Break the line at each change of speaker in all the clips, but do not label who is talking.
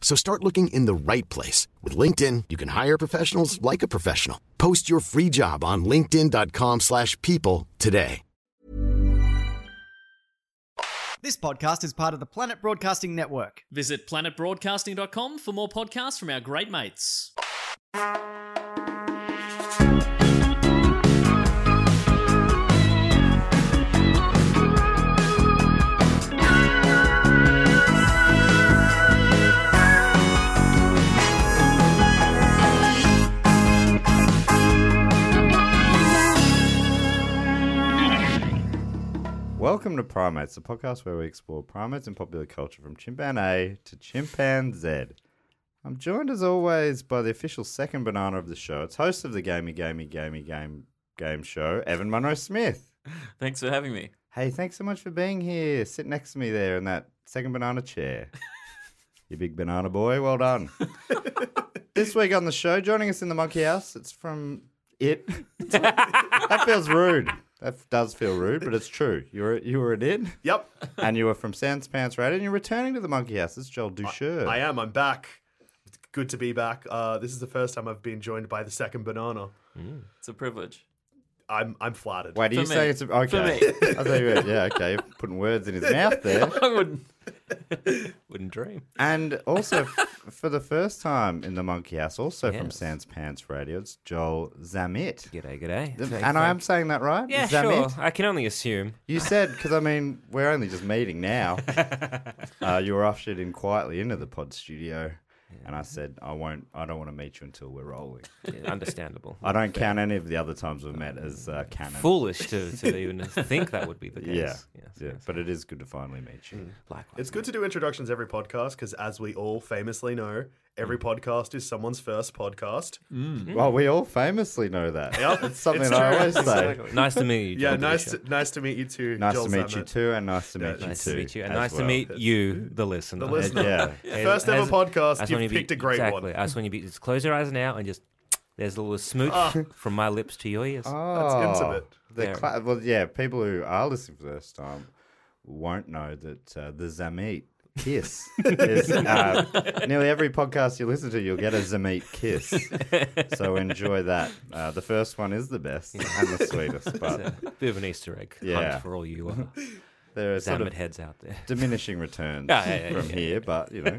So start looking in the right place. With LinkedIn, you can hire professionals like a professional. Post your free job on linkedin.com/people slash people today.
This podcast is part of the Planet Broadcasting Network.
Visit planetbroadcasting.com for more podcasts from our great mates.
Welcome to Primates, the podcast where we explore primates and popular culture from chimpan A to chimpan Z. I'm joined as always by the official second banana of the show. It's host of the Gamey Gamey Gamey Game Game Show, Evan Munro Smith.
Thanks for having me.
Hey, thanks so much for being here. Sit next to me there in that second banana chair. you big banana boy. Well done. this week on the show, joining us in the monkey house, it's from it. that feels rude. That does feel rude, but it's true. You were you were an it.
Yep,
and you were from Sans Pants Radio, and you're returning to the Monkey House. It's Joel Ducheur.
I am. I'm back. It's good to be back. Uh, this is the first time I've been joined by the second banana.
It's a privilege.
I'm I'm flattered.
Wait, do you
For
say
me.
it's a, okay?
For
I thought you were, yeah, okay, you're putting words in his mouth there.
I wouldn't wouldn't dream.
And also, f- for the first time in the Monkey House, also from Sans Pants Radio, it's Joel Zamit.
G'day, g'day.
Th- And I am saying that right?
Yeah,
Zamit?
I can only assume.
You said because I mean we're only just meeting now. uh, you were ushered in quietly into the pod studio, and I said I won't. I don't want to meet you until we're rolling.
Yeah, understandable.
I don't count any of the other times we've met as uh, canon.
Foolish to, to even think that would be the case.
Yeah.
Yes,
yeah,
yes.
but it is good to finally meet you.
Likewise.
It's good to do introductions every podcast because, as we all famously know, every podcast is someone's first podcast.
Well, we all famously know that.
Yep,
It's something
it's
I
true.
always say.
Nice to meet you.
Yeah,
John
nice
Delucia.
to, nice to meet you too.
Nice
Joel
to meet you
Zammit.
too, and nice to meet you
Nice
too.
to meet you, and
as
nice to
well.
meet you, the listener.
The listener.
Yeah.
First ever
As-
podcast,
as
you've
when you be-
picked a great one.
exactly. That's when you be, just close your eyes now and just there's a little smooch from my lips to your ears.
Oh,
intimate.
The
There.
cla- well, yeah, people who are listening for the first time won't know that uh, the Zamit kiss is uh, nearly every podcast you listen to, you'll get a Zamit kiss. so enjoy that. Uh, the first one is the best and the sweetest, but
A bit of an Easter egg hunt
Yeah.
for all you uh,
there are sort
Zamet
of
heads out there.
diminishing returns
Yeah, yeah, yeah,
from
yeah.
here, but you know.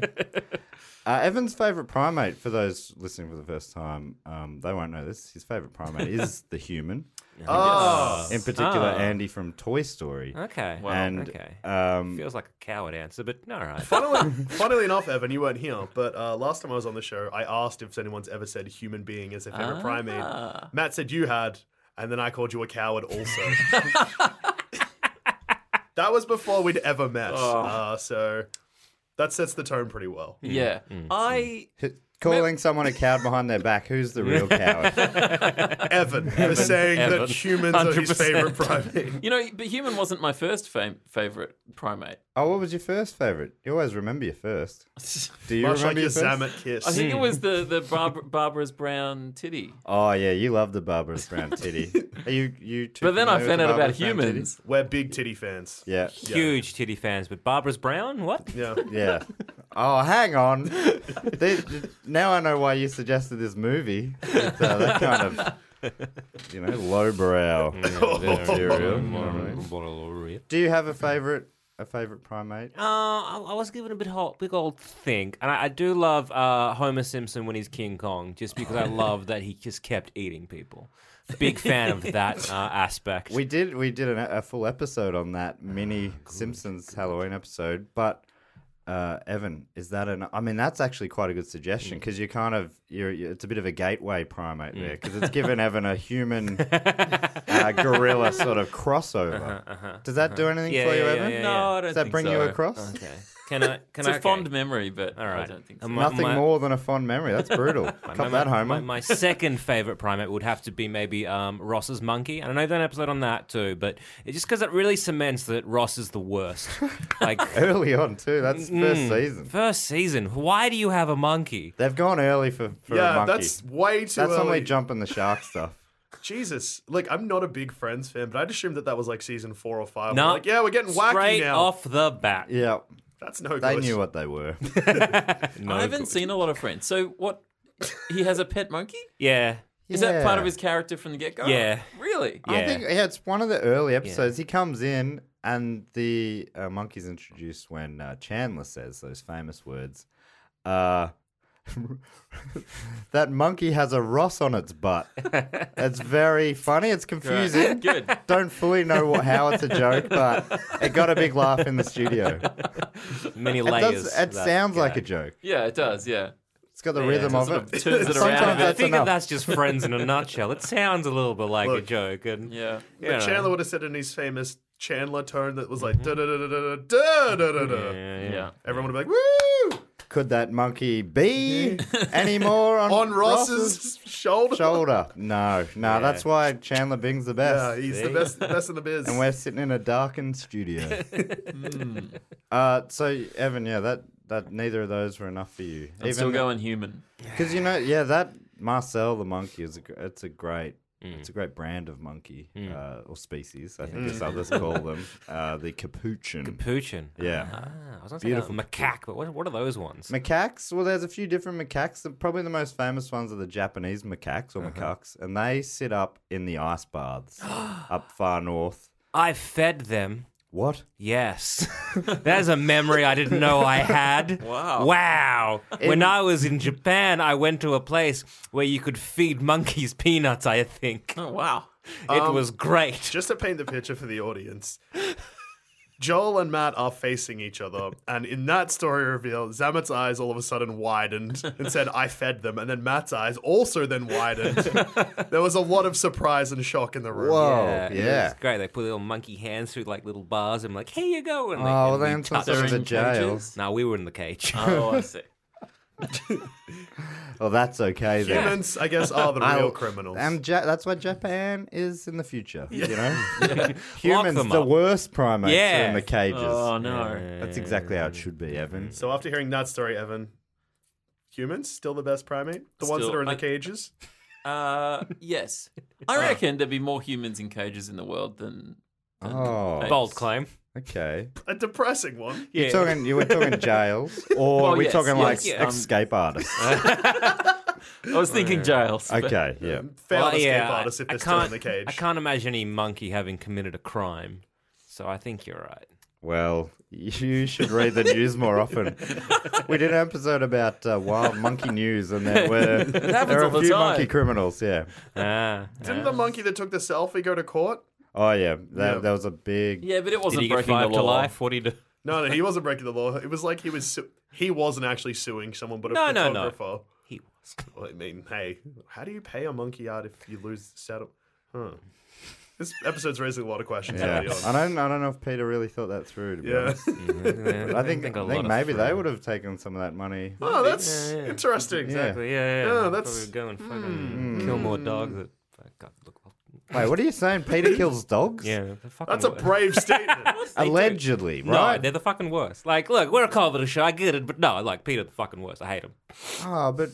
Uh, Evan's favorite primate, for those listening for the first time, um, they won't know this. His favorite primate is the human,
Oh,
in particular,
Ah.
Andy from Toy Story.
Okay.
and
okay.
um,
Feels like a coward answer, but no, all right.
funnily, funnily enough, Evan, you weren't here, but uh, last time I was on the show, I asked if anyone's ever said human being as their favorite primate. Matt said you had, and then I called you a coward also. that was before we'd ever met. Uh, so that sets the tone pretty well.
Yeah.
Mm.
I
calling someone a coward behind their back. Who's the real coward?
Evan, for saying that
Evan.
humans are his
100%.
favorite primate.
you know, but human wasn't my first fam- favorite primate.
oh, what was your first favorite? You always remember your first. Do you
Much
remember
like your
your first?
Zamet kiss.
I think
Hmm.
it was the the Barb- Barbara's brown titty.
Oh yeah, you love the Barbara's brown titty. Are you you? Too
But then
familiar
I
with
found
the
out
Barbara's
about
brown titty?
humans.
We're big titty fans.
Yeah,
Huge titty fans, but Barbara's Brown? What?
Yeah.
yeah. Oh, hang on. They- now I know why you suggested this movie. It's, uh, that kind of, you know, lowbrow material. All right. Do you have a favorite a favorite primate?
Uh, I, I was given a bit whole, big old think, and I, I do love uh, Homer Simpson when he's King Kong, just because I love that he just kept eating people. Big fan of that uh, aspect.
We did we did an, a full episode on that mini Simpsons Halloween episode, but uh, Evan, is that an? I mean, that's actually quite a good suggestion because you're kind of you're, you're- It's a bit of a gateway primate there because it's given Evan a human uh, gorilla sort of crossover. Does that do anything
yeah,
for you,
yeah, yeah,
Evan?
yeah,
No,
yeah.
I don't
Does that
think
bring
so.
you across?
Okay. Can I? Can
It's
I?
a
okay.
fond memory, but
All right.
I don't think so.
And my-
Nothing
my-
more than a fond memory. That's brutal. Cut
My,
that,
my-
Homer.
my- my second favorite primate would have to be maybe um, Ross's monkey. And I know there's an episode on that too, but it's just because it really cements that Ross is the worst. Like,
Early on too. That's
Mm,
first season.
first season, why do you have a monkey?
They've gone early for, for a
yeah,
monkey.
that's way too
That's
early.
only jumping the shark stuff.
Jesus, like I'm not a big Friends fan, but I'd assume that that was like season four or five.
No.
like yeah, we're getting wacky
Straight
now.
off the bat.
Yeah,
That's no.
they
good.
knew what they were.
No
I haven't
good.
seen a lot of Friends. So what? He has a pet monkey.
Yeah.
Is that part of
Yeah.
his character from the get go?
Yeah.
Really?
Yeah.
I think yeah, it's one of the early episodes. He comes in and the uh, monkey's introduced when uh, Chandler says those famous words. Uh, that monkey has a Ross on its butt. It's very funny. It's confusing.
Good.
Don't fully know what, how it's a joke, but it got a big laugh in the studio.
Many
It,
layers.
does,
of
it
that
sounds like
guy.
a joke.
Yeah, it does. Yeah.
It's got the
Yeah,
rhythm
it
of
sort
it.
of turns it around
Sometimes
a bit.
I
that's
think that
enough.
that's just friends in a nutshell. It sounds a little bit like a
Look.
joke, and
Yeah.
But
Yeah. Mm-hmm.
Chandler would have said in his famous Chandler tone that was like da da da da da da da da da.
Yeah.
Everyone would be like, "Woo!"
Could that monkey be any more on,
on Ross's shoulder.
shoulder? No, no. That's why Chandler Bing's the
Yeah,
best.
he's the best, best in the biz.
and we're sitting in a darkened studio.
Hmm.
uh, so Evan, yeah, that that neither of those were enough for you.
I'm still going human.
because you know, yeah, that Marcel the monkey is a, gr- it's a great.
Mm.
It's a great brand of monkey uh, or species, I think as others call them. Uh, the capuchin.
poochin.
yeah.
Ah, I was gonna say Beautiful. macaque, but what, what are those ones?
Macaques. Well, there's a few different macaques. The- Probably the most famous ones are the Japanese macaques or
Uh-huh.
macaques, and they sit up in the ice baths up far north.
I fed them.
What?
Yes. There's a memory I didn't know I had. Wow. Wow. when I was in Japan, I went to a place where you could feed monkeys peanuts, I think.
Oh wow.
It
Um,
was great.
Just to paint the picture for the audience. Joel and Matt are facing each other, and in that story reveal, Zamet's eyes all of a sudden widened and said, I fed them. And then Matt's eyes also then widened. there was a lot of surprise and shock in the room.
Whoa.
it
Oh, yeah.
was great. They put little monkey hands through like little bars and like, here you go. And,
Oh,
like,
well,
and we
they went
touched-
to the
in
jail.
cages?
No, we were in the cage.
Oh, I see.
Oh, that's okay then.
Humans, I guess, are the real
I'll-
criminals.
And ja- that's why Japan is in the future, you know?
Lock
Humans,
them
the
up.
worst primates are
Yeah.
in the cages.
Oh no.
That's exactly how it should be, Evan.
so after hearing that story, Evan, humans still the best primate? The ones
Still,
that are in
I-
the cages?
Uh, yes. I reckon there'd be more humans in cages in the world than. than
Oh.
apes.
Bold claim.
Okay.
A depressing one.
You're talking, you were talking jails, or
Well,
are we
yes,
talking
yes,
like
yeah, um,
escape artists?
I was thinking jails. but-
okay, yeah.
Um, Failed
Well,
escape
yeah, I-
artists if
I
they're still in
can't-
the cage.
I can't imagine any monkey having committed a crime. So I think you're right.
Well, you should read the news more often. We did an episode about uh, wild monkey news, and there were there are
all
a
the
few
time.
monkey criminals. Yeah.
Ah,
Didn't the monkey that took the selfie go to court?
Oh yeah, that,
Yeah.
that was a big.
Yeah, but it
Did
wasn't
he get
breaking
five
the
to
law.
life? What did he do?
No, no, he wasn't breaking the law. It was like he was su- he wasn't actually suing someone, but a
No, no, no.
photographer.
He was.
Well, I mean, hey, how do you pay a monkey out if you lose saddle? Huh. This episode's raising a lot of questions.
Yeah.
early on.
I don't. I don't know if Peter really thought that through. To be
Yeah.
honest, I think. I
think a
think,
lot of
maybe they
through.
would have taken some of that money.
Oh, that's
Yeah, yeah.
interesting.
Exactly. Yeah, yeah.
Yeah,
yeah
that's-
that's go and fucking
Hmm.
kill more dogs. That I got look.
Wait, what are you saying? Peter kills dogs?
Yeah, they're fucking
That's a
wor-
brave statement.
Allegedly,
No,
right?
they're the fucking worst. Like, look, we're a comedy show. I get it, but no, like Peter, the fucking worst. I hate him.
Oh, but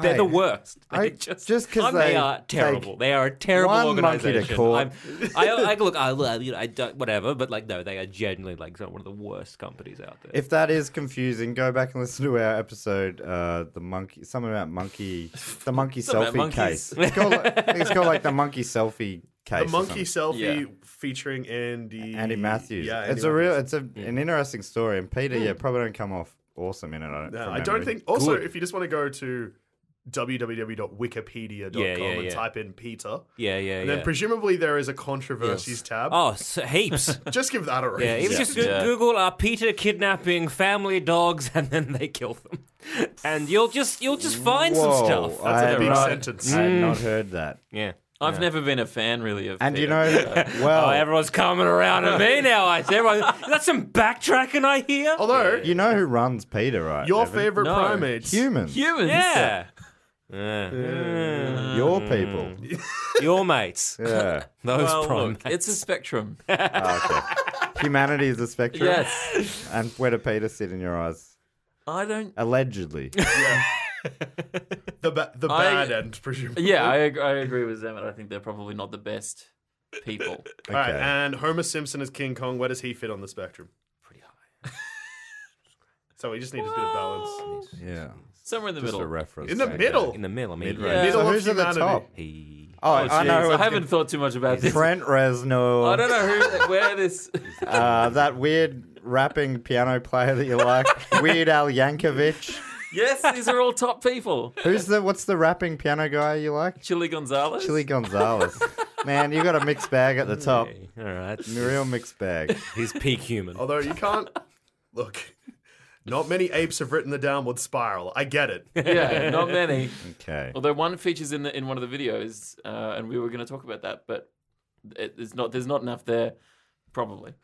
They're the
Wait.
worst. They
I-
just
just 'cause
I'm-
they
are terrible.
take
They are a terrible
one monkey to
organization.
court.
I'm, I, I look, I, I, you know, I don't, whatever, but like, no, they are genuinely like one of the worst companies out there.
If that is confusing, go back and listen to our episode, uh, the monkey, something about monkey, the monkey
Something
selfie
about
case.
monkeys.
It's called, like, I think it's called like the monkey selfie case. or
the monkey
something.
selfie
Yeah.
featuring Andy
Andy Matthews.
Yeah,
it's
Andy
a real,
Matthews. Hmm.
it's a,
Hmm.
an interesting story, and Peter, yeah, probably don't come off awesome in it. I don't,
No,
from
I don't
memory.
think. Also,
Good.
if you just want to go to www.wikipedia.com
Yeah, yeah,
and
yeah.
type in Peter,
Yeah, yeah,
and
yeah.
then presumably there is a controversies tab.
oh, so heaps.
Just give that a read.
Yeah, even just go-
Yeah.
Google uh, Peter kidnapping family dogs, and then they kill them, and you'll just you'll just find
Whoa, Uh,
some stuff.
I
a
had
big
not-
sentence.
I had
Hmm.
not heard that.
Yeah.
I've never been a fan really of.
And you
Peter.
know,
Oh,
well,
everyone's coming around to me now. I everyone, that's some backtracking I hear.
Although
you know who runs Peter, right?
your
Evan?
favorite
No.
primates,
humans,
humans.
yeah. Yeah.
your
Hmm.
people.
Your mates.
Yeah, Ah,
Those
Well, look,
primates.
it's a spectrum.
humanity is a spectrum.
yes,
and where do Peter sit in your eyes?
I don't.
Allegedly,
the ba- the
I-
bad end, presumably.
Yeah, I, ag- I agree with Zemet. I think they're probably not the best people.
All right,
Okay.
and Homer Simpson is King Kong. Where does he fit on the spectrum? Pretty high. so we just need a bit of balance.
yeah.
Somewhere in the
Just a
middle.
reference.
In the
Okay.
middle.
In the middle, I mean.
Yeah.
So
Middle of
who's at the
humanity.
top?
He-
Oh, I know.
Jeez,
who
I
it's
haven't thought too much about this.
Trent Reznor.
I don't know who, where this.
uh, that weird rapping piano player that you like, Weird Al Yankovic.
Yes, these are all top people.
Who's the? What's the rapping piano guy you like?
Chili Gonzalez.
Chili Gonzalez. Man, you got a mixed bag at the top.
All right.
Real mixed bag.
He's peak human.
Oh,
Although you can't look. Not many apes have written the downward spiral. I get it.
Yeah, not many.
Okay.
Although one features in the in one of the videos, uh, and we were going to talk about that, but it, it's not. There's not enough there, probably.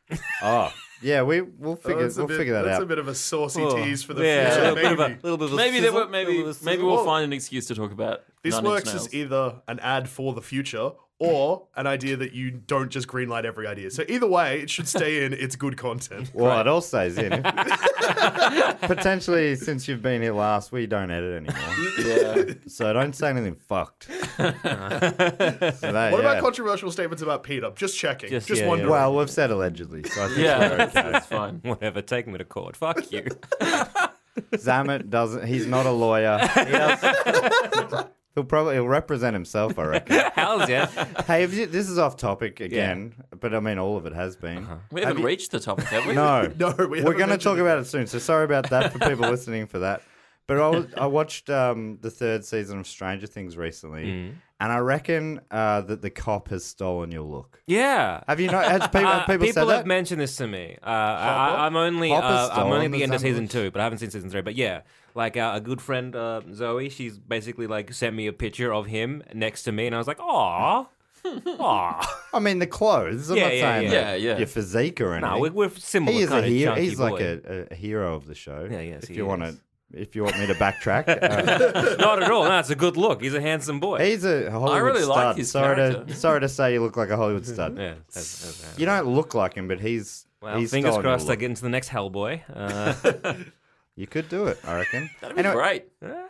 Oh, yeah. We we'll figure
That's a
we'll
bit-
figure that
That's
out.
a bit of a saucy tease for the
Oh, yeah,
future.
a little bit of
maybe.
a, little bit of a
Maybe there
sizzle,
were, maybe
little bit of a
maybe
sizzle.
we'll find an excuse to talk about.
This
Nine Inch
works
Nails.
as either an ad for the future or an idea that you don't just greenlight every idea. So either way, it should stay in. It's good content.
Well, it all stays in. Potentially, since you've been here last, we don't edit anymore.
Yeah.
So don't say anything fucked. So that-
What
yeah.
about controversial statements about Peter? Just checking. Just,
Just- yeah,
wondering.
Well, we've said allegedly, so I think
Yeah,
we're
that's,
okay.
that's fine.
Whatever, take me to court. Fuck you.
Zamet doesn't. He's not a lawyer. He does- he'll probably he'll represent himself. I reckon.
How's yeah?
Hey, if you, this is off topic again, but I mean all of it has been.
We haven't reached the topic, have we?
No,
No,
are
we haven't
going to
mentioned
talk
it.
about it soon. So sorry about that for people listening for that. But I, was, I watched um, the third season of Stranger Things recently, and I reckon uh, that the cop has stolen your look.
Yeah.
Have you not? Has people,
Uh,
have people, said
have
that?
mentioned this to me. Uh, I, I- I'm only
Hopper's
uh, I'm
stolen
only at the
the
end of season
Zamblers.
two, but I haven't seen season three. But yeah, like uh, a good friend uh, Zoe, she's basically like sent me a picture of him next to me, and I was like, aw, aw.
I mean, the clothes. I'm
Yeah,
not
yeah,
saying
yeah.
that
Yeah, yeah.
your physique or anything.
no, we're, we're similar.
he is a
kind of
hero.
chunky
He's like
boy.
a, a hero of the show.
Yeah, yes,
If
he
you want to,
is.
if you want me to backtrack, uh,
Not at all. No, it's a good look. He's a handsome boy.
he's a Hollywood
really
stud.
like his
sorry
character.
to, sorry to say, you look like a Hollywood stud.
yeah, that's, that's, that's-
You don't look like him, but he's
Well,
he's
fingers
stolen your
crossed I
look.
get into the next Hellboy. Uh,
You could do it, I reckon.
That'd be
Anyway,
great.
If
on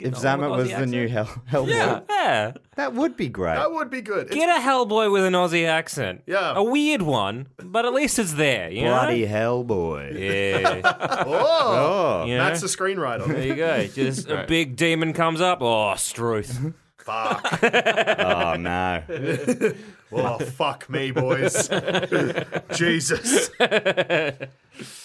with
Zamet
Aussie
was the new Hell Hellboy,
yeah.
that would be great.
That would be good. It's-
Get a Hellboy with an Aussie accent.
Yeah.
A weird one, but at least it's there. You know?
Bloody Hellboy.
Yeah.
oh,
Oh,
you know?
that's the screenwriter.
There you go. Just a
Right.
big demon comes up. Oh, Struth.
fuck.
oh no.
Oh, fuck me, boys. Jesus.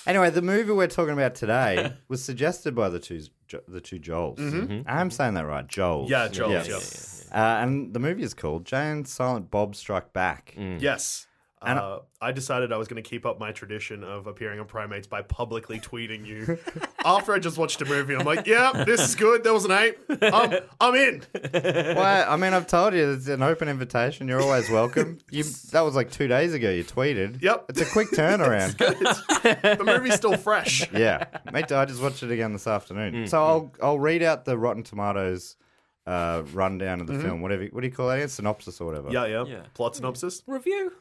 Anyway, the movie we're talking about today was suggested by the two Jo- the two Joels. I'm saying that right, Joels.
Mm-hmm. Yeah, Joel.
Yes. Uh, and the movie is called Jane Silent Bob Strike Back.
Mm. Yes. Uh, I decided I was going to keep up my tradition of appearing on Primates by publicly tweeting you after I just watched a movie. I'm like, yeah, this is good. There was an ape. I'm, I'm in.
Well, I mean, I've told you it's an open invitation. You're always welcome. You that was like two days ago. You tweeted.
Yep.
It's a quick turnaround.
The movie's still fresh.
yeah, mate. I just watched it again this afternoon. So I'll I'll read out the Rotten Tomatoes uh, rundown of the film. Whatever. What do you call that? Synopsis or whatever.
Mm-hmm. Yeah, yeah.
Yeah.
Plot synopsis.
Review.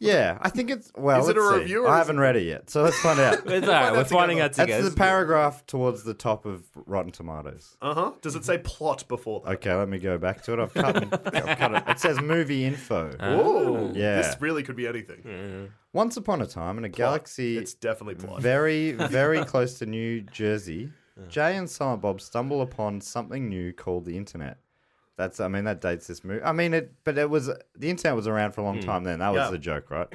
Yeah. I think it's well.
Is it
let's
a
see.
review or
I
is
haven't read it yet, so let's find out.
It's all right. We're finding out together.
That's the paragraph towards the top of Rotten Tomatoes.
Uh huh. Does it say plot before that?
Okay, let me go back to it. I've cut, I've cut it. It says movie info.
Oh,
Yeah.
This really could be anything.
Once upon a time in a galaxy
It's definitely plot.
very, very close to New Jersey, Jay and Silent Bob stumble upon something new called the internet. That's I mean that dates this movie. I mean it, but it was the internet was around for a long time then. That was
Hmm. Yeah.
the joke, right?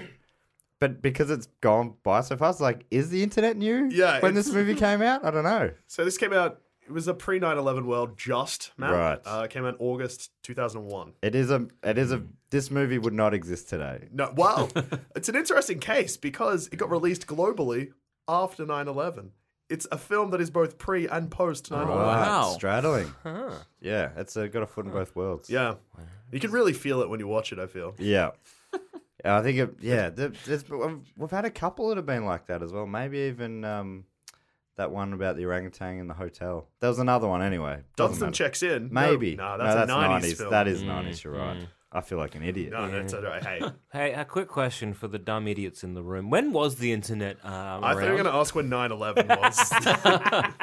But because it's gone by so fast, like is the internet new?
Yeah,
when this
it's-
movie came out, I don't know.
So this came out. It was a pre 9/11 world, just Matt.
Right.
Uh, it came out August 2001.
It is a it is
Hmm.
a this movie would not exist today.
No, wow. it's an interesting case because it got released globally after 9/11. It's a film that is both pre and post
Oh,
9/11.
Wow.
straddling. Yeah, it's uh, got a foot in both worlds.
Yeah. You can really feel it when you watch it, I feel.
Yeah. I think, it, yeah, th- there's, we've we've had a couple that have been like that as well. Maybe even um, that one about the orangutan in the hotel. There was another one anyway. Doesn't
Dunstan
matter.
checks in. No,
Maybe.
No, that's, a 90s, film. Hmm.
That is 90s, you're right. I feel like an idiot.
No, that's all right. Hey,
Hey, a quick question for the dumb idiots in the room. When was the internet uh,
I thought you were going
around?
to ask when 9 11 was.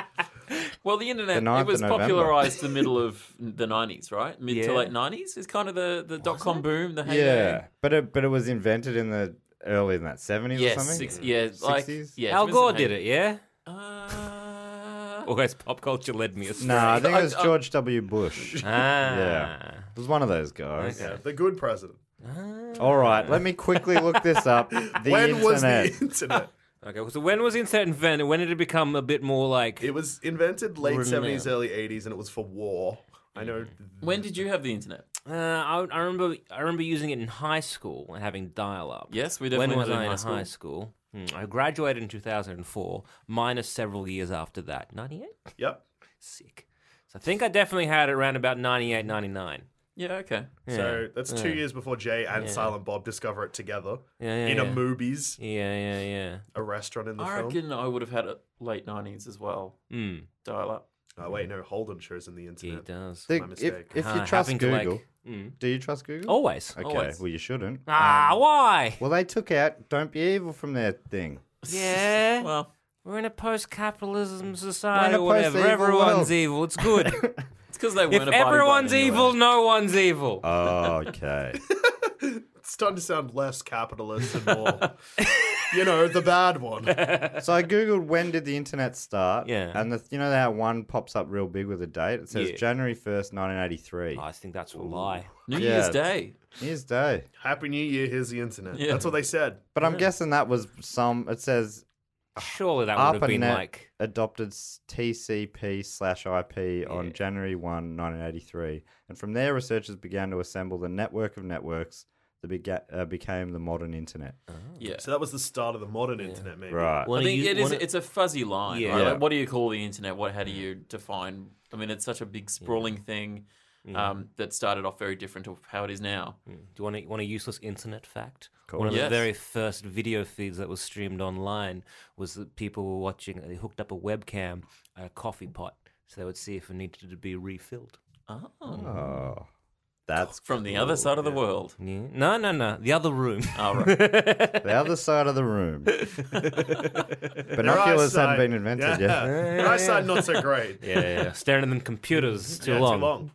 Well, the internet
The 9th
it was
of November.
popularized the middle of the nineties, right? Mid to
Yeah.
late nineties is kind of the the dot com boom, the heyday.
Yeah. But it, but it was invented in the early in that 70s or
Yes,
something?
six, yeah, like
60s?
yeah.
Al
it's
Gore
mid-
did it, yeah?
Uh,
Always pop culture led me astray.
No, I think it was
I- I-
George W. Bush.
Ah.
Yeah. It was one of those guys.
Yeah, the good president.
All right, let me quickly look this up. The
when
internet.
was the internet?
Okay, so when was the internet invented? When did it become a bit more like.
It was invented late
Wouldn't
70s,
know.
early 80s, and it was for war. I know.
when did you have the internet?
Uh, I, I remember I remember using it in high school and having dial up.
Yes, we definitely
When was
had it
I
in
in
high
high
school.
school? Hmm, I graduated in 2004, minus several years after that. 98?
Yep.
Sick. So I think I definitely had it around about 98, 99.
Yeah, okay.
So that's two years before Jay and Silent Bob discover it together
Yeah, yeah,
in a
yeah.
movies,
Yeah, yeah, yeah.
a restaurant in the
I
film.
reckon I would have had it late nineties as well.
Mm,
Dial up.
Oh, wait, no, Holden shows in the
he
internet.
does.
The-
My
if,
mistake.
if you
Huh,
trust
having to, like-
Google,
Mm.
do you trust Google?
Always.
okay. Um,
always.
Well, you shouldn't.
Ah, why?
Well, they took out "Don't be evil" from their thing.
Yeah.
Well,
We're in a post-capitalism society,
We're
or
in a
whatever.
post-evil
Everyone's
world.
evil. It's good.
it's because they
if
weren't. abiding by it
everyone's
anyway.
evil, no one's evil.
Oh, okay.
It's starting to sound less capitalist and more, you know, the bad one.
so I googled when did the internet start?
Yeah.
And the, you know how one pops up real big with a date? It says
Yeah.
January first, nineteen eighty-three.
I think that's a lie.
New
Yeah.
Year's Day.
Here's day.
Happy New Year, here's the internet.
Yeah.
That's what they said.
But I'm guessing that was some. It says
Surely that would have been
ARPANET
like.
adopted s- TCP slash IP on January 1, 1983. And from there, researchers began to assemble the network of networks that bega- uh, became the modern internet.
Yeah.
So that was the start of the modern internet, maybe.
Right.
Well,
I think
you-
it is.
wanna-
It's a fuzzy line.
Yeah.
Right?
Yeah.
Like, what do you call the internet? What? How do you define? I mean, it's such a big sprawling thing um, that started off very different to how it is now.
Do you want a, want a useless internet fact? One of
Yes.
the very first video feeds that was streamed online was that people were watching, they hooked up a webcam at a coffee pot so they would see if it needed to be refilled.
Oh.
Oh, that's
From the other side of the world.
Yeah. No, no, no. The other room.
All right.
the other side of the room.
Their
Binoculars hadn't
eyesight-
been invented
yeah.
yet.
Their eyesight not so great. yeah,
yeah. Staring at them computers too
too
long.
long.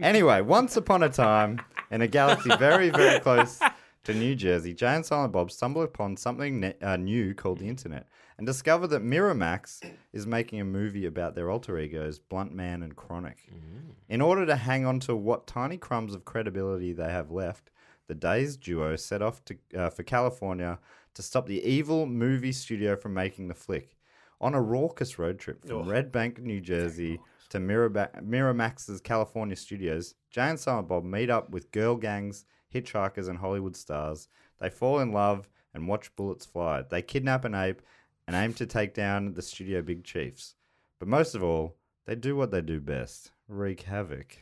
Anyway, once upon a time, in a galaxy very, very close to New Jersey, Jay and Silent Bob stumbled upon something ne- uh, new called the internet and discovered that Miramax is making a movie about their alter egos, Blunt Man and Chronic. In order to hang on to what tiny crumbs of credibility they have left, the Days duo set off to, uh, for California to stop the evil movie studio from making the flick. On a raucous road trip from Red Bank, New Jersey to Miraba- Miramax's California studios, Jay and Silent Bob meet up with girl gangs, hitchhikers, and Hollywood stars. They fall in love and watch bullets fly. They kidnap an ape and aim to take down the studio big chiefs. But most of all, they do what they do best wreak havoc.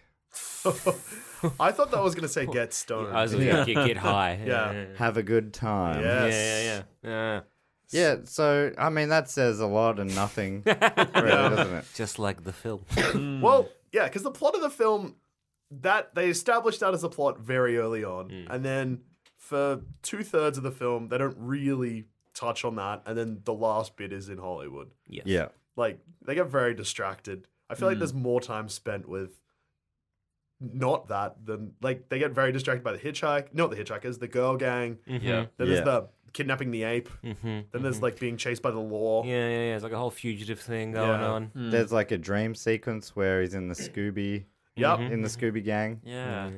I thought that was going to say get stoned.
I was like,
Yeah.
get, get high.
Yeah.
Yeah,
Have a good time.
yes.
yeah, yeah. yeah.
Yeah, so, I mean, that says a lot and nothing, really, doesn't it?
Just like the film.
Well, yeah, because the plot of the film that they established that as a plot very early on, and then for two thirds of the film, they don't really touch on that, and then the last bit is in Hollywood.
yes.
Yeah.
Like they get very distracted. I feel like there's more time spent with not that than like they get very distracted by the hitchhike, not the hitchhikers, the girl gang.
Yeah.
Then
Yeah.
there's the kidnapping the ape. Then there's like being chased by the law.
mm-hmm. Yeah, yeah,
Mm.
yeah. It's like a whole fugitive thing going
Yeah.
on.
There's like a dream sequence where he's in the Scooby
Yep.
Mm-hmm. in the Scooby Gang.
Yeah.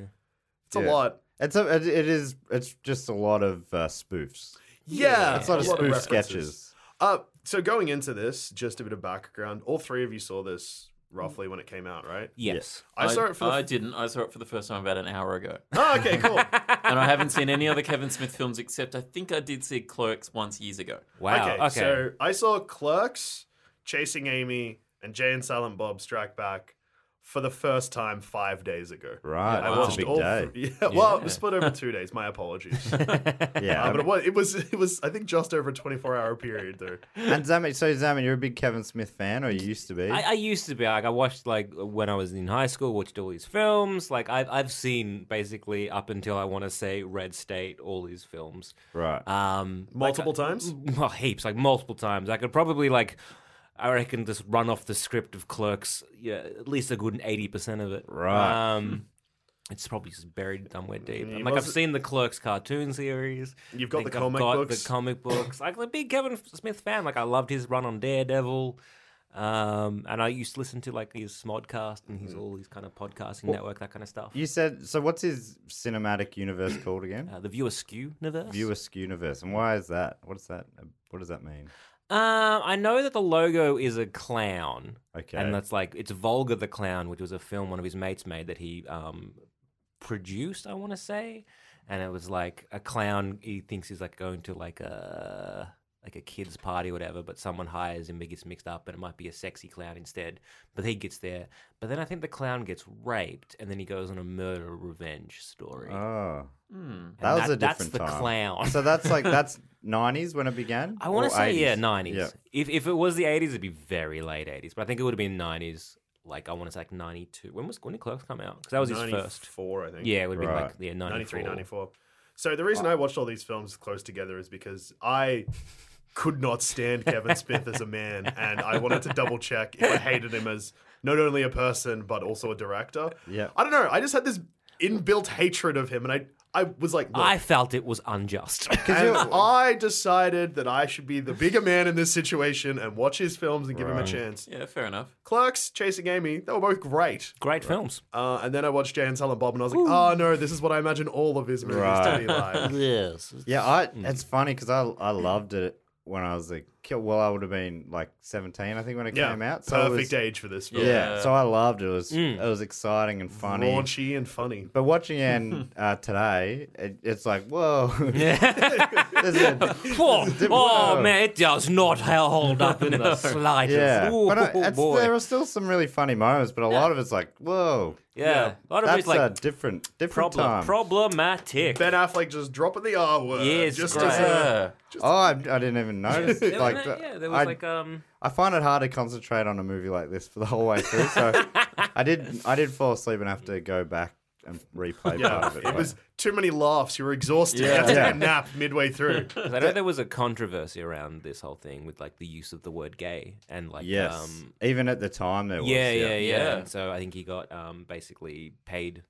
It's a
Yeah.
lot.
It's a, it, it is it's just a lot of uh, spoofs.
Yeah.
It's a lot of spoof
references.
sketches.
Uh, so going into this, just a bit of background. All three of you saw this roughly when it came out, right?
Yes.
I, saw it for. The
I didn't. I saw it for the first time about an hour ago.
Oh, okay, cool.
and I haven't seen any other Kevin Smith films except I think I did see Clerks once years ago.
Wow. Okay.
So I saw Clerks, Chasing Amy, and Jay and Silent Bob Strike Back for the first time five days ago.
Right,
I
that's a
big
all
day.
three- yeah, Well, it was split over two days. My apologies. Uh,
Yeah, I
but
mean-
it was, it was it was I think just over a twenty four hour period though.
and Zaman, so Zaman, you're a big Kevin Smith fan, or you used to be.
I, uh, I used to be like I watched like when I was in high school, watched all his films. Like I've I've seen basically up until I want to say Red State, all his films.
right.
Um,
Multiple times.
well, heaps, like multiple times. I could probably like, I reckon, just run off the script of Clerks. Yeah, at least a good eighty percent of it.
Right.
Um, it's probably just buried somewhere deep.
You
like I've
must-
seen the Clerks cartoon series.
You've got
I think
the
I've
comic
got
books.
The comic books. Like I'm a big Kevin Smith fan. Like I loved his run on Daredevil. Um, and I used to listen to like his Smodcast and
Hmm.
his all his kind of podcasting network, that kind of stuff.
you said so. What's his cinematic universe called again?
Uh, the Viewer Skew universe.
View universe, and why is that? What's that? uh, What does that mean?
Um, I know that the logo is a clown.
Okay.
And that's like it's Volga the Clown, which was a film one of his mates made that he um produced, I want to say, and it was like a clown. He thinks he's like going to like a like a kids party or whatever, but someone hires him, he gets mixed up, and it might be a sexy clown instead. But he gets there, but then I think the clown gets raped, and then he goes on a murder revenge story.
Oh,
Hmm.
that
And
was a different
That's the
time.
clown.
So that's like that's '90s when it began.
I want
Or
to say yeah,
80s?
nineties.
Yeah.
If if it was the eighties, it'd be very late eighties. But I think it would have been nineties. Like I want to say like ninety two. When was when did Clerks come out? Because that was his first.
four, I think.
Yeah, it would have been
Right.
like yeah
93,
94.
94. So the reason I watched all these films close together is because I could not stand Kevin Smith as a man, and I wanted to double check if I hated him as not only a person but also a director.
Yeah.
I don't know. I just had this inbuilt hatred of him, and I I was like,
I
I.
felt it was unjust.
And I decided that I should be the bigger man in this situation and watch his films and give him a chance.
Yeah, fair enough.
Clerks, Chasing Amy, they were both great.
Great films.
Uh, and then I watched Jay and Silent Bob, and I was like, oh no, this is what I imagine all of his movies to be like.
Yes.
Yeah, I,
Hmm.
it's funny because I I loved it when I was a kid. Well, I would have been like 17, I think, when it
Yeah,
came out. So it
perfect
was-
age for this
Yeah.
film.
so I loved it. It
Hmm.
was it was exciting and funny.
raunchy and funny.
But watching it uh, today, it, it's like whoa. There's a-
Oh,
Whoa.
oh, man, it does not hold up in the slightest.
yeah,
Ooh, oh,
but I, it's,
boy.
there are still some really funny moments, but a lot of it's like whoa.
yeah. a lot of
That's
it's like
a different different
problem-
time.
problematic.
Ben Affleck just dropping the R word.
Yes,
just
great.
as uh, a,
oh, I, I didn't even notice.
There was
like,
that-
the-
yeah, there was
I,
like um.
I find it hard to concentrate on a movie like this for the whole way through. So I did I did fall asleep and have to go back and replay part
yeah,
of it.
it was too many laughs. You were exhausted. You had to
Yeah.
take a nap midway through.
'Cause I know there was a controversy around this whole thing with like the use of the word gay and like
yes,
um
even at the time there was
yeah, yeah, yeah,
Yeah.
And so I think he got um basically paid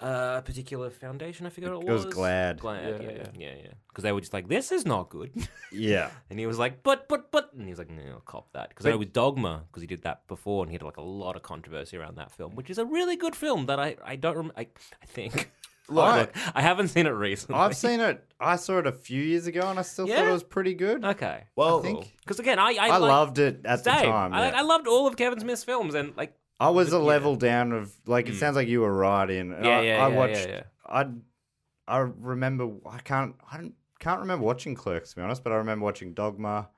uh, a particular foundation. I forget what it
It was
was.
Glad.
Glad.
Yeah,
Yeah, yeah, yeah. Because they were just like, "This is not good,"
yeah.
and he was like, "But, but, but," and he was like, "No, I'll cop that." Because I know with Dogma, because he did that before, and he had like a lot of controversy around that film, which is a really good film that I I don't rem- I I think.
Look,
I haven't seen it recently.
I've seen it. I saw it a few years ago, and I still thought
Yeah?
it was pretty good.
Okay.
Well,
I think-
Because again, I I,
I,
like-
loved it at the
Same.
time.
I,
yeah.
I loved all of Kevin Smith's films, and like,
I was a level down of like it sounds like you were right in. And
Mm. Yeah,
I,
yeah,
I
yeah,
watched.
yeah,
I I remember. I can't. I don't, can't remember watching Clerks to be honest, but I remember watching Dogma.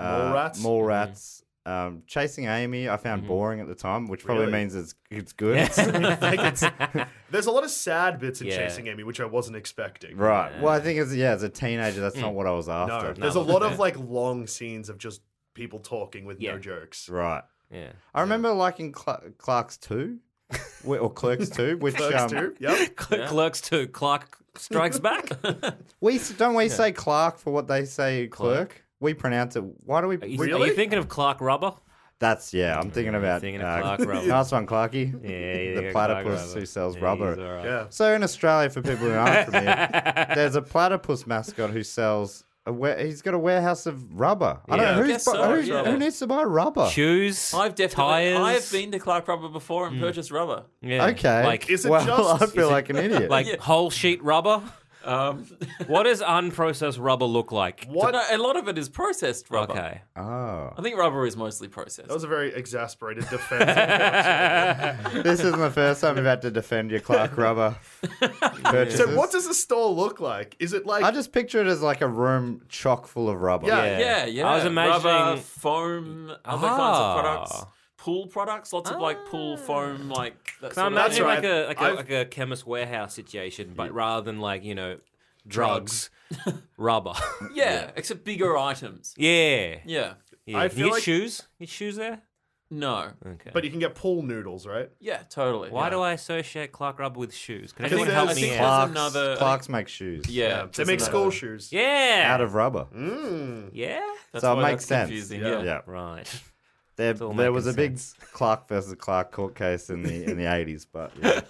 Mallrats?
Mm-hmm.
Mallrats. Um, Chasing Amy, I found boring at the time, which probably
Really?
means it's it's good.
Like, it's- there's a lot of sad bits in
Yeah.
Chasing Amy, which I wasn't expecting.
right. Well, I think as yeah, as a teenager,
Mm.
that's not what I was
No,
after.
there's a lot of like long scenes of just people talking with
Yeah.
no jokes.
Right.
yeah,
I remember liking Cl- Clark's two, wh- or Clerks two, which um,
Clerks too. Yep.
Clerks Two, Clark Strikes Back.
we s- don't we say Clark for what they say clerk. We pronounce it. Why do we?
Are you,
we-
are you thinking of Clark Rubber?
That's yeah. I'm thinking about uh,
thinking of Clark Rubber.
Nice one, Clarky.
yeah,
the platypus
yeah, Clark
who
Rubber.
sells
He's
rubber.
all right.
Yeah.
So in Australia, for people who aren't from here, there's a platypus mascot who sells a wa- he's got a warehouse of rubber. I don't
Yeah.
know
I
who's
guess
bu-
so,
who's-
yeah.
who needs to buy rubber.
Shoes,
I've definitely
tires. Mm.
I've been to Clark Rubber before and purchased rubber.
Yeah.
Okay,
Like,
Is it
well,
just-
I
is
feel
it-
like an idiot.
like
Yeah.
whole sheet rubber.
Um,
What does unprocessed rubber look like?
What?
no, a lot of it is processed rubber.
Okay.
oh,
I think rubber is mostly processed.
That was a very exasperated defense.
this isn't the first time you've had to defend your Clark rubber. purchases.
so, what does the store look like? Is it like
I just picture it as like a room chock full of rubber.
Yeah.
yeah, yeah.
I was imagining.
rubber, foam, other kinds
Ah.
of products, pool products, lots of like pool foam, like that
Can I
sort
imagine
of
right.
like a like a,
I've-
like a chemist warehouse situation, but rather than like you know drugs, rubber.
yeah, except bigger items.
yeah.
Yeah,
yeah.
I
Can you
feel
get
like-
shoes? Get shoes there?
no,
Okay.
But you can get pool noodles, right?
yeah, totally.
Why
yeah.
do I associate Clark rubber with shoes? Can
Because
anyone
there's-
help
I
me
think
out?
there's-
Clark's,
another- I
Clark's make shoes.
Yeah,
They
there's
make
another-
school shoes.
Yeah.
out of rubber.
yeah.
Mm. That's
so it
why
makes
that's
sense.
confusing,
Yeah.
Yeah.
Right.
There,
all
there was a
making
big Clark versus Clark court case in the in the eighties, but yeah,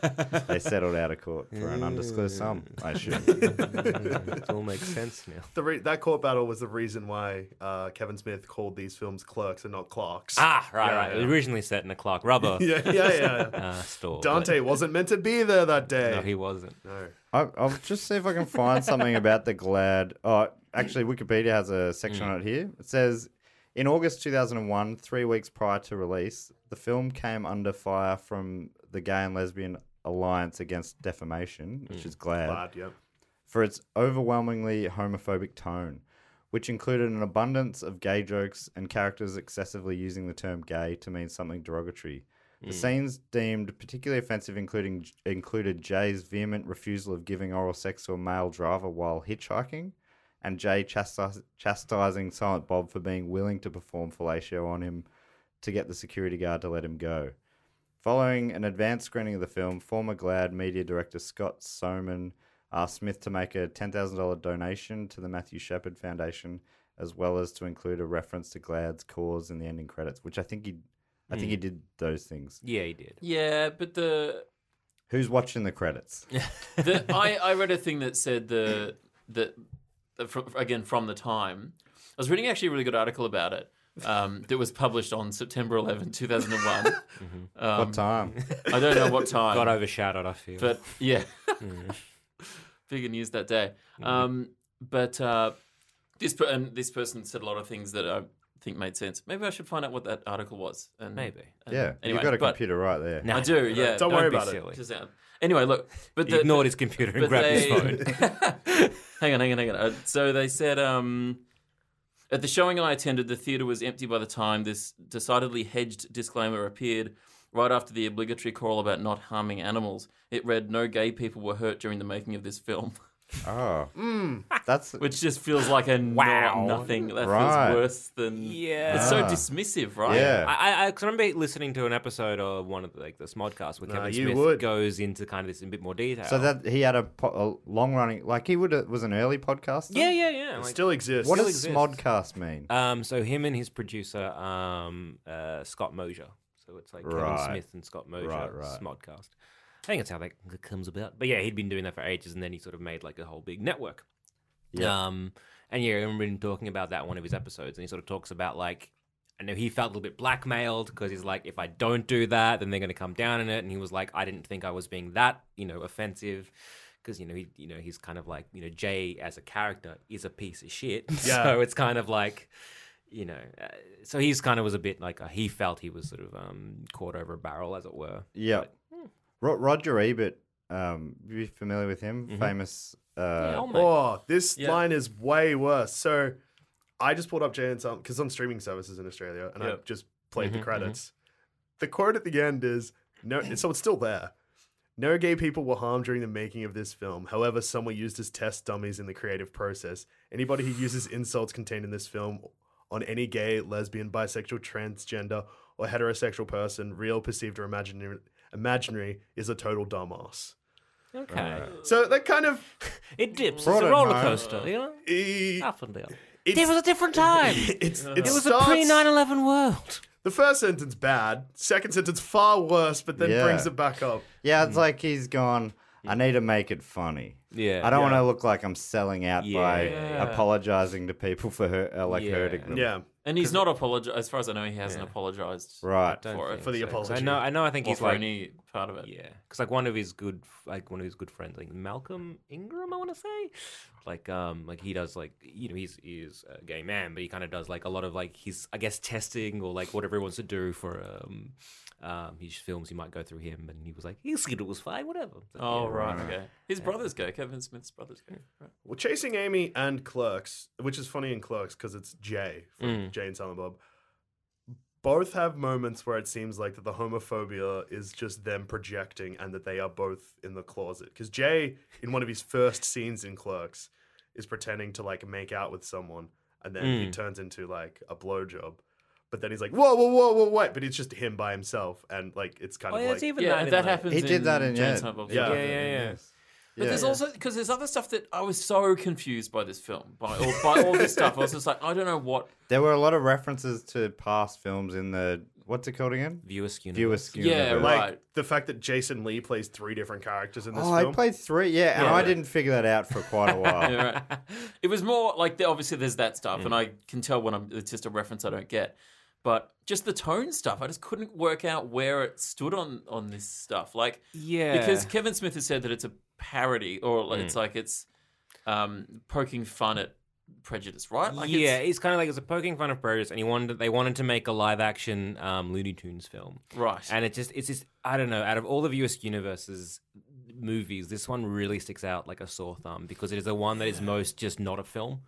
they settled out of court for an undisclosed sum. I assume.
it all makes sense now.
The re- that court battle was the reason why uh, Kevin Smith called these films clerks and not clocks.
Ah, right, right.
yeah.
Originally set in a Clark rubber
yeah, yeah, yeah. yeah.
uh, store. but-
Dante wasn't meant to be there that day.
No, he wasn't.
No.
I, I'll just see if I can find something about the Glad. Oh, actually, Wikipedia has a section on it here. It says, in August 2001, three weeks prior to release, the film came under fire from the Gay and Lesbian Alliance Against Defamation, which is
Glad, yeah.
for its overwhelmingly homophobic tone, which included an abundance of gay jokes and characters excessively using the term gay to mean something derogatory. The scenes deemed particularly offensive including included Jay's vehement refusal of giving oral sex to a male driver while hitchhiking, and Jay chastis- chastising Silent Bob for being willing to perform fellatio on him to get the security guard to let him go. Following an advanced screening of the film, former GLAD media director Scott Soman asked Smith to make a $10,000 donation to the Matthew Shepard Foundation, as well as to include a reference to GLAD's cause in the ending credits, which I think he, I
Hmm.
think he did those things.
Yeah, he did.
Yeah, but the
Who's watching the credits?
the, I, I read a thing that said the that uh, fr again from the time. I was reading actually a really good article about it um, that was published on September 11, 2001.
Um,
what time?
I don't know what time,
Got overshadowed, I Mm. feel.
but yeah, bigger news that day.
Mm.
Um, but uh, this per- and this person said a lot of things that I think made sense. Maybe I should find out what that article was. And,
Maybe.
and-
yeah,
anyway,
you've got a
but-
computer right there.
Nah,
I do. Yeah.
Don't worry
be
about it.
silly.
Just out. Anyway, look, but
He
the,
ignored his computer and
but
grabbed
they-
his phone.
hang on, hang on, hang on. Uh, so they said um, at the showing I attended, the theatre was empty by the time this decidedly hedged disclaimer appeared. Right after the obligatory call about not harming animals, it read, "No gay people were hurt during the making of this film,"
Oh, that's
which just feels like a wow. nothing. That
Right.
feels worse than
Yeah.
It's so dismissive, right?
yeah.
I, I, I can remember listening to an episode of one of the, like this modcast where Kevin
you
Smith
would.
goes into kind of this in a bit more detail.
so that he had a, po- a long running, like he would was an early podcast.
yeah, yeah, yeah.
It
like-
still exists.
What
Still
does
exists.
smodcast mean?
um, so him and his producer, um, uh, Scott Mosier. So it's like Kevin
Right.
Smith and Scott Mosier
Right, right.
modcast. I think that's how that c- comes about. But yeah, he'd been doing that for ages, and then he sort of made like a whole big network.
Yeah.
Um, and yeah, I remember him talking about that in one of his episodes, and he sort of talks about like, I know he felt a little bit blackmailed because he's like, if I don't do that, then they're going to come down on it. And he was like, I didn't think I was being that, you know, offensive. Because you know he, you know he's kind of like you know Jay as a character is a piece of shit.
Yeah.
So it's kind of like, you know, uh, so he's kind of was a bit like uh, he felt he was sort of um caught over a barrel, as it were.
Yeah. Ro- Roger Ebert, um, you familiar with him? Famous. Uh,
Oh, this
Yeah.
line is way worse. So I just pulled up Jay and Silent because on streaming services in Australia, and I
Yep.
just played the credits. The quote at the end is no, so it's still there. No gay people were harmed during the making of this film. However, some were used as test dummies in the creative process. Anybody who uses insults contained in this film on any gay, lesbian, bisexual, transgender, or heterosexual person, real, perceived, or imaginary, imaginary is a total dumbass.
Okay,
So that kind of.
it dips.
Brought
it's
it
a roller
home.
coaster, you know,
eh,
up and down.
it's-
It Oh, was a different time.
It's, it,
It was a
starts,
pre 9/11 world.
The first sentence bad, second sentence far worse, but then
Yeah.
brings it back up.
yeah, it's like he's gone. I need to make it funny.
Yeah.
I don't want to look like I'm selling out
Yeah.
by apologizing to people for her, uh, like
Yeah.
hurting them.
Yeah.
And he's not apologized. As far as I know, he hasn't
Yeah.
apologized
Right.
Don't
for it.
think
For the
so, 'cause I
apology.
know. I know. I think
or
he's
for
like.
any part of it.
Yeah, because like one of his good, f- like one of his good friends, like Malcolm Ingram, I want to say, like um, like he does like you know he's he's a gay man, but he kind of does like a lot of like his I guess testing or like whatever he wants to do for um, um his films. You might go through him, and he was like he said it was fine, whatever. It's like,
Oh
yeah,
right, okay. His brother's gay. Kevin Smith's brother's gay. Right.
Well, Chasing Amy and Clerks, which is funny in Clerks because it's Jay from
Mm.
Jay and Silent Bob, both have moments where it seems like that the homophobia is just them projecting and that they are both in the closet. Because Jay, in one of his first scenes in Clerks, is pretending to like make out with someone and then he
Mm.
turns into like a blowjob. But then he's like, whoa, whoa, whoa, whoa, wait. But it's just him by himself. And like, it's kind
Oh,
of
yeah,
like.
it's even
Yeah,
Night
and
in Life.
that happens.
He did that in
Jane's
yeah.
Hunt,
Yeah.
Yeah, yeah, yeah.
But there's
Yeah.
also because there's other stuff that I was so confused by this film, by all, by all this stuff. I was just like, I don't know what.
There were a lot of references to past films in the what's it called again?
Viewer skew.
Viewer
numbers.
skew.
Yeah,
numbers.
Like
Right.
the fact that Jason Lee plays three different characters in this
Oh, I
film.
played three. Yeah, and
Yeah.
I didn't figure that out for quite a while.
Yeah, right. It was more like the, obviously there's that stuff, and I can tell when I'm. It's just a reference I don't get. But just the tone stuff, I just couldn't work out where it stood on on this stuff. Like
Yeah,
because Kevin Smith has said that it's a parody, or like it's like it's um, poking fun at prejudice, right? Like
yeah,
it's,
it's, kind of like it's a poking fun of prejudice, and he wanted they wanted to make a live action um, Looney Tunes film.
right.
And it just, it's just, I don't know, out of all the US universes movies, this one really sticks out like a sore thumb because it is the one that is most just not a film.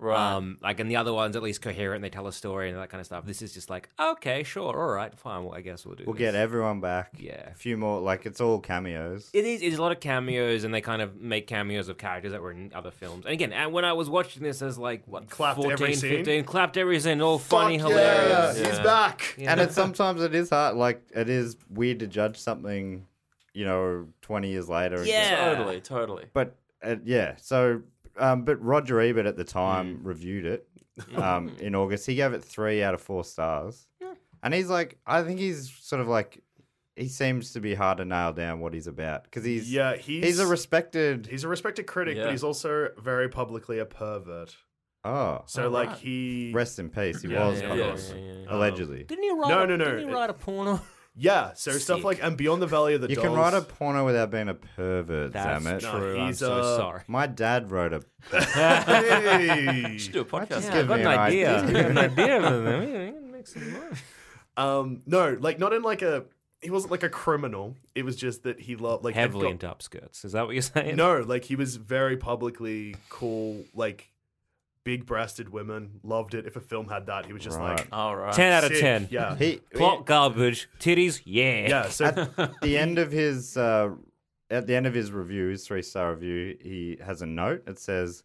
Right.
Um, like, and the other one's at least coherent, they tell a story and that kind of stuff. This is just like, okay, sure, all right, fine, well, I guess we'll do
We'll
this.
get everyone back.
Yeah.
A few more. Like it's all cameos.
It is. It's a lot of cameos, and they kind of make cameos of characters that were in other films. And again, and when I was watching this, I was like, what,
Clapped
14,
every scene?
15, clapped every scene, all
Fuck
funny,
yeah,
hilarious.
He's back.
And it's sometimes it is hard. Like it is weird to judge something, you know, twenty years later. and just-
Totally, totally.
but uh, yeah, so um, but Roger Ebert at the time reviewed it um, in August. He gave it three out of four stars, and he's like, I think he's sort of like, he seems to be hard to nail down what he's about because he's
Yeah, he's
he's a respected
he's a respected critic,
Yeah.
but he's also very publicly a pervert.
oh
So like he
rest in peace. He was
yeah,
kind
yeah,
of,
yeah,
allegedly.
Didn't he write?
No,
a,
no, no.
Didn't he write a porno?
yeah. So stuff like and beyond the valley of the
you
dolls.
can write a porno without being a pervert,
That's
damn it.
No, true.
I'm
he's,
so
uh,
sorry.
My dad wrote a.
Hey!
Should do a podcast.
Just
Yeah, I
give
got
me
an
an
idea.
idea.
I got an idea of them. Yeah, we can make some money.
um, no, like not in like a he wasn't like a criminal. It was just that he loved like had
Heavily
got-
into upskirts. Is that what you're saying?
No, like he was very publicly cool, like big-breasted women loved it. If a film had that, he was just like
Right.
All right.
Ten out of
sick,
ten.
Yeah,
He,
Plot garbage. Titties. Yeah.
yeah. So
at the end of his uh, at the end of his review, his three star review, he has a note. It says,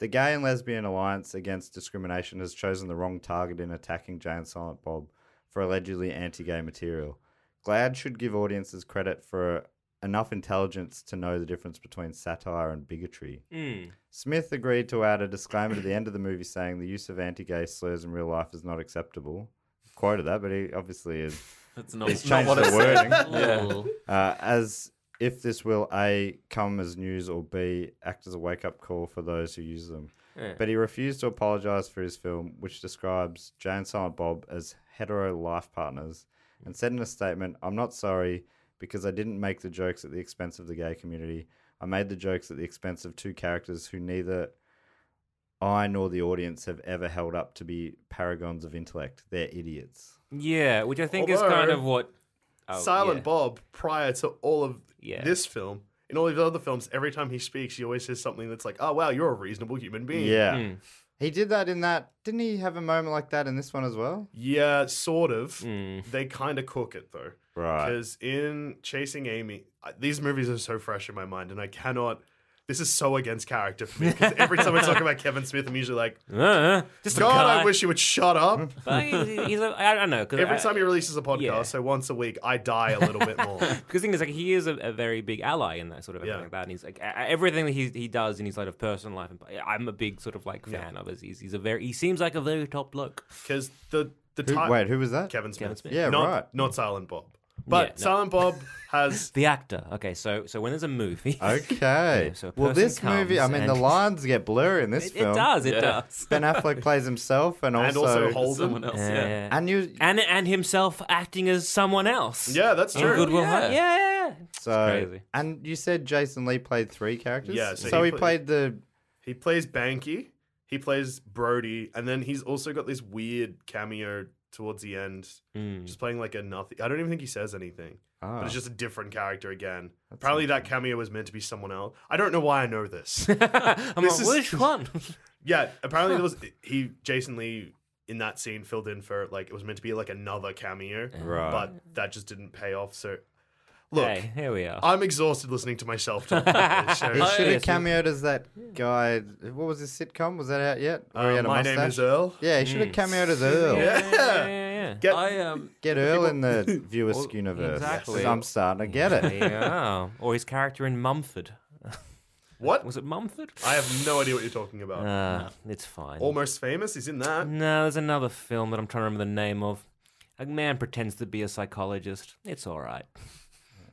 "The Gay and Lesbian Alliance Against Discrimination has chosen the wrong target in attacking Jay and Silent Bob for allegedly anti-gay material. Glad should give audiences credit for." Enough intelligence to know the difference between satire and bigotry. Smith agreed to add a disclaimer to the end of the movie saying the use of anti gay slurs in real life is not acceptable. Quoted that, but he obviously is
That's not,
He's
not
changed
what
the
it's
wording.
yeah.
Uh, as if this will A, come as news or B, act as a wake up call for those who use them. But he refused to apologize for his film, which describes Jay and Silent Bob as hetero life partners, and said in a statement, I'm not sorry because I didn't make the jokes at the expense of the gay community. I made the jokes at the expense of two characters who neither I nor the audience have ever held up to be paragons of intellect. They're idiots.
Yeah. Which I think is
Although-
kind of what. oh,
Silent
yeah.
Bob, prior to all of
Yeah.
this film, in all these other films, every time he speaks, he always says something that's like, "Oh wow, you're a reasonable human being."
Yeah.
Mm.
He did that in that. Didn't he have a moment like that in this one as well?
Yeah, sort of.
Mm.
They kind of cook it though,
Right.
because in Chasing Amy, I- these movies are so fresh in my mind, and I cannot. This is so against character for me. Because every time I talk about Kevin Smith, I'm usually like,
Uh, just a
"God,
guy.
I wish you would shut up."
But he's, he's a, I don't know. 'cause
Every
I-
time he releases a podcast,
yeah.
so once a week, I die a little bit more.
Because the thing is, like, he is a, a very big ally in that sort of everything
Yeah.
like that. And he's like a- a- everything that he he does in his sort of personal life. And I'm a big sort of like fan of. Is he's, he's a very he seems like a very top bloke.
Because the the
Who,
ti-
wait, who was that?
Kevin Smith,
Smith.
Yeah,
not,
right.
not Silent Bob. But
no.
Silent Bob has
The actor. Okay, so so when there's a movie,
Oh,
Okay.
Yeah, so a
well,
person
this movie, I
comes
mean,
and-
the lines get blurry in this
it,
film.
it does, it
Yeah.
does.
Ben Affleck plays himself and also,
and also Holden.
Someone else,
Yeah,
yeah.
yeah.
And you,
and and himself acting as someone else.
Yeah, that's
in
true.
Goodwill
Yeah.
Hunting. Yeah, yeah, yeah.
so
crazy.
and you said Jason Lee played three characters.
Yeah, so
he,
he play-
played the
He plays Banky. He plays Brody, and then he's also got this weird cameo towards the end,
Mm.
just playing like a nothing. I don't even think he says anything,
Ah.
but it's just a different character again. Probably that cameo was meant to be someone else. I don't know why I know this.
I'm
This
like,
is-
which one?
yeah, apparently there was he Jason Lee in that scene filled in for like it was meant to be like another cameo,
Right.
But that just didn't pay off. So look, Oh,
hey, here we are.
I'm exhausted listening to myself talk. about this, Oh, so-
He should have
yes, he-
cameoed as that guy. What was his sitcom? Was that out yet? Where he
Uh,
had a
my
mustache?
name is Earl.
Yeah, he should have
Hmm.
cameoed as Earl.
Yeah.
yeah, yeah,
Get
I um,
Get Earl in the viewer universe.
exactly.
I'm starting to get
yeah.
it.
yeah. Or his character in Mumford.
what?
Was it Mumford?
I have no idea what you're talking about.
Uh, It's fine.
Almost famous. He's in that.
No, there's another film that I'm trying to remember the name of. A man pretends to be a psychologist. It's all right.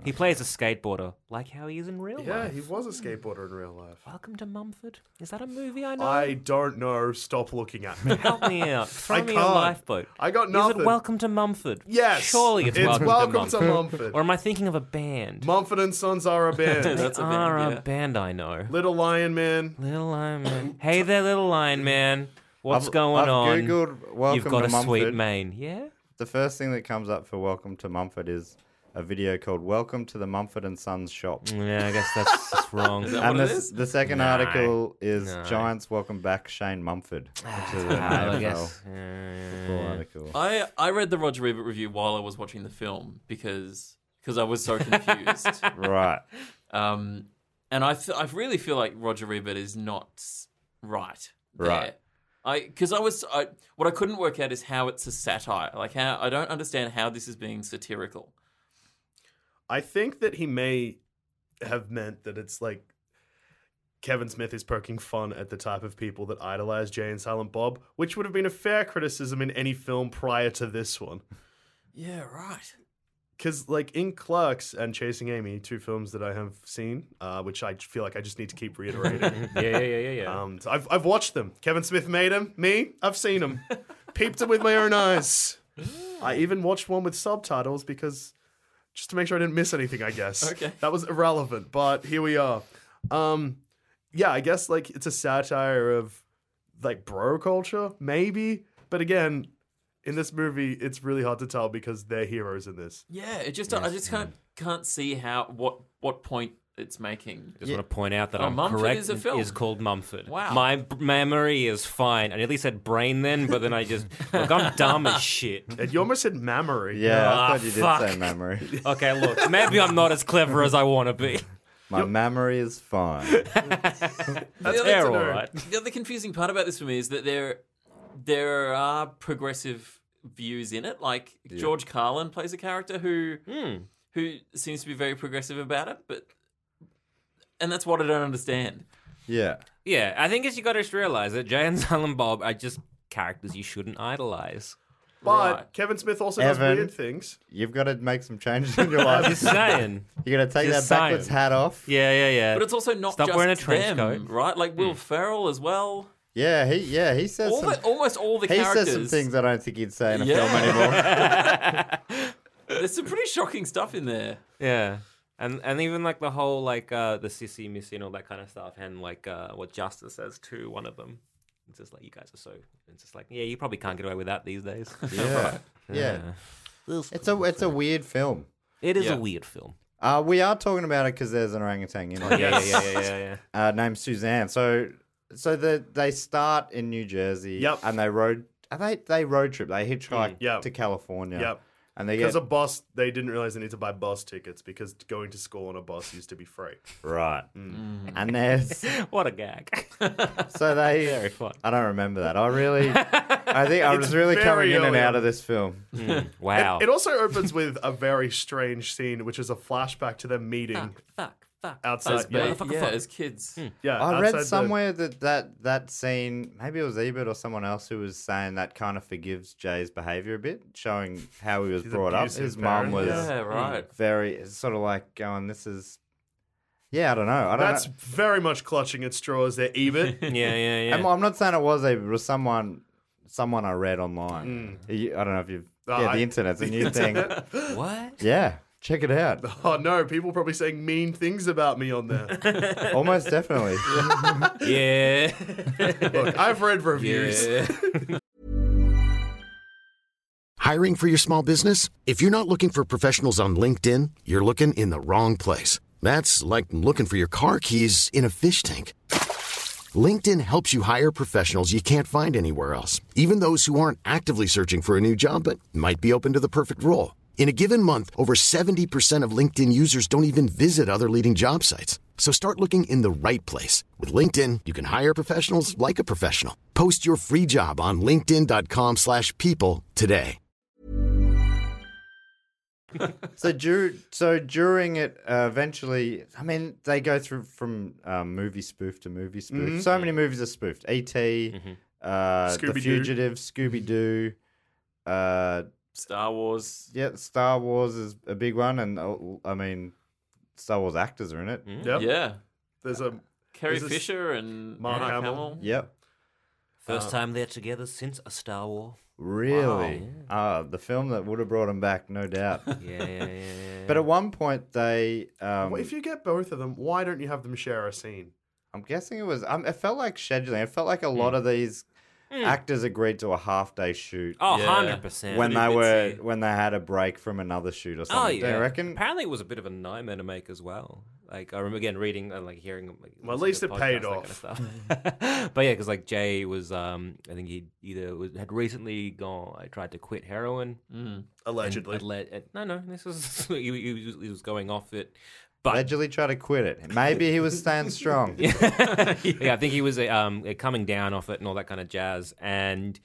He plays a skateboarder, like how he is in real
Yeah,
life.
he was a skateboarder in real life.
Welcome to Mumford. Is that a movie I know?
I don't know. Stop looking at me.
Help me out. Throw
I
me a
can't.
lifeboat.
I got
Is
nothing.
it Welcome to Mumford?
Yes,
Surely it's,
it's
welcome,
Welcome
to
to
Mumford.
Mumford.
Or am I thinking of a band?
Mumford and Sons are a band.
that's a band,
Are
yeah.
a band I know.
Little Lion Man.
Little Lion Man. hey there, Little Lion Man. What's
I've-
going
I've
on?
Googled Welcome
You've got
to
a sweet
Mumford.
mane. Yeah?
The first thing that comes up for Welcome to Mumford is a video called "Welcome to the Mumford and Sons Shop."
Yeah, I guess that's just wrong.
And
what it
the,
is?
the second
No.
article is
No.
Giants welcome back Shane Mumford. Which is an
Ah, I
AFL
guess.
football
Yeah.
article.
I I read the Roger Ebert review while I was watching the film because because I was so confused.
Right.
Um, and I, f- I really feel like Roger Ebert is not s- right. There.
Right.
I because I was I, what I couldn't work out is how it's a satire. Like how I don't understand how this is being satirical.
I think that he may have meant that it's like Kevin Smith is poking fun at the type of people that idolize Jay and Silent Bob, which would have been a fair criticism in any film prior to this one.
Yeah. Right.
Because, like, in Clerks and Chasing Amy, two films that I have seen, uh, which I feel like I just need to keep reiterating.
Yeah, yeah, yeah, yeah, yeah.
um, so I've, I've watched them. Kevin Smith made them. Me, I've seen them. Peeped them with my own eyes. I even watched one with subtitles because just to make sure I didn't miss anything, I guess.
Okay.
That was irrelevant, but here we are. Um, yeah, I guess, like, it's a satire of, like, bro culture, maybe. But again, in this movie, it's really hard to tell because they're heroes in this.
Yeah. It just I just can't can't see how what what point it's making.
Just want to point out that
Oh,
I'm
Mumford
correct.
is a film.
Is called Mumford.
Wow.
My b- memory is fine. I nearly said brain then, but then I just look. I'm dumb as shit.
And you almost said mammary.
Yeah,
Ah,
I thought you did
fuck.
say memory.
Okay, look. Maybe I'm not as clever as I want to be.
My memory is fine.
That's
They're all right.
the other confusing part about this for me is that there there are progressive views in it. Like George Carlin plays a character who
Hmm.
who seems to be very progressive about it, but and that's what I don't understand.
Yeah.
Yeah, I think it's you got to realize that Jay and Silent Bob are just characters you shouldn't idolize.
But
Right.
Kevin Smith also
Evan.
does weird things.
You've got to make some changes in your life.
Just saying.
You're going to take
Just
that backwards
saying.
hat off.
Yeah, yeah, yeah.
But it's also not
Stop
just
wearing a trench
them,
coat.
right? Like Will Ferrell as well.
Yeah, he yeah, Hmm. he says
All
some,
the, almost all the
he
characters.
says some things I don't think he'd say in a
Yeah.
film anymore.
There's some pretty shocking stuff in there.
Yeah. And and even like the whole like uh the sissy missy and all that kind of stuff and like uh what Justice says to one of them. It's just like you guys are so it's just like, yeah, you probably can't get away with that these days.
yeah. yeah. It's a it's a weird film.
It is
Yeah.
a weird film.
Uh, we are talking about it because there's an orangutan
Oh,
in it.
Yeah, yeah, yeah, yeah, yeah, yeah.
uh, named Suzanne. So, so the, they start in New Jersey.
Yep. Mm.
And they road. Are they they road trip. They hitchhike
Yep.
to California.
Yep.
And they
Because
get
a bus, they didn't realize they need to buy bus tickets because going to school on a bus used to be free.
right.
Mm.
And there's
What a gag.
so they. I don't remember that. I really. I think I was really
very
coming in and
early
out
on.
of this film.
wow.
It also opens with a very strange scene, which is a flashback to them meeting
Fuck, fuck.
Outside,
As
yeah.
ba-
Motherfucker,
yeah,
fuck.
as kids.
Yeah,
I
outside
read
the-
somewhere that, that that scene, maybe it was Ebert or someone else who was saying that kind of forgives Jay's behavior a bit, showing how he was
His
brought up.
abusive
His mom
parents,
was
Yeah, right.
very it's sort of like going, "This is, yeah, I don't know, I don't."
That's
know.
very much clutching at straws there, Ebert.
yeah, yeah, yeah.
I'm, I'm not saying it was Ebert, it was someone someone I read online. You- I don't know if you've
Mm. Oh,
yeah,
I-
the internet's a new thing.
what?
Yeah, check it out.
oh no, people probably saying mean things about me on there.
Almost definitely.
Yeah.
Look, I've read reviews.
Hiring for your small business? If you're not looking for professionals on LinkedIn, you're looking in the wrong place. That's like looking for your car keys in a fish tank. LinkedIn helps you hire professionals you can't find anywhere else, even those who aren't actively searching for a new job but might be open to the perfect role. In a given month, over 70% of LinkedIn users don't even visit other leading job sites. So start looking in the right place. With LinkedIn, you can hire professionals like a professional. Post your free job on linkedin.com/people slash people today.
So, dur- so during it, uh, eventually, I mean, they go through from um, movie spoof to movie spoof.
Mm-hmm.
So many movies are spoofed. E.T., uh, The
Scooby-Doo.
Fugitive, Scooby Doo. Uh,
Star Wars.
yeah, Star Wars is a big one, and uh, I mean, Star Wars actors are in it.
Yep.
Yeah.
There's a
Carrie
Is this
Fisher and
Mark
Mark,
Hamill?
Hamill.
Yep.
First time they're together since a Star War.
Really? Ah, the film that would have brought him back, no doubt.
Yeah, yeah, yeah. yeah.
but at one point, they. Um,
Well, if you get both of them, why don't you have them share a scene?
I'm guessing it was. Um, it felt like scheduling. It felt like a
Mm.
lot of these actors agreed to a half day shoot
Oh,
Yeah.
100%.
when they
Pretty
were
bitsy.
when they had a break from another shoot or something.
Oh, yeah.
Do you reckon?
Apparently, it was a bit of a nightmare to make as well. Like I remember again reading and like hearing. Like,
Well, at
listening
least
to
it paid
podcasts, that kind of stuff. but yeah, because like Jay was, um, I think he either was, had recently gone, I tried to quit heroin. and-
Mm. Allegedly.
and let- and- no, no, this was he, he was he was going off it. But
Allegedly try to quit it. Maybe he was staying strong.
yeah, I think he was uh, um uh, coming down off it and all that kind of jazz. And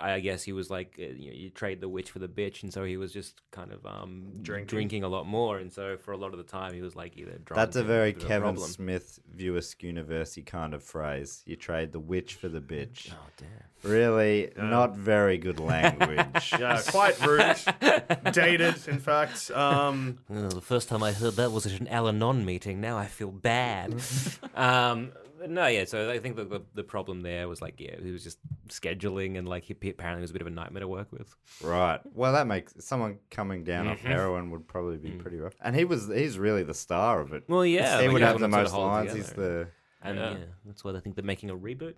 I guess he was like, uh, you, know, you trade the witch for the bitch, and so he was just kind of um drinking, a lot more. And so for a lot of the time, he was like either drunk.
That's a
and
very
bit of
Kevin
problem.
Smith Viewisk University kind of phrase. You trade the witch for the bitch.
Oh, damn.
Really, not very good language.
yeah, quite rude, dated, in fact. Um,
Oh, the first time I heard that was at an Al Anon meeting. Now I feel bad. um, but no, yeah. So I think the, the the problem there was like, yeah, he was just scheduling and like he he apparently was a bit of a nightmare to work with.
Right. Well, that makes someone coming down
Mm-hmm.
off heroin would probably be pretty rough. And he was—he's really the star of it.
Mm. Well, yeah,
he
like,
would
yeah,
have the
when it sort
most
of holds
lines. He's the
together. And Oh, uh, yeah. that's why I think they're making a reboot.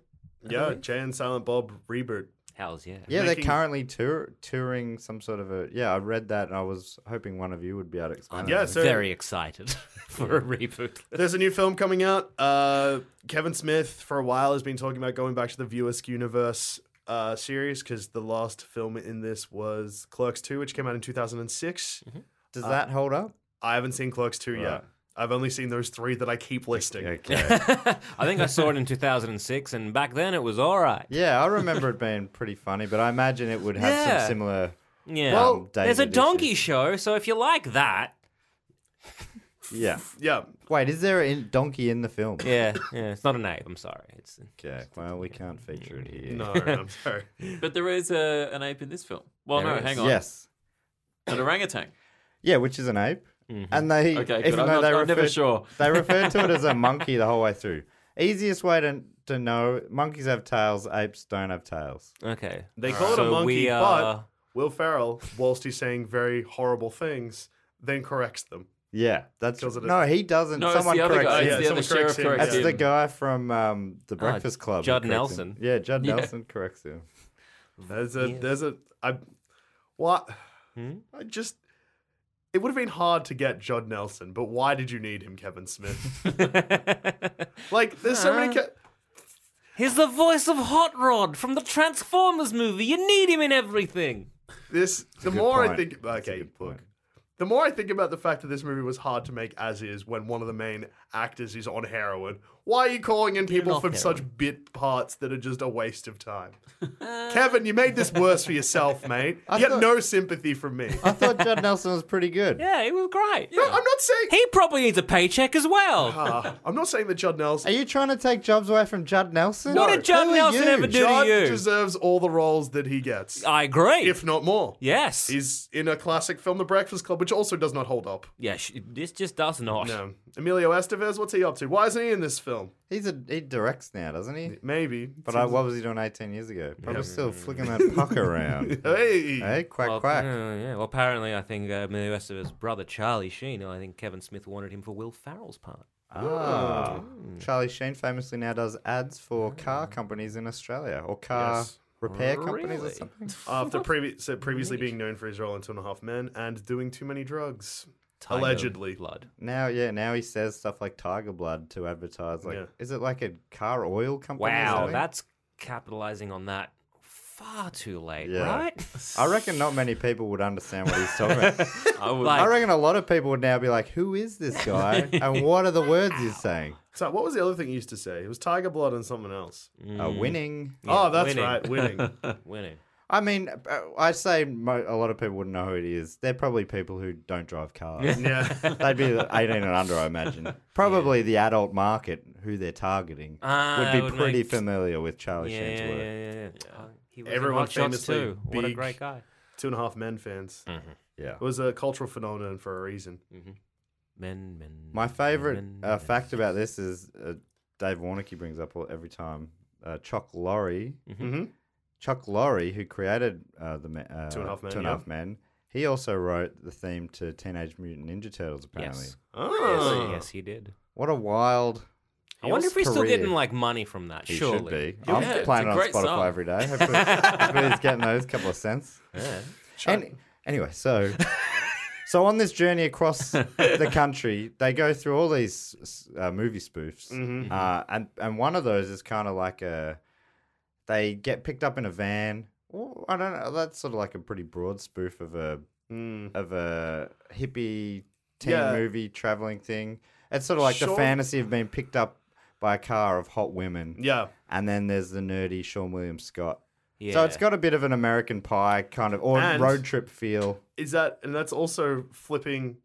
yeah, Jay and Silent Bob reboot.
How's yeah?
yeah.
Making-
They're currently tour- touring some sort of a yeah. I read that and I was hoping one of you would be able to explain.
Yeah,
it.
so
very excited for a reboot.
There's a new film coming out. Uh, Kevin Smith, for a while, has been talking about going back to the Viewisk universe uh, series because the last film in this was Clerks 2, which came out in 2006.
Does
uh,
that hold up?
I haven't seen Clerks 2
Mm-hmm. Right.
yet. I've only seen those three that I keep listing.
Okay.
I think I saw it in 2006, and back then it was all right.
yeah, I remember it being pretty funny, but I imagine it would have
Yeah.
some similar.
Yeah.
Well,
there's a
David
donkey
issues.
show, so if you like that,
Yeah.
Yeah.
Wait, is there a in- donkey in the film?
yeah, yeah, it's not an ape. I'm sorry. It's
Okay. Well, we can't feature it here.
No, I'm sorry.
But there is a, an ape in this film. Well,
There
no,
is.
hang on.
Yes.
An orangutan.
Yeah, which is an ape. And they,
Mm-hmm. Okay, good.
even
I'm
though
not-
they
I'm never
referred-
sure.
they referred to it as a monkey the whole way through. Easiest way to to know: monkeys have tails, apes don't have tails.
okay.
They call it a
So
monkey,
we, uh,
but Will Ferrell, whilst he's saying very horrible things, then corrects them.
Yeah, that's
Because it is-
no, he doesn't.
No,
Someone
it's the other
corrects
guy.
him.
Yeah,
It's the
someone
other
corrects
sheriff
him.
corrects
That's
Yeah.
the
him.
guy from um, the Breakfast Club. who
Ah, Judd
corrects him.
Nelson.
Yeah, Judd Nelson corrects him.
There's a, there's a, I, what?
Hmm?
I just, it would have been hard to get Judd Nelson, but why did you need him, Kevin Smith? like, there's so many.
Uh-huh.
Ca-
He's the voice of Hot Rod from the Transformers movie. You need him in everything.
this, the
Good
more I
point.
think,
That's a
okay,
good
look,
point.
The more I think about the fact that this movie was hard to make as is when one of the main actors is on heroin, why are you calling in people
off
from such bit parts that are just a waste of time? Kevin, you made this worse for yourself, mate.
I
you had
thought-
no sympathy from me.
I thought Judd Nelson was pretty good.
Yeah, it was great.
No, I'm not saying.
He probably needs a paycheck as well.
Ah, I'm not saying that Judd
Are
Nelson.
you trying to take jobs away from Judd Nelson?
What did Judd
Who are
Nelson
you? Ah,
ever do?
Judd
you.
deserves all the roles that he gets,
I agree.
if not more.
yes.
He's in a classic film, The Breakfast Club, which also does not hold up.
yeah, sh- this just does not.
No. Emilio Estevez, what's he up to? Why isn't he in this film?
He's a he directs now, doesn't he?
Maybe.
But I, what was he doing 18 years ago? Probably still flicking that puck around.
Hey.
hey, quack
Well,
quack.
yeah, yeah. Well, apparently, I think uh, Emilio Estevez's brother Charlie Sheen. I think Kevin Smith wanted him for Will Farrell's part.
Ah. Charlie Sheen famously now does ads for
Hmm.
car companies in Australia or car
Yes.
repair companies or
Really?
something.
After previ- so previously being known for his role in Two and a Half Men and doing too many drugs.
Tiger
Allegedly.
blood.
Now, yeah, now he says stuff like Tiger Blood to advertise. Like,
Yeah.
is it like a car oil company? or
Wow,
something?
that's capitalizing on that far too late,
Yeah.
right?
I reckon not many people would understand what he's talking about.
I would.
Like-
I reckon a lot of people would now be like, "Who is this guy? and what are the words he's saying?"
So what was the other thing you used to say? It was Tiger Blood and something else.
Uh, winning.
oh, that's
Mm, winning.
right, winning.
Winning.
I mean, uh, I say mo- a lot of people wouldn't know who it is. They're probably people who don't drive cars.
yeah.
They'd be the 18 and under, I imagine. Probably the adult market who they're targeting
Ah,
would be
that would
pretty
make-
familiar with Charlie
Yeah,
Sheen's
yeah,
work.
yeah, yeah. Uh, he was in
Everyone
Hot Shots
famously
too. What a
big-
great guy.
Two and a Half Men fans.
Yeah.
It was a cultural phenomenon for a reason.
Men, men.
My favorite
men,
uh,
men.
fact about this is uh, Dave Warnocky brings up all- every time uh, Chuck Lorre.
Hmm.
Mm-hmm.
Mhm.
Chuck Lorre, who created uh, the ma- uh,
Two and a Half Men,
Two and a
yeah.
Half Men, he also wrote the theme to Teenage Mutant Ninja Turtles. Apparently,
Yes.
Oh.
Yes, yes, he did.
what a wild.
I wonder if he's still
career.
getting like money from that.
He
surely.
should be.
Yeah,
I'm
it's a
playing it on
great
Spotify
song.
every day. Hopefully, hopefully he's getting those couple of cents.
Yeah.
Any, anyway, so so on this journey across the country, they go through all these s- uh, movie spoofs,
Mm-hmm.
uh, and and one of those is kind of like a they get picked up in a van. Or- I don't know. That's sort of like a pretty broad spoof of a of a hippie teen
Mm. Yeah.
movie traveling thing. It's sort of like the
Sure.
fantasy of being picked up by a car of hot women.
Yeah.
And then there's the nerdy Sean William Scott.
yeah.
So it's got a bit of an American Pie kind of or
And-
road trip feel.
Is that and that's also flipping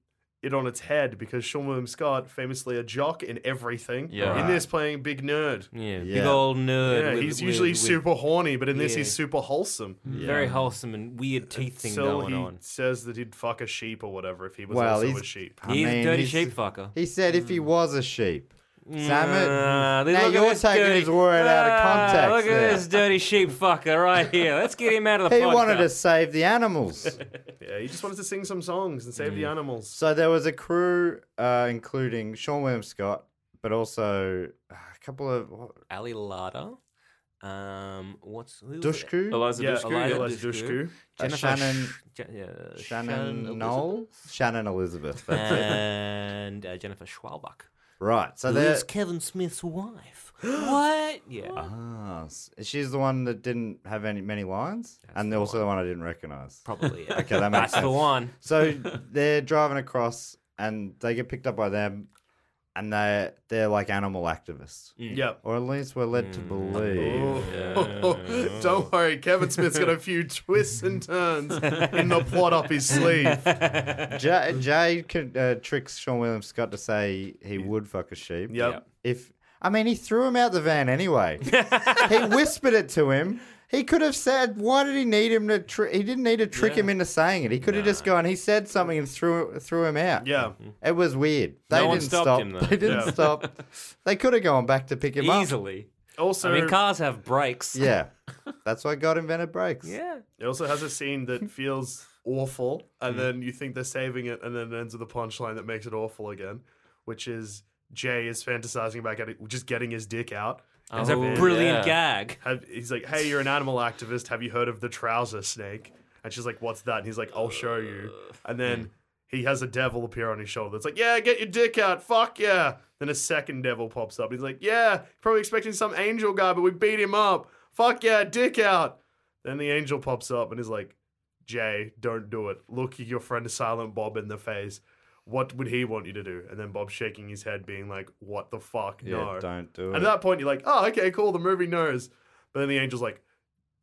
it on its head because Sean William Scott, famously a jock in everything,
Yeah.
in this playing big nerd.
Yeah, big
Yeah.
old nerd.
Yeah,
with-
he's
with-
usually
with
super horny, but in this
Yeah.
he's super wholesome.
very wholesome and weird teeth thing
Until
going
he
on.
says that he'd fuck a sheep or whatever if he was
Well,
also
he's-
a sheep.
I
he's a
mean,
dirty
he's-
sheep fucker.
He said if he was a sheep.
Mm. Nah,
Sam it.
Uh, look
Now
at
you're
this
taking
dirty-
his word out of
Ah,
context.
Look at
there.
this dirty sheep fucker right here. Let's get him out of the
He
podcast.
wanted to save the animals.
Yeah, he just wanted to sing some songs and save the animals.
so there was a crew, uh, including Sean William Scott, but also uh, a couple of what,
Ali Lada. Um, what's who was it?
Dushku,
Eliza
yeah,
Dushku,
Eliza
yeah.
Eliza
Dushku.
Dushku.
uh,
Jennifer
Shannon,
Sh- Je- yeah,
Shannon
Shan-
Knoll, Shannon Elizabeth. That's it.
and uh, Jennifer Schwalbach.
Right. So
Who's
there's
Kevin Smith's wife? what? Yeah.
ah, s- she's the one that didn't have any many lines, and also the one I didn't recognize.
Probably. Yeah.
Okay, that makes
That's the
sense.
one.
So they're driving across and they get picked up by them and they they're like animal activists.
Yeah. Oh.
Or at least we're led to believe.
Oh.
Don't worry, Kevin Smith's got a few twists and turns in the plot up his sleeve.
Jay, Jay could, uh, tricks Sean William Scott to say he would fuck a sheep.
Yep.
If I mean he threw him out the van anyway. he whispered it to him. He could have said, "Why did he need him to? Tri- he didn't need to trick him into saying it. He could have just gone. He said something and threw threw him out.
Yeah.
It was weird. They
No one
didn't
stopped
stop.
him, though.
they didn't
Yeah.
stop. They could have gone back to pick him up.
Easily.
Also,
I mean, cars have brakes.
Yeah. That's why God invented brakes.
Yeah.
It also has a scene that feels awful, and then you think they're saving it, and then it ends with a punchline that makes it awful again, which is Jay is fantasizing about getting, just getting his dick out.
It's a brilliant gag.
Have, he's like, "Hey, you're an animal activist. Have you heard of the trouser snake?" And she's like, "What's that?" And he's like, "I'll show you." And then he has a devil appear on his shoulder. It's like, "Yeah, get your dick out, fuck yeah." Then a second devil pops up. He's like, "Yeah, probably expecting some angel guy, but we beat him up. Fuck yeah, dick out." Then the angel pops up and is like, Jay, don't do it. Look your friend Silent Bob in the face. What would he want you to do? And then Bob shaking his head, being like, "What the fuck?
Yeah,
no,
don't do
At
it.
that point, you're like, "Oh, okay, cool. The movie knows." But then the angel's like,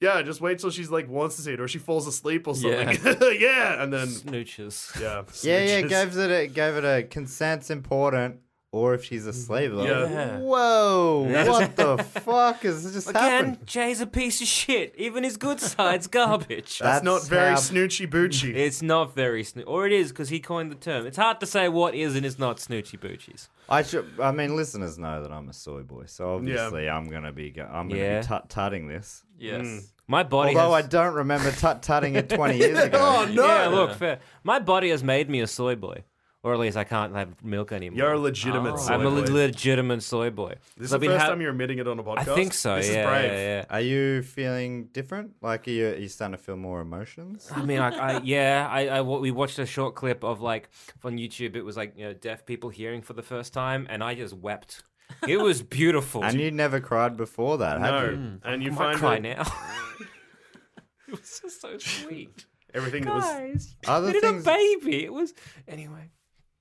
"Yeah, just wait till she's like wants to see it, or she falls asleep or something." Yeah, and then
Snooches.
yeah,
Yeah, yeah,
snitches.
gave it a gave it a consent's important, or if she's a slave, like,
Yeah.
whoa, what the fuck is just
Again,
happened?
Jay's a piece of shit. Even his good side's garbage.
That's, not
That's
very
how-
snoochy boochy.
It's not very snoo, or it is because he coined the term. It's hard to say what is and is not snoochy boochies.
I should, I mean, listeners know that I'm a soy boy, so obviously I'm gonna be, go- I'm gonna
Yeah.
be tut tutting this.
Yes.
My body.
Although
has,
I don't remember tut tutting it 20 years ago.
Oh, no.
Yeah, look, fair. My body has made me a soy boy, or at least I can't have milk anymore. Oh.
You're a legitimate. soy
I'm a
boy.
le- legitimate soy boy.
This is
So I've
the
been
first
ha-
time you're admitting it on a podcast.
I think so.
This
yeah,
is brave.
yeah, yeah.
Are you feeling different? Like, are you, are you starting to feel more emotions?
I mean, like, I yeah, I, I wa- we watched a short clip of like on YouTube. It was like you know deaf people hearing for the first time, and I just wept. It was beautiful.
And you never cried before that, have you?
No, and you
I
find
might cry
that
now. it was just so sweet,
everything that was
guys.
Other
They did
things-
a baby. It was anyway.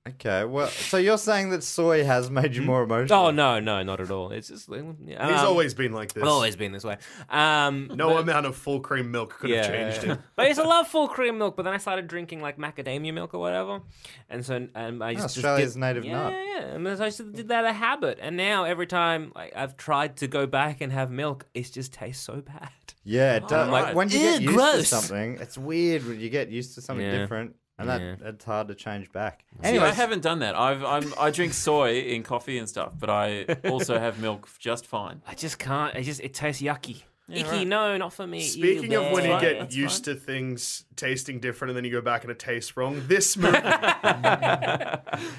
Okay, well, so you're saying that soy has made you more emotional?
Oh no, no, not at all. It's just um,
He's always been like this.
I've always been this way. Um,
No
but-
amount of full cream milk could have changed
yeah.
it.
But I used to love full cream milk, but then I started drinking like macadamia milk or whatever, and so and I
Oh,
just just
Australia's
did-
native
yeah,
nut.
Yeah, yeah, and so I just did that a habit, and now every time like, I've tried to go back and have milk, it just tastes so bad.
Yeah, it does.
right.
Like when you
Oh, Ew,
get used to
gross.
something, it's weird when you get used to something
Yeah.
different, and that
Yeah.
it's hard to change back.
See, I
Anyway,
haven't done that. I've I'm, I drink soy in coffee and stuff, but I also have milk just fine.
I just can't. It just it tastes yucky. Icky,
right.
no, not for me. Ew,
Speaking of when you
bleh.
fine,
get
that's
used
fine.
to things tasting different and then you go back and it tastes wrong, this movie.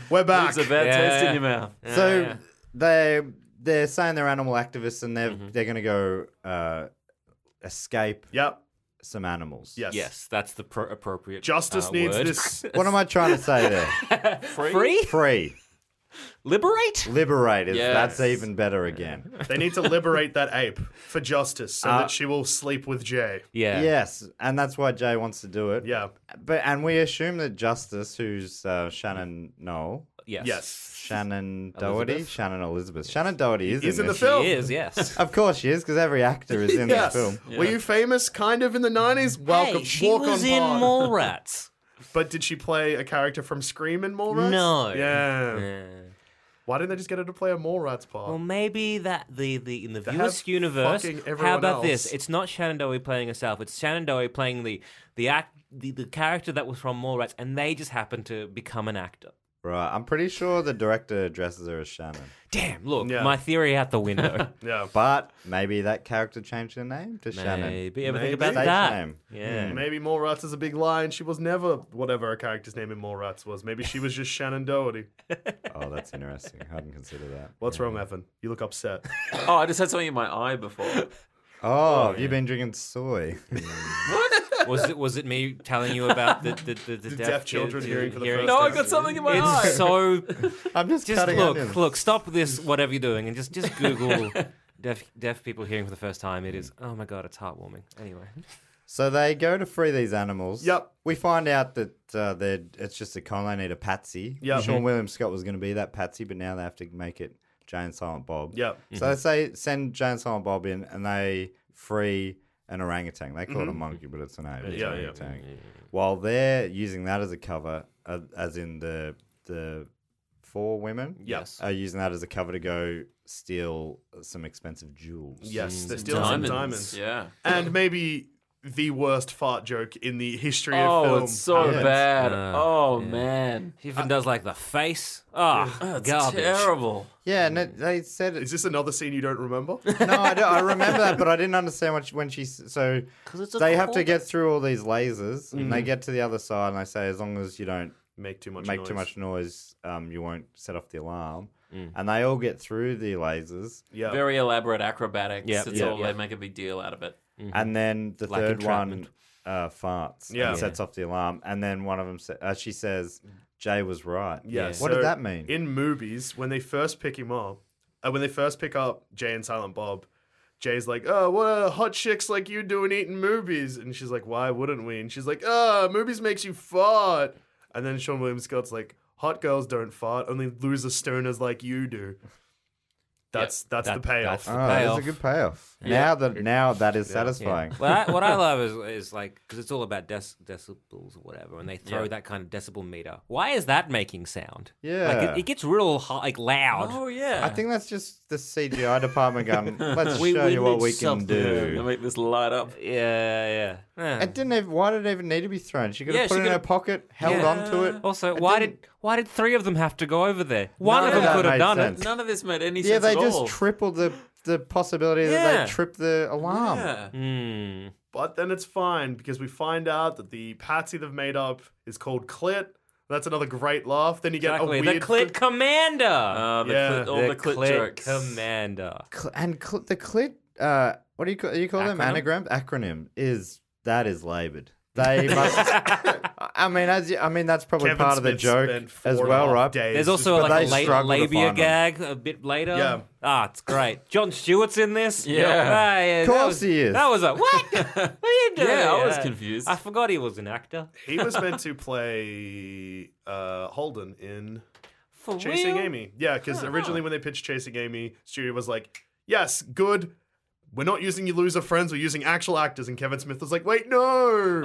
We're back.
It's a bad
Yeah,
taste
yeah.
in your mouth.
so they they're saying they're animal activists, and they're they're gonna go uh, escape
Yep.
some animals.
Yes.
yes, that's the pro- appropriate
Justice
uh,
needs
word.
this.
What am I trying to say there?
Free?
Free
Free,
liberate.
liberators. That's
Yes.
even better again.
They need to liberate that ape for justice so
Uh,
that she will sleep with Jay.
Yeah.
Yes, and that's why Jay wants to do it.
Yeah.
but and we assume that Justice, who's uh, Shannon Noel,
Yes.
Yes.
Shannon Doherty,
Elizabeth.
Shannon Elizabeth, Shannon Doherty is,
Is in the
this.
film.
He is. Yes.
Of course she is, because every actor is in
Yeah.
that film.
Were you famous kind of in the 90s? Welcome.
Hey, she
Walk
was
on
in
par.
Mallrats.
But did she play a character from Scream in Mallrats?
No.
Yeah.
Yeah.
Why didn't they just get her to play a Mallrats part?
Well, maybe that the, the in the
They
viewers'
have
universe.
Oh. fucking
How
everyone
about this?
else.
It's not Shenandoah playing herself. It's Shenandoah playing the the act the, the character that was from Mallrats, and they just happened to become an actor.
Right. I'm pretty sure the director addresses her as Shannon.
Damn! Look,
Yeah.
my theory out the window.
yeah.
But maybe that character changed her name to Shannon.
maybe ever think about
Stage
Maybe.
that?
name.
Yeah.
Maybe Mallrats is a big lie and she was never whatever a character's name in Mallrats was. Maybe she was just Shannon Doherty.
Oh, that's interesting. I hadn't considered that.
Oh,
What's wrong, Evan? You look upset.
Oh, I just had something in my eye before.
Oh, have you been drinking soy? Hmm.
Was it was it me telling you about the the, the, the,
The
deaf,
deaf
kid
children hearing for the first
No, I
time.
got something in my eye.
It's so
I'm just,
just
cutting
look
onions.
look stop this whatever you're doing and just just Google deaf deaf people hearing for the first time. It is oh my god, it's heartwarming. Anyway.
So they go to free these animals.
Yep.
We find out that uh, they're it's just a con. They need a patsy.
Yep. Mm-hmm.
Sean William Scott was going to be that patsy, but now they have to make it Jay and Silent Bob.
Yep.
So they say send Jay and Silent Bob in, and they free an orangutan. They call it a monkey, but it's an ape. It's
Mm-hmm. Yeah, yeah.
orangutan. While they're using that as a cover, uh, as in the the four women.
Yes.
Are using that as a cover to go steal some expensive jewels.
yes, they're stealing
diamonds.
some diamonds.
Yeah.
And maybe the worst fart joke in the history
Oh,
of film.
it's so
Yeah.
bad.
Uh,
oh man,
She even does like the face. Oh,
that's
garbage.
ah, terrible.
Yeah, and it, they said it.
Is this another scene you don't remember?
no, I, don't- I remember that, but I didn't understand what she, when she. s- So
it's a
they have to
callback.
get through all these lasers, and they get to the other side, and they say, as long as you don't
Make too Mm. much
make
noise. Mm.
too much noise, um, you won't set off the alarm. And they all get through the lasers,
Yeah.
Very elaborate acrobatics.
Yep,
it's
yep,
all
yep.
they make a big deal out of it.
Mm-hmm.
and then the
Like
third one
entrapment.
uh, farts
Yeah.
and sets off the alarm, and then one of them sa- uh, she says, "Jay was right."
Yeah.
What
so
did that mean?
In movies, when they first pick him up, uh, when they first pick up Jay and Silent Bob, Jay's like, oh, what are hot chicks like you doing eating movies? And she's like, why wouldn't we? And she's like, oh, movies makes you fart. And then Sean William Scott's like, hot girls don't fart, only loser stoners like you do. That's that's
that-
the payoff.
that's-
Oh, that's a
Payoff.
good payoff.
Yeah.
Now that now that is
Yeah.
satisfying.
What I, what I love is, is like because it's all about dec- decibels or whatever, and they throw
Yeah.
that kind of decibel meter. Why is that making sound? like
Yeah.
it, it gets real hot, like loud.
Oh yeah.
I think that's just the CGI department going, let's
We-
show
we
you what
need
we can
something To
do.
make this light up.
Yeah, yeah. yeah.
It didn't even, why did it even need to be thrown? She could have
Yeah,
put
she
it in her
could've-
pocket, held
Yeah.
on to it.
Also,
It
why
didn't-
did why did three of them have to go over there? One of
None of
them
that
could have
made
done
sense.
it.
None of this made any
Yeah,
sense
they
at
just
all.
tripled the, the possibility
Yeah.
that they tripped the alarm.
Yeah.
Mm.
But then it's fine because we find out that the patsy they've made up is called Clit. That's another great laugh. Then you get
Exactly.
a weird
The clit commander. Oh,
Uh, the
Yeah.
clit, all the, clit, jerks.
commander.
Cl- and cl- the clit, uh, what do you call, you call them?
Acronym?
Anagram? Acronym is, that is laboured. They must. I mean, as you, I mean, that's probably
Kevin
part of the
Smith
joke
spent four
as
and a
well,
half
right?
days
There's
just
also
but
like a
they
late
struggle to
labia
find 'em.
gag a bit later.
Yeah.
Ah, it's great. John Stewart's in this.
Yeah.
Ah, yeah,
Of
that
course
was-
he is.
That was a what? what are you doing?
Yeah, I was confused.
I forgot he was an actor.
He was meant to play uh, Holden in
For
Chasing
real?
Amy. Yeah, because originally when they pitched Chasing Amy, studio was like, "Yes, good. We're not using you loser friends. We're using actual actors." And Kevin Smith was like, "Wait, no."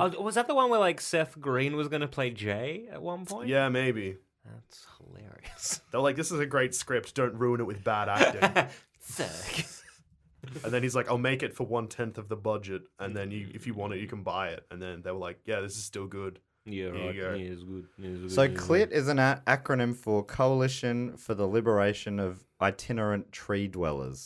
Oh, was that the one where like Seth Green was going to play Jay at one point?
yeah, maybe.
That's hilarious.
They're like, "This is a great script. Don't ruin it with bad acting."
Sick.
and then he's like, "I'll make it for one tenth of the budget, and then you, if you want it, you can buy it." And then they were like, "Yeah, this is still good."
Yeah,
There you
right.
go.
Yeah, it's good. Yeah, it's good.
So
Yeah, it's
CLIT is an a- acronym for Coalition for the Liberation of Itinerant Tree Dwellers.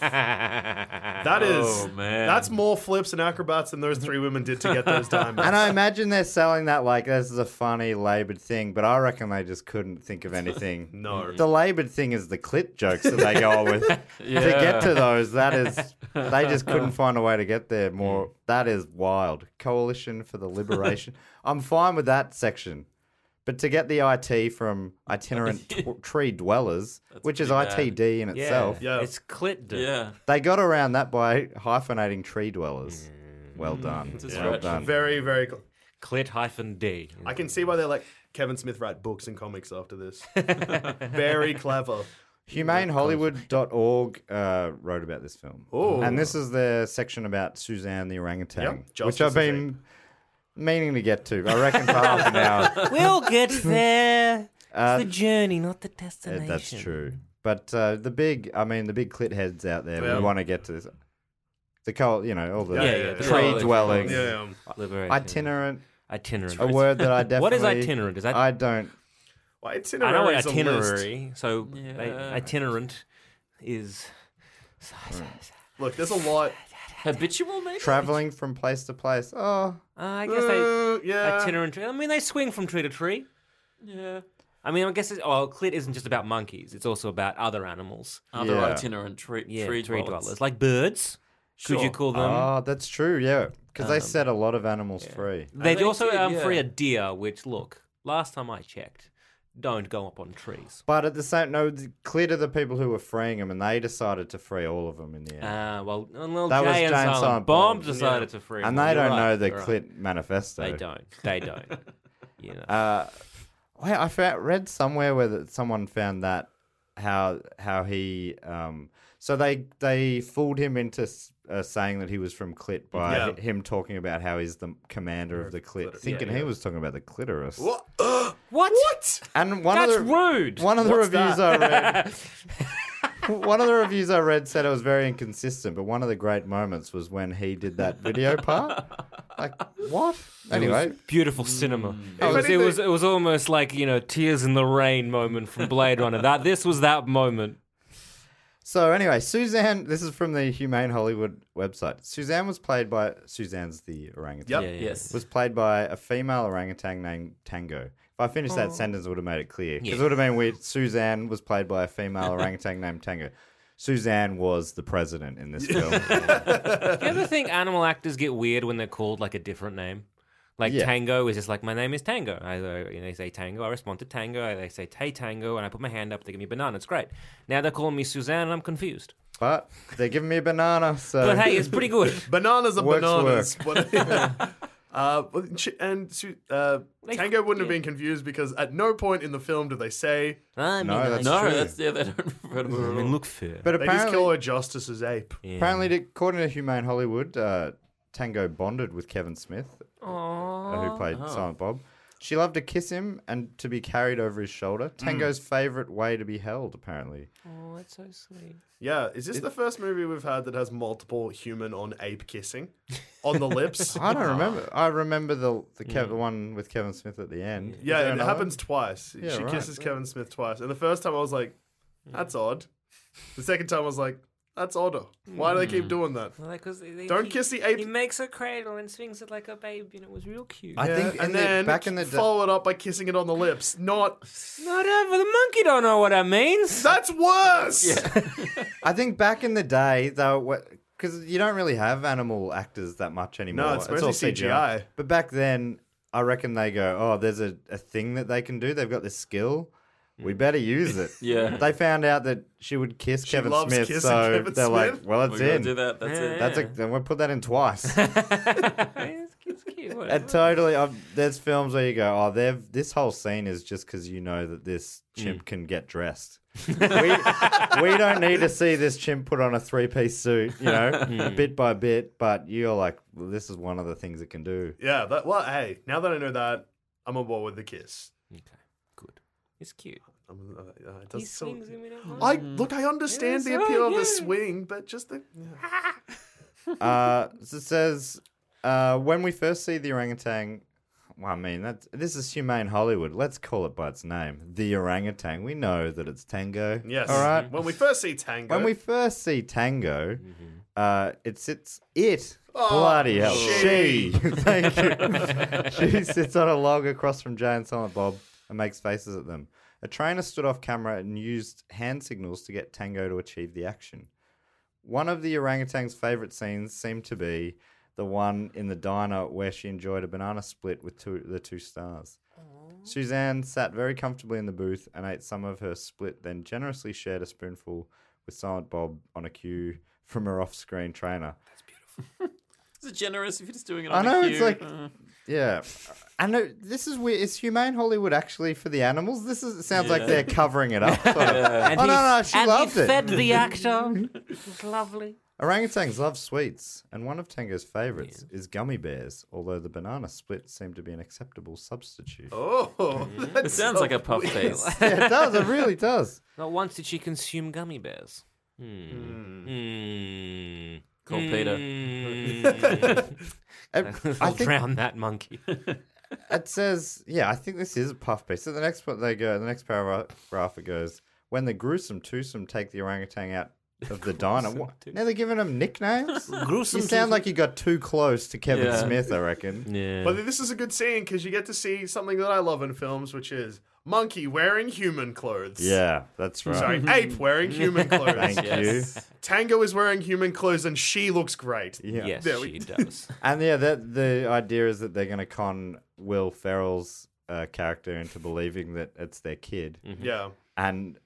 good.
That is,
Oh, man.
that's more flips and acrobats than those three women did to get those diamonds.
and I imagine they're selling that like this is a funny laboured thing, but I reckon they just couldn't think of anything.
No.
The laboured thing is the clit jokes that they go on with. To get to those, that is they just couldn't find a way to get there more.
Mm.
That is wild. Coalition for the Liberation. I'm fine with that section. But to get the IT from itinerant t- tree dwellers, which is
pretty bad.
ITD in
yeah.
itself,
Yeah.
It's clit. dude.
Yeah.
They got around that by hyphenating tree dwellers.
Mm.
Well done.
It's a
Well
stretch.
done.
very, very. Cool.
Clit hyphen D.
I can see why they're like Kevin Smith write books and comics after this. Very clever.
HumaneHollywood.org uh, wrote about this film.
Ooh.
And this is their section about Suzanne the orangutan,
Yep,
which I've
Justice
been meaning to get to. I reckon for half an hour.
We'll get there.
Uh,
it's the journey, not the
Uh,
destination.
That's true. But uh, the big, I mean, the big clit heads out there,
Yeah.
we want to get to this. The coal, you know, all the
Yeah, yeah, yeah.
tree
Yeah.
dwelling.
Yeah. um,
Liberation.
Itinerant,
Itinerant.
a word that I definitely.
What is itinerant? Is that
I don't.
Well, it's
I know what
is a list.
itinerary. So
Yeah.
they- itinerant is.
Look, there's a lot.
Habitual, maybe.
Traveling from place to place. Oh,
Uh, I guess they
Uh, yeah.
itinerant. I mean, they swing from tree to tree.
Yeah.
I mean, I guess it's, well, clit isn't just about monkeys. It's also about other animals.
Other
Yeah.
itinerant tree,
Yeah,
Uh, tree,
tree,
dwellers.
dwellers. like birds. Could you
Sure.
call them? Um,
Ah, that's true. Yeah, because they set a lot of animals free.
They'd
they
also
did,
um,
yeah.
free a deer, which look, last time I checked, don't go up on trees.
But at the same, no, th- clear to the people who were freeing them, and they decided to free all of them in the end.
Uh, well, well
That
Jay
was
and
Jay and
Silent,
Silent
Bomb
Bob.
decided to free.
and
them.
they
You're
don't
right,
know the
you're right.
Clit manifesto.
They don't. They don't. you know.
Uh, wait, I found, read somewhere where that someone found that how how he um so they they fooled him into s- uh, saying that he was from Clit by
Yeah.
hi- him talking about how he's the commander of the Clit, thinking he was talking about the clitoris.
What? Uh,
what? What?
And one
That's
of the,
rude.
One of the
What's
reviews I read. one of the reviews I read said it was very inconsistent, but one of the great moments was when he did that video part. Like what? Anyway,
Beautiful cinema. Oh, It
If
was, it was. It was almost like you know, tears in the rain moment from Blade Runner. That this was that moment.
so anyway, Suzanne. This is from the Humane Hollywood website. Suzanne was played by Suzanne's the orangutan.
Yep. Yeah,
Yes.
Was played by a female orangutan named Tango. If I finished
Oh.
that sentence, it would have made it clear because it would have been weird. Suzanne was played by a female orangutan named Tango. Suzanne was the president in this film.
Do you ever think animal actors get weird when they're called like a different name? Like
Yeah.
Tango is just like my name is Tango. I, I- you know, they say Tango, I respond to Tango. They say Hey Tango, and I put my hand up. They give me a banana. It's great. Now they're calling me Suzanne, and I'm confused.
But they're giving me a banana, so
But hey, it's pretty good.
Bananas are
Works
bananas. But, uh, but she- and she- uh, Tango wouldn't have been confused because at no point in the film do they say
I mean,
No, that's
No,
true.
that's yeah, they don't refer to her at all.
look fair.
but
they just
apparently,
kill her just as his ape.
apparently, according to Humane Hollywood, uh, Tango bonded with Kevin Smith, uh, who played
Oh.
Silent Bob. She loved to kiss him and to be carried over his shoulder.
Mm.
Tango's favorite way to be held, apparently.
Oh, that's so sweet.
Yeah, is this the first movie we've had that has multiple human on ape kissing on the lips?
I don't remember. I remember the the, Kev- the one with Kevin Smith at the end. Is there
Yeah, it
another
happens twice.
Yeah,
she
right.
kisses Kevin Smith twice. And the first time I was like, that's odd. The second time I was like, that's odder. Why do they
Hmm.
keep doing that?
Well, like, 'cause they- they-
Don't
he-
kiss the ape.
He makes a cradle and swings it like a baby, and it was real cute.
I
Yeah,
think in
and
the-
then
back in the day-
follow it up by kissing it on the lips. Not
Not over the monkey don't know what that means.
that's worse.
I think back in the day, though, because you don't really have animal actors that much anymore.
it's mostly CGI.
But back then, I reckon they go, "Oh, there's a, a thing that they can do. They've got this skill.
Mm.
We better use it."
Yeah.
They found out that she would kiss Kevin
loves
Smith,
kissing
so
Kevin
they're
Smith.
like, "Well, it's
We gotta
in.
do that. That's it.
That's a, then we'll put that in twice."
it's, it's cute. What,
and totally, I've, there's films where you go, "Oh, they've this whole scene is just because you know that this chimp can get dressed." we, we don't need to see this chimp put on a three piece suit, you know, bit by bit. But you're like, well, this is one of the things it can do.
Yeah, that well, hey, now that I know that, I'm on board with the kiss.
it's cute.
I'm, uh, uh, it
He
doesn't still-
swings him in a
I look, I understand the
Yes, oh,
appeal of
yeah.
the swing, but just the
Uh, so it says, uh, when we first see the orangutan, well, I mean, that's, this is humane Hollywood. Let's call it by its name. The orangutan. We know that it's Tango.
yes. Mm-hmm.
All right.
When we first see Tango,
When we first see Tango, uh, it sits it. bloody hell. She.
she.
Thank you. she sits on a log across from Jay and Silent Bob and makes faces at them. A trainer stood off camera and used hand signals to get Tango to achieve the action. One of the orangutan's favorite scenes seemed to be the one in the diner where she enjoyed a banana split with two, the two stars. Suzanne sat very comfortably in the booth and ate some of her split, then generously shared a spoonful with Silent Bob on a cue from her off screen trainer.
Is it generous if you're just doing it
I
on
know,
the
it's
cue?
like-
Uh,
Yeah. I know this is weird. Is Humane Hollywood actually for the animals? This is, it sounds
Yeah.
like they're covering it up. sort of.
And
Oh,
he-
no, no, she
and
loved
he
it.
fed the actor. It was lovely.
Orangutans love sweets, and one of Tango's favorites is gummy bears, although the banana split seemed to be an acceptable substitute.
oh,
it sounds like a puff face.
Yeah, it does. It really does.
Not once did she consume gummy bears. Hmm. Hmm.
Call Peter. Hmm.
Mm.
It- I
I'll
think
drown that monkey.
it says, yeah, I think this is a puff piece. So the next one they go, the next paragraph it goes, when the gruesome twosome take the orangutan out of the diner. What? Now they're giving them nicknames. gruesome. You sound like you got too close to Kevin
Yeah.
Smith, I reckon.
Yeah.
But this is a good scene because you get to see something that I love in films, which is monkey wearing human clothes.
Yeah, that's right.
Sorry, ape wearing human clothes.
Thank
Yes.
Tango is wearing human clothes and she looks great.
you. Yeah.
Yes,
There we-
she does.
And yeah, that the idea is that they're going to con Will Ferrell's uh, character into believing that it's their kid.
Yeah.
And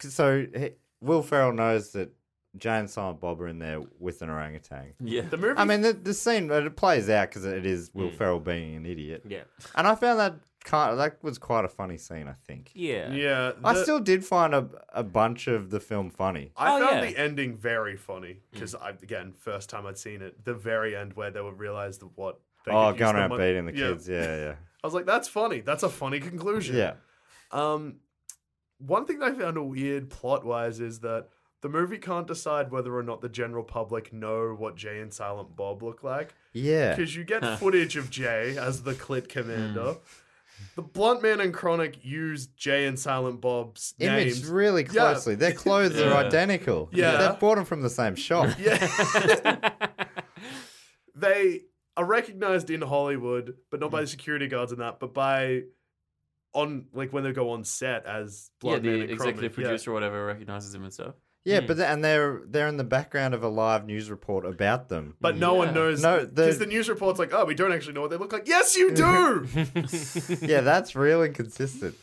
so he, Will Ferrell knows that Jay and Silent Bob are in there with an orangutan.
Yeah.
The movie
I mean, the, the scene but it plays out because it is Will
Mm.
Ferrell being an idiot.
Yeah.
and I found that kind that was quite a funny scene. I think
Yeah.
Yeah.
I
the-
still did find a a bunch of the film funny.
I
Oh,
found
yeah.
the ending very funny
Hmm.
because I again first time I'd seen it. The very end where they would realize that what they
oh,
could use
going
the
around
mon-
beating the
Yeah.
kids, yeah,
I was like, that's funny. That's a funny
yeah,
conclusion.
yeah.
Um, one thing that I found a weird plot wise is that the movie can't decide whether or not the general public know what Jay and Silent Bob look like
yeah.
because you get footage of Jay as the Clit Commander.
Hmm.
The Blunt Man and Chronic use Jay and Silent Bob's
Image
names.
really
Yeah.
closely. Their clothes are identical.
Yeah.
they've bought them from the same shop.
they are recognized in Hollywood, but not by the
Mm.
security guards and that, but by on like when they go on set as
Yeah,
Blood Man
the
and
executive
Chronic. Yeah.
producer or whatever recognizes him and
Mm.
stuff.
Yeah, but the, and they're they're in the background of a live news report about them.
But no one knows
No,
because
the-
the news report's like, oh, we don't actually know what they look like. Yes, you do.
yeah, that's real inconsistent.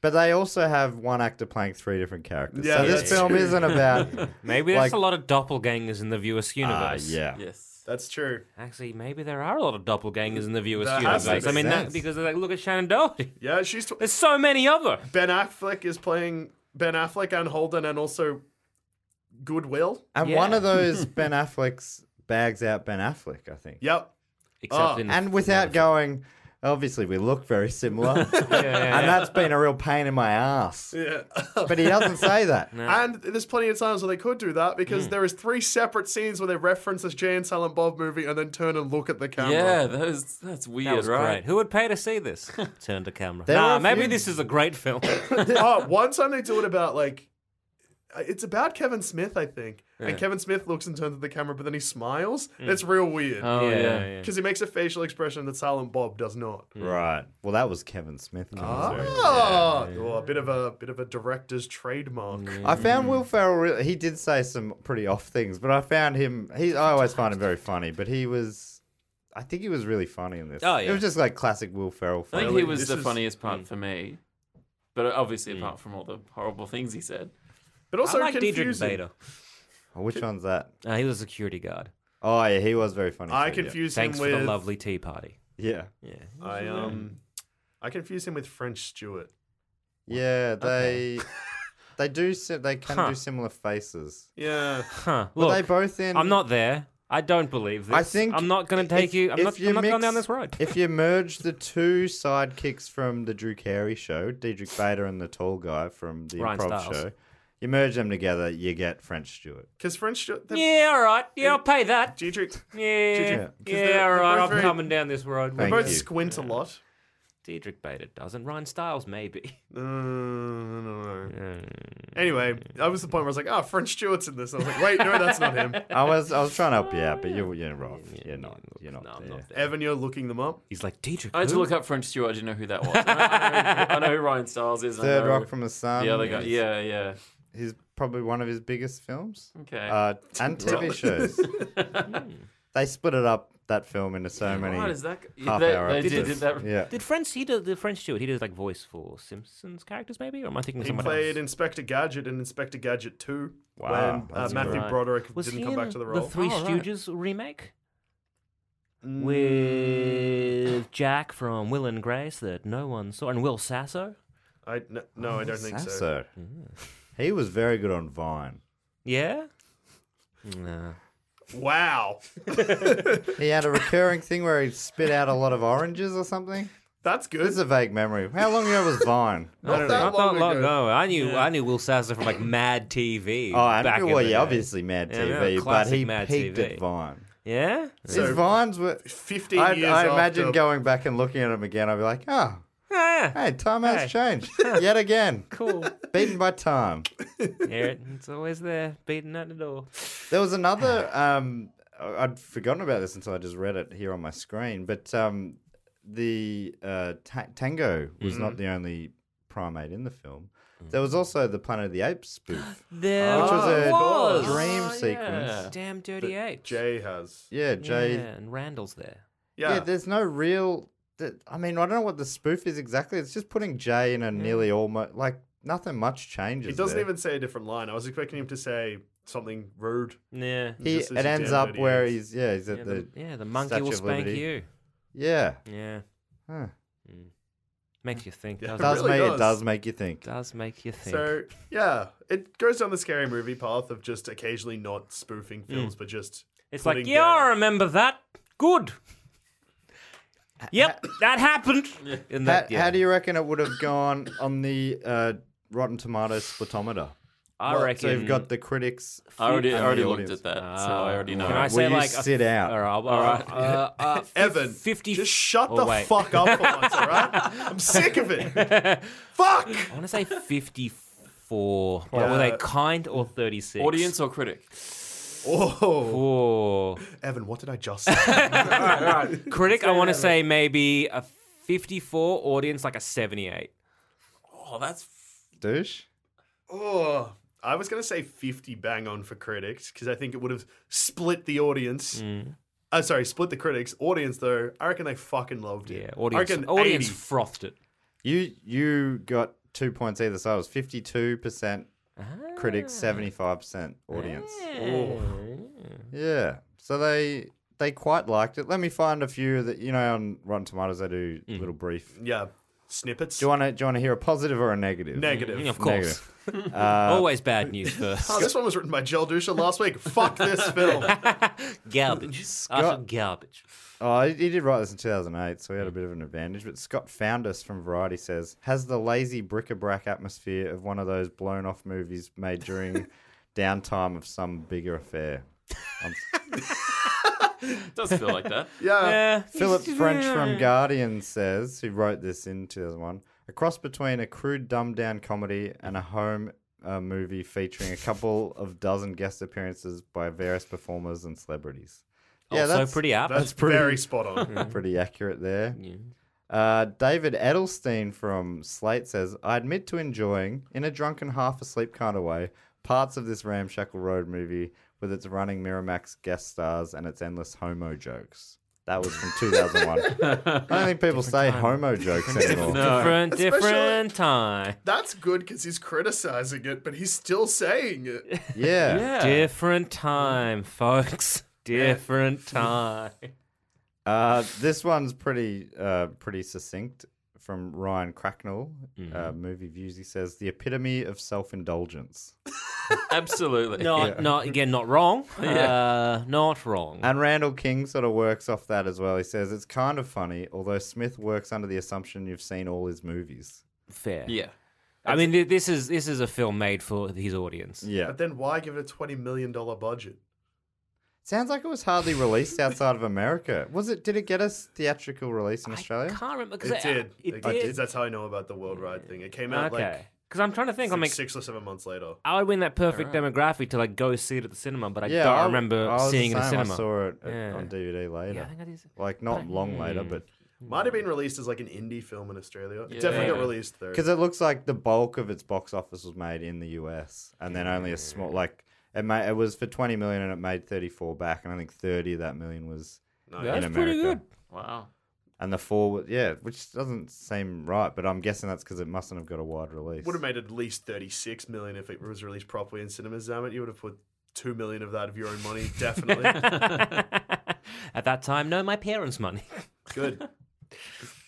But they also have one actor playing three different characters.
Yeah,
so this
that's
film
true.
isn't about.
Maybe there's
Like-
a lot of doppelgangers in the Viewers
Ah,
universe.
yeah.
Yes.
That's true.
Actually, maybe there are a lot of doppelgangers in the Viewers
There has
universe.
to
I
be.
mean, that,
Sense.
because like, look at Shannon Doherty.
Yeah, she's. Tw-
There's so many of her.
ben Affleck is playing Ben Affleck and Holden and also Goodwill.
And one of those Ben Affleck's bags out Ben Affleck, I think.
Yep.
Except
Oh,
in the-
And without going, obviously we look very similar,
yeah,
and that's been a real pain in my ass.
Yeah.
But he doesn't say that.
And there's plenty of times where they could do that
Hmm.
because there is three separate scenes where they reference this Jay and Silent Bob movie and then turn and look at the camera.
Yeah, those that's weird,
that was
right?
great. Who would pay to see this? Turn to camera.
There are
nah,
a
maybe
few-
this is a great film.
oh, one time they do it about like uh, it's about Kevin Smith, I think. And Kevin Smith looks and turns to the camera, but then he smiles. It's real weird.
Oh Hmm. yeah. Hmm.
Because he makes a facial expression that Silent Bob does not.
Right. Well, that was Kevin Smith. commentary.
Oh, oh, a bit of a bit of a director's trademark.
I found Will Ferrell. Really, he did say some pretty off things, but I found him. He I always find him very funny, but he was. I think he was really funny in this.
Oh,
It
yeah.
was just like classic Will Ferrell.
I think
Funny.
Really?
he was
This
the
is-
funniest part for me. But obviously apart from all the horrible things he said.
But also
I like Diedrich
confusing.
Bader.
Oh, which one's that?
Uh, he was a security guard.
Oh yeah, he was very funny.
I
too, yeah.
confuse
Thanks
him
for
with
the lovely tea party.
Yeah.
Yeah.
I um I confuse him with French Stewart.
Yeah. They. They do. si- They can
Huh.
do similar faces.
Yeah.
Huh.
Were
Look,
they both in?
I'm not there. I don't believe this.
I think
I'm not going to take
if-
you. I'm
if
not, I'm not going
mix-
down this road.
If you merge the two sidekicks from the Drew Carey show, Diedrich Bader and the tall guy from the
Ryan
improv
Stiles.
show, you merge them together, you get French Stewart.
Because French Stewart the
yeah, all right. Yeah, I'll pay that.
Diedrich
Yeah,
Did
you- 'cause they're-
yeah, all right.
they're
I'm
very-
coming down this road.
they
Thank
both
you.
squint a lot.
Diedrich Bader doesn't. Ryan Stiles maybe.
Uh, I don't know. Anyway, that was the point where I was like, oh, French Stewart's in this. I was like, wait, no, that's not him.
I was I was trying to help you out, but you're you're wrong. You're not. You're not.
no,
there.
I'm not there.
Evan, you're looking them up.
He's like Diedrich.
I had to
who?"
look up French Stewart, I didn't know who that was. And I, I know, I know who Ryan Stiles is. and I
Third
know
Rock from the Sun.
the other guy. Yeah, yeah.
He's probably one of his biggest films.
Okay.
Uh, and TV shows. they split it up that film into so many.
Why does that go-
half
they,
hour
they did,
episodes.
did that
Yeah.
Did French? He did the French Stewart. He did like voice for Simpsons characters, maybe. Or am I thinking of
He
someone
played
else?
Inspector Gadget in Inspector Gadget 2
Wow,
when uh,
that's
Matthew
right.
Broderick
Was
didn't
he
come back
in
to the role. Mm.
The Three
Oh, right.
Stooges remake with Jack from Will and Grace that no one saw, and Will Sasso.
I, no, no, I don't think so.
Sasso. He was very good on Vine.
Yeah. Nah.
Wow.
He had a recurring thing where he spit out a lot of oranges or something.
That's good.
It's a vague memory. How long ago was Vine?
Not that
Not
long
that long
ago.
ago. I knew I knew Will Sasso from like Mad TV.
Oh, I
back
know,
in
well,
the
yeah,
day.
obviously Mad
Yeah, yeah,
TV, but
classic
he
Mad
peaked
TV.
at Vine.
Yeah.
His vines were.
15
I,
years
I imagine
after-
going back and looking at him again, I'd be like, oh,
Ah,
hey, time has changed yet again.
cool.
Beaten by time.
Yeah, it- it's always there, beating at the door.
There was another. Um, I- I'd forgotten about this until I just read it here on my screen. But um, the uh, ta- tango was not the only primate in the film. There was also the Planet of the Apes spoof,
There
which was a
was.
dream
Oh, yeah.
sequence.
Damn dirty apes.
Jay has.
Yeah, Jay.
Yeah, and Randall's there.
Yeah.
Yeah.
there's no real. th- I mean, I don't know what the spoof is exactly. It's just putting Jay in a nearly almost like nothing much changes.
he doesn't
there.
even say a different line. I was expecting him to say something rude.
Yeah.
He
just
it
says he's
ends
damn
up
dirty
where
apes.
he's yeah he's at
Yeah,
the,
the, yeah, the monkey
Statue
will
of
spank
Liberty.
you.
yeah.
Yeah. Mm.
Huh.
Makes you think.
Yeah.
doesn't
Does
really
make
does.
it does make you think.
does make you think.
So yeah, it goes down the scary movie path of just occasionally not spoofing films, but just
Hmm. it's like,
putting
yeah, I
down-
remember that. Good. Yep, that happened. And
How,
that- yeah.
how do you reckon it would have gone on the uh, Rotten Tomatoes splitometer?
I reckon.
So you've got the critics.
I already, I
and
already
the
looked
audience.
at that, so Ah. I already know.
Can I
Will
say
you
like
sit out?
All right, all right. Uh, uh, fif-
Evan,
fifty.
just shut
Oh,
the
wait.
fuck up for once, all right? I'm sick of it. fuck.
I want to say fifty-four. But were they kind or thirty-six?
Audience or critic?
Oh,
Oh,
Evan, what did I just say?
critic. I want to say maybe a fifty-four. Audience like a seventy-eight.
Oh, that's
Douche.
oh, I was gonna say 50 bang on for critics because I think it would have split the audience.
Hmm.
Uh, sorry, split the critics. Audience though, I reckon they fucking loved it.
Yeah,
I
audience.
reckon
Audience
80.
frothed it.
You you got two points either side. It was 52%
Ah.
critics, 75% audience.
Oh.
Yeah. So they they quite liked it. Let me find a few that you know on Rotten Tomatoes they do
Mm-hmm.
little brief.
Yeah. Snippets.
Do you want to do you want to hear a positive or a negative?
Negative.
Of course. Always bad news first.
Oh, this one was written by Joel Dusha last week. Fuck this film.
garbage. Utter garbage.
Oh, he he did write this in 2008, so he had a bit of an advantage. But Scott Foundus from Variety says, has the lazy bric-a-brac atmosphere of one of those blown-off movies made during downtime of some bigger affair. Um,
It does feel like that.
Yeah.
Philip French from Guardian says, who wrote this in 2001, a cross between a crude, dumbed-down comedy and a home uh, movie featuring a couple of dozen guest appearances by various performers and celebrities. Yeah,
also pretty Hmm. up.
That's,
pretty-
very spot on.
pretty accurate there. Uh, David Edelstein from Slate says, I admit to enjoying, in a drunken, half asleep kind of way, parts of this ramshackle road movie with its running Miramax guest stars and its endless homo jokes. That was from 2001. I don't think people say homo jokes anymore.
Different,
Especially-
different time.
That's good because he's criticizing it, but he's still saying it.
Yeah.
Different time, folks. Different time.
Uh, this one's pretty uh, pretty succinct from Ryan Cracknell, uh, Movie Views. He says, The epitome of self indulgence.
Absolutely.
Not, not again. Not wrong. Uh, not wrong.
And Randall King sort of works off that as well. He says it's kind of funny, although Smith works under the assumption you've seen all his movies.
Fair.
Yeah.
I mean, th- this is this is a film made for his audience.
Yeah.
But then why give it a $20 million budget?
Sounds like it was hardly released outside of America. Was it did it get a theatrical release in
I
Australia?
can't remember. 'cause
It
I- uh,
did.
It
I-
did.
That's how I know about the World Ride thing. It came out
Okay. Because I'm trying to
like,
think. I'm like,
six or seven months later.
I would win that perfect demographic to like go see it at the cinema, but I
yeah,
don't
I-
remember
I was the
seeing it in the
same.
cinema.
I saw it at-
Yeah.
on DVD later.
Yeah, I think I did.
Like not long later, but
Hmm.
Might have been released as like an indie film in Australia. It Definitely got released there.
because it looks like the bulk of its box office was made in the US, and then only a small like it made it was for twenty million and it made thirty four back, and I think thirty of that million was in
That's
America.
pretty good.
Wow.
And the four, wa- yeah, which doesn't seem right, but I'm guessing that's because it mustn't have got a wide release.
would have made at least 36 million if it was released properly in cinemas, Zamet. You would have put 2 million of that of your own money. Definitely.
At that time, no, my parents' money.
Good.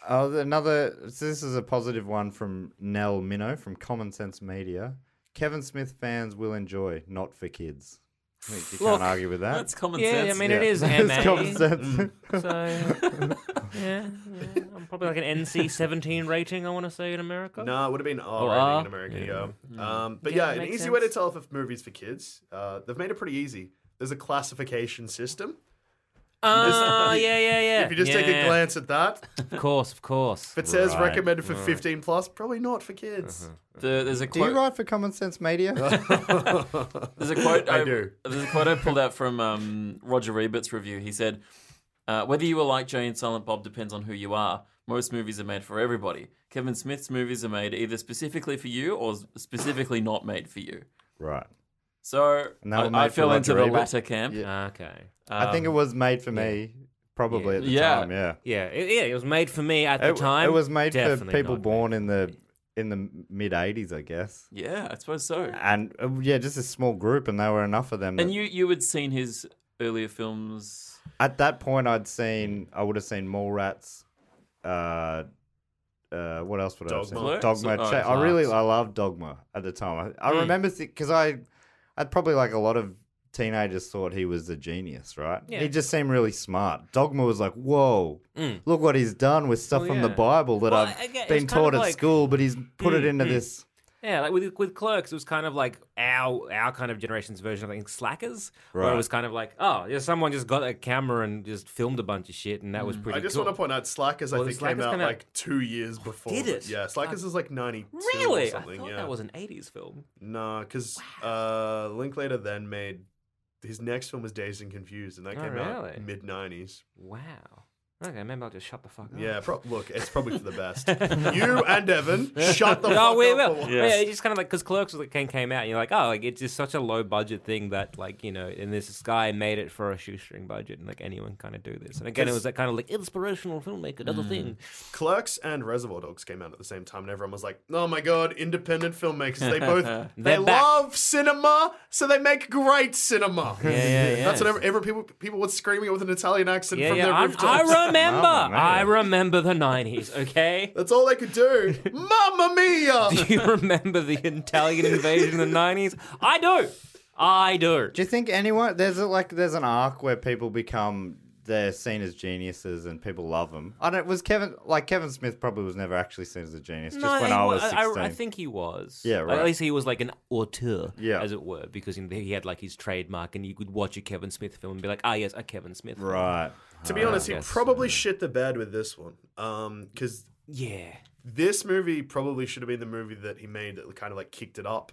Oh, th- another. So this is a positive one from Nell Minow from Common Sense Media. Kevin Smith fans will enjoy, not for kids. I think you
Look,
can't argue with that.
That's common
yeah,
sense.
I mean it is
It's
MA.
common sense.
So yeah, yeah, I'm probably like an NC-17 rating. I want to say in America.
No, it would have been R
Or
rating
R?
in America, yeah.
Hmm.
Um, but yeah, an
makes
easy way to
sense.
tell if a movie's for kids. Uh, they've made it pretty easy. There's a classification system.
Oh, yeah, yeah, yeah.
If you just
yeah.
take a glance at that, if
of course, of course.
it says recommended for 15 plus, probably not for kids.
Uh-huh.
The- there's a
Do you
quote.
write for Common Sense Media?
There's a quote.
I
I,
do.
There's a quote I pulled out from um, Roger Ebert's review. He said, uh, "Whether you are like Jay and Silent Bob depends on who you are. Most movies are made for everybody. Kevin Smith's movies are made either specifically for you or specifically not made for you."
right.
So
And they were made
I, I
for
fell into
Roger
the
Ebert?
latter camp.
Yeah.
Okay.
I think it was made for me, probably at the
Yeah.
time. Yeah.
Uh, Yeah, it, yeah, it was made for me at the
It,
time.
it was made
Definitely
for people
not
born in the in the mid '80s, I guess.
Yeah, I suppose so.
And uh, yeah, just a small group, and there were enough of them. that-
And you you had seen his earlier films.
At that point, I'd seen, I would have seen Mallrats. Uh, uh, what else would I have seen?
Dogma?
Dogma.
Oh,
Cha- I really,
Clerks.
I loved Dogma at the time. I, I
Hmm.
remember because I, I probably like a lot of teenagers thought he was a genius, right? He just seemed really smart. Dogma was like, whoa, look what he's done with stuff
Well,
from the
Hmm. Oh, yeah.
Bible that
Well,
I've
I get-
been
it's kind
taught at
of like- Hmm,
school, but he's put it into this.
Yeah, like with with Clerks, it was kind of like our our kind of generation's version of like Slackers, where
Right.
it was kind of like, oh, yeah, someone just got a camera and just filmed a bunch of shit, and that was pretty.
Mm. I just
cool.
want to point out Slackers, I
Well,
think,
Slackers
came out
came out-
like two years before.
did
the-
it?
Yeah, Slackers is like 92
Really,
or something.
I thought
yeah.
that was an '80s film.
No, because uh, Linklater then made his next film was Dazed and Confused, and that
Oh,
came out
really?
mid '90s.
Wow. Okay, maybe I'll just shut the fuck up.
Yeah, pro- look, it's probably for the best. you and Evan, shut the fuck
No, Oh, we
up. for
will.
once.
Yeah, it's just kind of like because Clerks was like, came came out, and you're like, oh, like it's just such a low budget thing that like you know, and this guy made it for a shoestring budget, and like anyone kind of do this. And again, it was that kind of like inspirational filmmaker, another thing.
Clerks and Reservoir Dogs came out at the same time, and everyone was like, "Oh my god, independent filmmakers! They both they
They're back.
love cinema, so they make great cinema." Yeah,
yeah,
That's what
yeah.
every, every people people were screaming it with an Italian accent
Yeah,
from
yeah.
their
I, I
rooftops.
remember.
Mamma mia.
I remember the '90s. Okay.
That's all they could do. Mamma mia!
Do you remember the Italian invasion in the '90s? I do. I do.
Do you think anyone there's a, like there's an arc where people become they're seen as geniuses and people love them? I don't. Was Kevin like Kevin Smith probably was never actually seen as a genius? just when
he
I
wa-
was
I, I-
sixteen.
I think he was.
Yeah,
Like,
right.
at least he was like an auteur,
Yeah.
as it were, because in there he had like his trademark, and you could watch a Kevin Smith film and be like, ah, yes, a Kevin Smith. film."
right.
to be honest, he
Ah, yes,
probably shit the bed with this one, because
Yeah.
this movie probably should have been the movie that he made that kind of like kicked it up,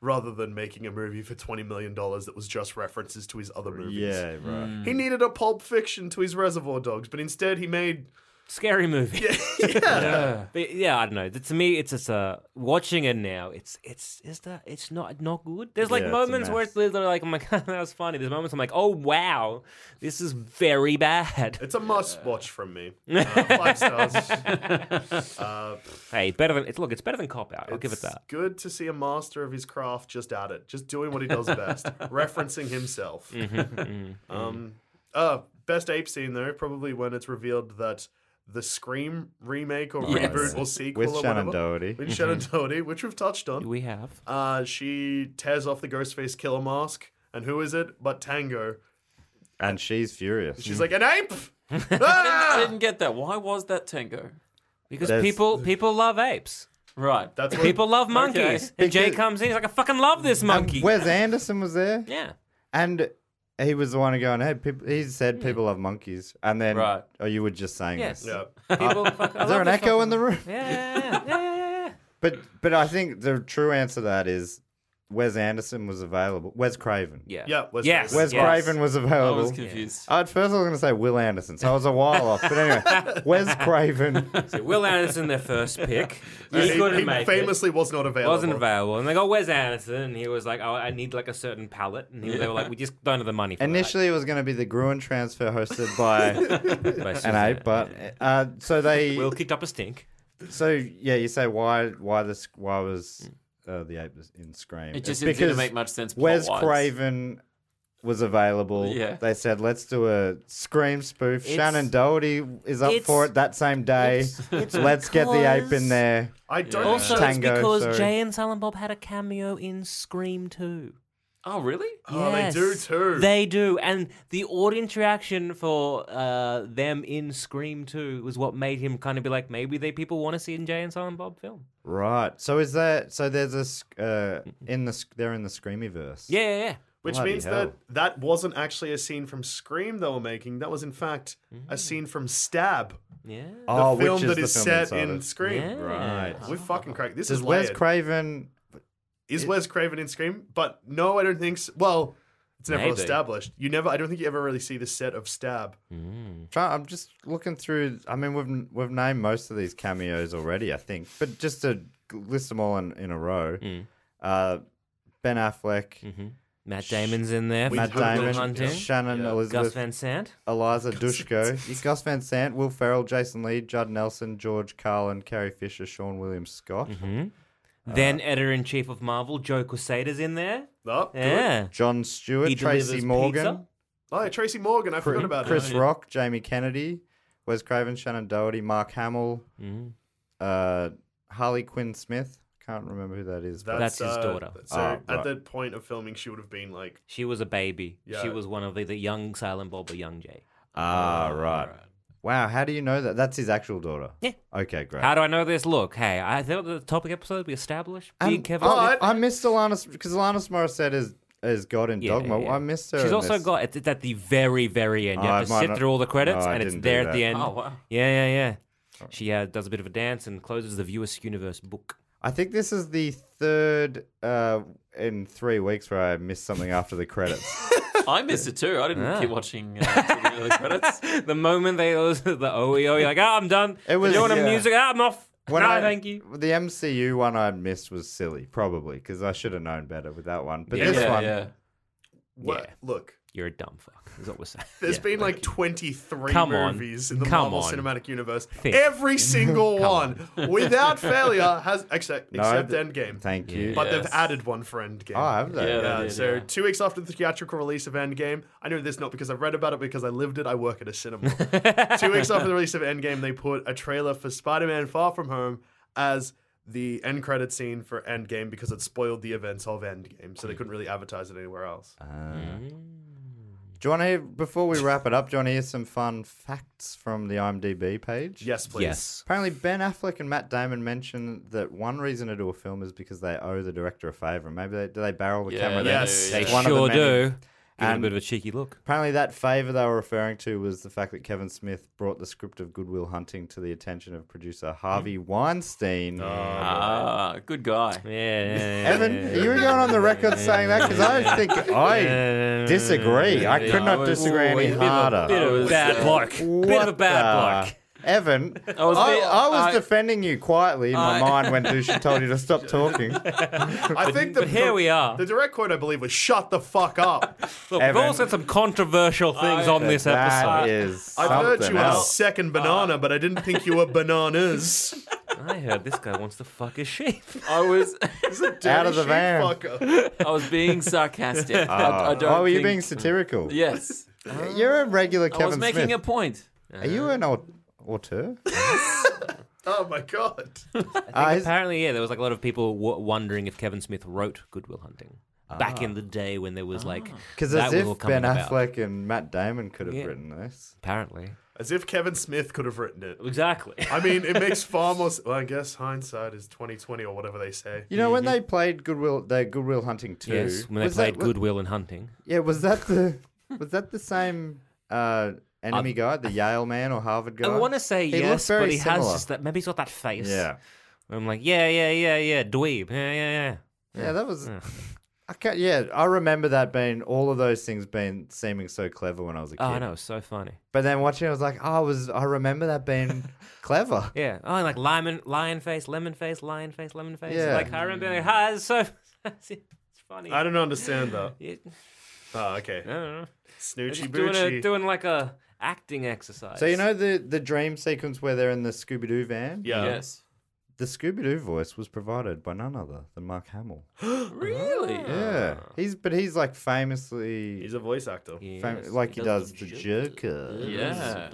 rather than making a movie for twenty million dollars that was just references to his other movies.
Yeah. Right.
He
Mm.
needed a pulp fiction to his Reservoir Dogs, but instead he made
Scary movie. Yeah. But yeah, I don't know. To me, it's just uh, watching it now. It's it's is that it's not not good. There's like
Yeah, it's a
moments where it's
mess.
literally like I'm like that was funny. There's moments I'm like, oh wow, this is very bad.
It's a must watch from me. Uh, five stars. uh,
Hey, better than it's look. It's better than cop out. I'll give it
it's
that.
Good to see a master of his craft just at it, just doing what he does best, referencing himself.
Mm-hmm,
um, uh, best ape scene though, probably when it's revealed that the Scream remake or
Yes.
reboot or sequel
With
or
Shannon
whatever.
Doherty.
With Shannon Doherty, which we've touched on.
Mm-hmm. We have.
Uh, she tears off the Ghostface killer mask, and who is it but Tango?
And she's furious.
Mm.
She's like, an ape!
I
Ah!
didn't get that. Why was that tango?
Because
There's-
people people love apes.
Right.
That's what
People love monkeys. And Jay
Because-
comes in, he's like, I fucking love this monkey.
Wes Anderson was there,
yeah.
and he was the one going, "Hey, people." He said,
Hmm.
"People love monkeys," and then,
Right.
oh, you were just saying
Yes.
this.
Yeah.
People fuck, I
Is there
love
an
this
echo in
fucking-
the room?
Yeah, yeah, yeah, yeah, yeah.
But but I think the true answer to that is Wes Anderson was available. Wes Craven.
Yeah.
Yeah, Wes
yes.
Craven.
Wes
yes.
Craven was
I
available.
was confused.
At first, I was going to say Will Anderson, so I was a while off. But anyway, Wes Craven.
So Will Anderson, their first pick.
He,
he couldn't
he
make it.
famously was not available.
Wasn't available. And they got Wes Anderson, and he was like, oh, I need like a certain palette. And he, they were like, we just don't have the money for
Initially, it was going to be the Gruen transfer hosted by
that. Basically.
an ape, but uh, so they.
Will kicked up a stink.
So yeah, you say why? Why this? Why was uh, the ape in Scream?
It
It's
just didn't seem to make much sense
Wes
plot-wise.
Craven was available.
Yeah.
They said, let's do a Scream spoof.
It's-
Shannon Doherty is up
it's-
for it that same day. let's get the ape in there.
I don't
Also,
it's Tango,
it's
because
because
sorry. Jay
Jay and Silent Bob had a cameo in Scream 2.
Oh, really?
Oh, they do
Yes,
too.
They do, and the audience reaction for uh, them in Scream Two was what made him kind of be like, maybe they people want to see a Jay and Silent Bob film.
Right. So is that so? There's a sc- uh, in the sc- they're in the Screamyverse.
Yeah, yeah, yeah.
Which
Bloody
means
hell.
that that wasn't actually a scene from Scream they were making. That was, in fact,
Mm.
a scene from Stab,
yeah.
the
Oh,
film
which
that
the
is
film
set
inside
in
it.
Scream.
Yeah.
Right.
We're fucking cracked. This
Does
is
Wes
layered.
Craven?
is Wes Craven in Scream? But no, I don't think so. Well, it's never
Maybe.
established. You never. I don't think you ever really see the set of Stab.
Try, I'm just looking through. I mean, we've we've named most of these cameos already, I think. But just to list them all in, in a row. Uh, ben Affleck,
Matt Damon's in there.
Matt
for Goodwill
Damon,
Hunting.
Shannon
Yeah.
Elizabeth
Gus Van Sant.
Eliza Dushko, Yeah, Gus Van Sant, Will Ferrell, Jason Lee, Judd Nelson, George Carlin, Carrie Fisher, Sean William Scott,
then editor in chief of Marvel, Joe Quesada's in there.
Oh, good.
Yeah.
John Stewart,
He
Tracy
delivers
Morgan,
pizza.
Oh, yeah, Tracy Morgan. I forgot about
Chris
her.
Rock, Jamie Kennedy, Wes Craven, Shannon Doherty, Mark Hamill,
Mm-hmm.
uh, Harley Quinn Smith. Can't remember who that is. but-
That's his daughter.
uh, So
Ah, right.
at the point of filming, she would have been like,
She was a baby. She
Yeah.
was one of the, the young Silent Bob or young Jay.
ah, right. Wow, how do you know that? That's his actual daughter.
Yeah.
Okay, great.
How do I know this? Look, hey, I thought the topic episode we established. Big
And oh,
Kevin.
I, I missed Alanis because Alanis Morissette is is God in Dogma. I missed her.
She's
in
also
this.
got it's at the very, very end. You
Oh, I
have to
might
sit
not-
through all the credits,
no, I
and it's
didn't do
there at the
that.
end.
Oh, wow.
Yeah, yeah, yeah. She uh, does a bit of a dance and closes the Viewers Universe book.
I think this is the third uh, in three weeks where I missed something after the credits.
I missed it too. I didn't keep watching uh, till the end of the credits.
the moment they was the OEO, you're like, ah, I'm done.
It was-
you want
yeah.
music? Ah, I'm off.
When
no,
I-
thank you.
The MCU one I missed was silly, probably because I should have known better with that one. But
Yeah.
this
yeah,
one,
yeah.
What? Look,
You're a dumb fuck. Is what we're saying.
there's been like 23
Come on.
movies in the
Come
Marvel
on.
Cinematic Universe.
Think.
Every single one, without failure, has except,
No,
except
th-
Endgame.
Thank you.
But
Yes.
they've added one for Endgame.
oh, have they?
Yeah,
Yeah,
they did,
so
yeah.
two weeks after the theatrical release of Endgame, I know this not because I've read about it, because I lived it. I work at a cinema. two weeks after the release of Endgame, they put a trailer for Spider-Man: Far From Home as the end credit scene for Endgame because it spoiled the events of Endgame, so they couldn't really advertise it anywhere else.
Do you want to hear, before we wrap it up, do you want to hear some fun facts from the IMDb page?
Yes, please.
Yes.
Apparently, Ben Affleck and Matt Damon mentioned that one reason to do a film is because they owe the director a favor. Maybe they do they barrel the
Yeah,
camera.
they
there?
do,
They
It's
One of the
sure
many-
do. Give it a
And-
bit of a cheeky look.
Apparently, that favor they were referring to was the fact that Kevin Smith brought the script of Goodwill Hunting to the attention of producer Harvey Weinstein.
Ah, good guy.
Yeah. yeah,
Evan, you were going on the record saying that because I think I
yeah.
disagree. I could not disagree any
Bit of a-
harder.
Bit of a bad block. Bit of a
What
bad
the-
block.
Evan, I was,
was
I,
being-
was
I-
defending you quietly in my
I-
mind when Dusha told you to stop talking.
I think the,
But here we are.
The direct quote, I believe, was "Shut the fuck up."
Look,
Evan.
we've all said some controversial things on this
That
episode.
is
I heard you
something
were a
else.
second banana, but I didn't think you were bananas.
I heard this guy wants to fuck his sheep.
I was,
He's a dirty
Out of the
sheep
van.
fucker.
I was being sarcastic. I, I
Oh,
don't
were you
think-
being satirical?
Yes,
You're a regular
I was
Kevin
making
Smith.
a point.
Are you an au- auteur?
Oh my god.
Uh, his-
Apparently, yeah, there was like a lot of people w- wondering if Kevin Smith wrote Goodwill Hunting back in the day when there was like
Because
that
as
was all
if
coming
Ben
about.
Affleck and Matt Damon could have
Yeah.
written this.
Apparently,
As if Kevin Smith could have written it.
exactly.
I mean, it makes far more. s- Well, I guess hindsight is twenty twenty or whatever they say.
You know when they played Goodwill, they Goodwill Hunting two.
yes, when they
was
played
that, wa-
Goodwill and Hunting.
Yeah, was that the was that the same uh, enemy guy, the Yale man or Harvard guy?
I want to say
He
yes,
looks
but
very
he has
similar.
just that. Maybe he's got that face.
Yeah,
I'm like, yeah, yeah, yeah, yeah, dweeb. Yeah, yeah, yeah.
yeah, that was. I can't, yeah, I remember that being all of those things being seeming so clever when I was a kid.
Oh, I know, it's so funny.
But then watching, it, I was like, oh, I was I remember that being clever.
Yeah. Oh, and like lion, lion face, lemon face, lion face, lemon face.
Yeah.
Like I remember, like, ah, it's so it's funny.
I don't understand that.
It-
Oh, okay.
I don't know.
Snoochie
Just doing, a,
boochie.
doing like a acting exercise.
So you know the the dream sequence where they're in the Scooby Doo van.
yeah.
Yes,
The Scooby Doo voice was provided by none other than Mark Hamill.
really.
Ah, Yeah, he's but he's like famously,
He's a voice actor.
fam- like he does the Joker.
Yeah,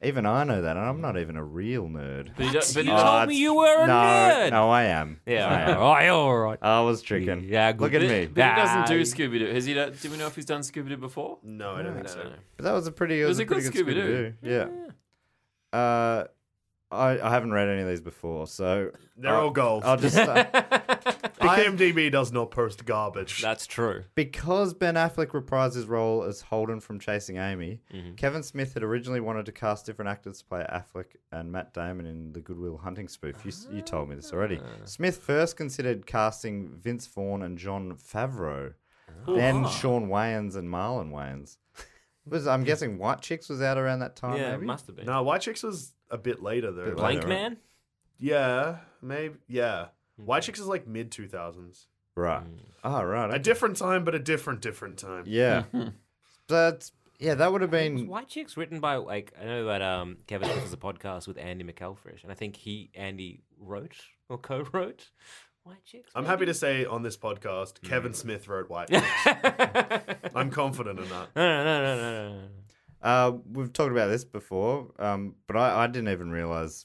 Even I know that, and I'm not even a real nerd. Oh,
but you don't. But you
You
Ah,
don't-
told me you were a
no,
nerd.
no, I am. I
Yeah.
am.
All right. All right.
I was tricking.
Yeah, good.
Look at me.
But he doesn't do
Bye.
Scooby Doo. Has he? Done, do we know if he's done Scooby Doo before?
No, I don't think so.
But that was a pretty. It was, a, pretty good Scooby-Doo. Yeah. Uh, I I haven't read any of these before, so
They're
I'll-
all gold.
I'll just uh,
IMDb does not post garbage.
That's true.
because Ben Affleck reprised his role as Holden from Chasing Amy.
Mm-hmm.
Kevin Smith had originally wanted to cast different actors to play Affleck and Matt Damon in the Goodwill Hunting spoof. You, s you told me this already.
Ah.
Smith first considered casting Vince Vaughn and John Favreau, then
Ah.
Oh,
Sean Wayans and Marlon Wayans. Was I'm guessing White Chicks was out around that time.
yeah,
Uh, maybe?
it must have been.
no, White Chicks was a bit later though.
Bit
Like-
Blank
later,
man.
yeah, maybe. Yeah.
Mm-hmm.
White Chicks is like mid two thousands.
Right.
Mm.
Oh, right.
A
okay.
different time, but a different different time.
Yeah. That's yeah, that would have
Was
been
White Chicks written by like I know that um Kevin Smith has a podcast with Andy McElfresh, and I think he Andy wrote or co-wrote White Chicks.
I'm happy to say on this podcast,
Mm-hmm.
Kevin Smith wrote White
no,
Chicks. I'm confident in that.
no, no, no, no, no, no.
uh we've talked about this before, um, but I, I didn't even realise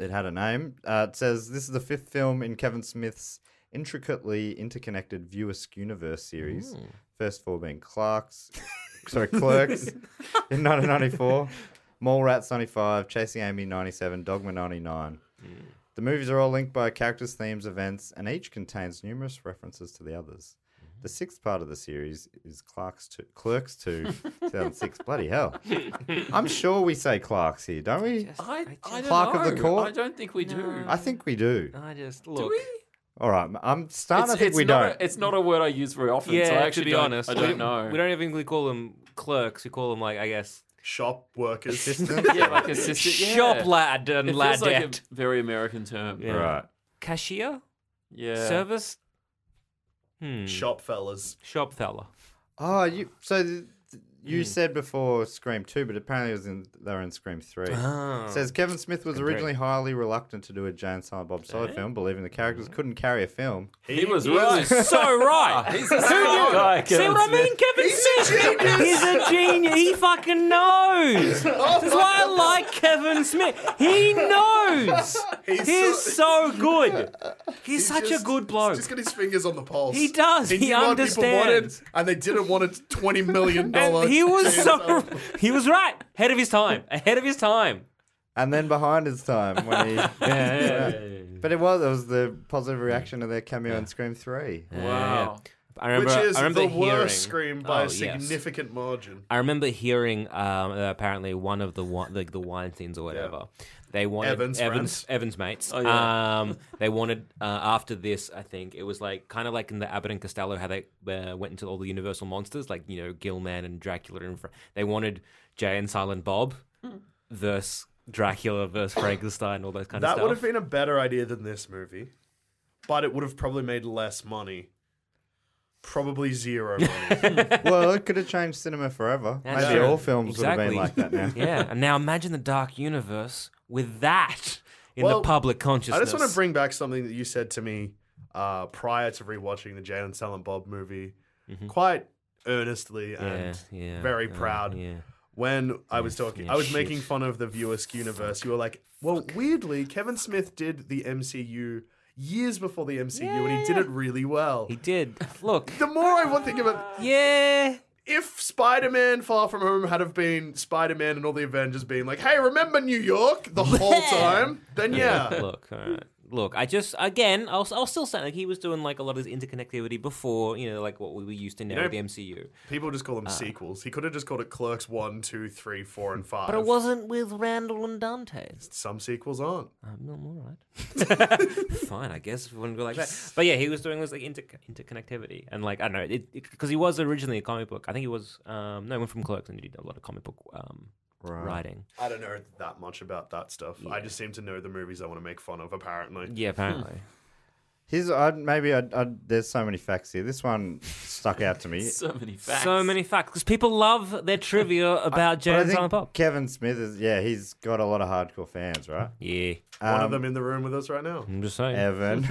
it had a name. Uh, it says this is the fifth film in Kevin Smith's intricately interconnected Viewersk universe series. First four being Clark's sorry, Clerks in nineteen ninety four, Mallrats ninety five, Chasing Amy ninety seven, Dogma ninety nine. The movies are all linked by characters, themes, events, and each contains numerous references to the others. The sixth part of the series is Clark's two, Clerks 2, 2006. Bloody hell. I'm sure we say Clarks here, don't we?
I, I, don't
Clerk of the
know.
court?
I don't think we do.
I think we do.
I just
do
look.
we?
All right. I'm starting to
It's-
think
it's
we
not
don't.
A, it's not a word I use very often.
Yeah,
so I
to
actually
be
don't-
honest,
I
we-
don't know.
We don't even really call them clerks. We call them like I guess
Shop workers.
yeah, like a sister. Yeah.
shop lad and
It
ladette.
feels like a very American term.
Yeah.
Right.
Cashier,
Yeah.
service, hmm.
Shop fellas.
shop fella.
Oh, you. So th- th- you
Hmm.
said before Scream 2, but apparently it was in, they were in Scream 3.
Oh.
Says Kevin Smith was originally highly reluctant to do a Jan Silent Bob
Eh?
Solo film, believing the characters
Mm-hmm.
couldn't carry a film.
He was really
so right. He's a
guy,
See what I mean, Kevin He's Smith? A He's a genius. He fucking knows. That's why I like Kevin Smith. He knows. He's, so, good. He's such a good bloke.
He's just got his fingers on the pulse.
He does. He
knew what people
understands.
wanted, and they didn't want a twenty million dollar.
And he was so he was right. Ahead of his time. Ahead of his time.
And then behind his time when he. But it was. It was the positive reaction to their cameo in Scream 3.
Wow.
I remember,
Which is
I
the
remember hearing,
worst scream by
Oh,
a
yes.
significant margin.
I remember hearing um, uh, apparently one of the wi- like the wine scenes or whatever. They wanted
Evans
Evans,
friends.
Evans mates.
Oh, yeah.
um, they wanted uh, after this. I think it was like kind of like in the Abbott and Costello how they uh, went into all the Universal monsters like you know Gilman and Dracula and Fra- they wanted Jay and Silent Bob
Hmm.
versus Dracula versus Frankenstein all those kind
That
of
would
stuff.
have been a better idea than this movie, but it would have probably made less money. Probably zero money.
well, it could have changed cinema forever.
That's
Maybe
true.
all films would
Exactly.
have been like that now.
yeah, and now imagine the dark universe with that in
Well,
the public
I
consciousness.
just want to bring back something that you said to me uh, prior to rewatching the Jane and Silent Bob movie, quite earnestly and
Mm-hmm. Yeah, yeah,
very
uh,
proud.
yeah.
When I was talking, I was
shit.
making fun of the Viewersk universe. You were like, "Well, weirdly, Kevin Smith did the MCU years before the MCU, and he did it really well."
He did. Look.
the more I want to think about,
Yeah.
if Spider-Man: Far From Home had have been Spider-Man and all the Avengers being like, "Hey, remember New York the whole time?" Then yeah,
Look, all right. look. I just again, I'll, I'll still say like he was doing like a lot of this interconnectivity before, you know, like what we were used to now
know-
with the MCU.
people just
uh,
call them sequels. He could have just called it Clerks One, Two, Three, Four, and Five.
But it wasn't with Randall and Dante.
Some sequels aren't.
I'm, Um, I'm all right. Fine, I guess if we want to go like that. But yeah, he was doing this like inter- interconnectivity and like I don't know, because he was originally a comic book. I think he was um, no, he went from Clerks and he did a lot of comic book um, writing.
I don't know that much about that stuff. I just seem to know the movies I want to make fun of. Apparently,
Yeah, apparently.
His, I'd, maybe I'd, I'd, there's so many facts here. This one stuck out to me.
So many facts.
So many facts because people love their trivia about
But I
James
think
Silent Bob.
Kevin Smith is, yeah, he's got a lot of hardcore fans, right?
Yeah,
one
Um,
of them in the room with us right now.
I'm just saying.
Evan.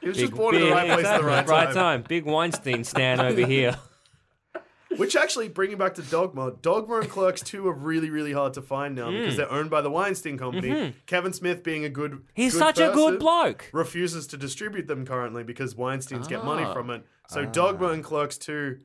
He was just born in the right place at the right,
Right
time.
time. Big Weinstein stand over here.
Which actually, bringing back to Dogma, Dogma and Clerks 2 are really, really hard to find now
Hmm.
because they're owned by the Weinstein Company. Kevin Smith, being a good.
Mm-hmm. He's
good
such a
person,
good bloke.
Refuses to distribute them currently because Weinsteins get
Ah.
money from it. So Dogma and Clerks 2,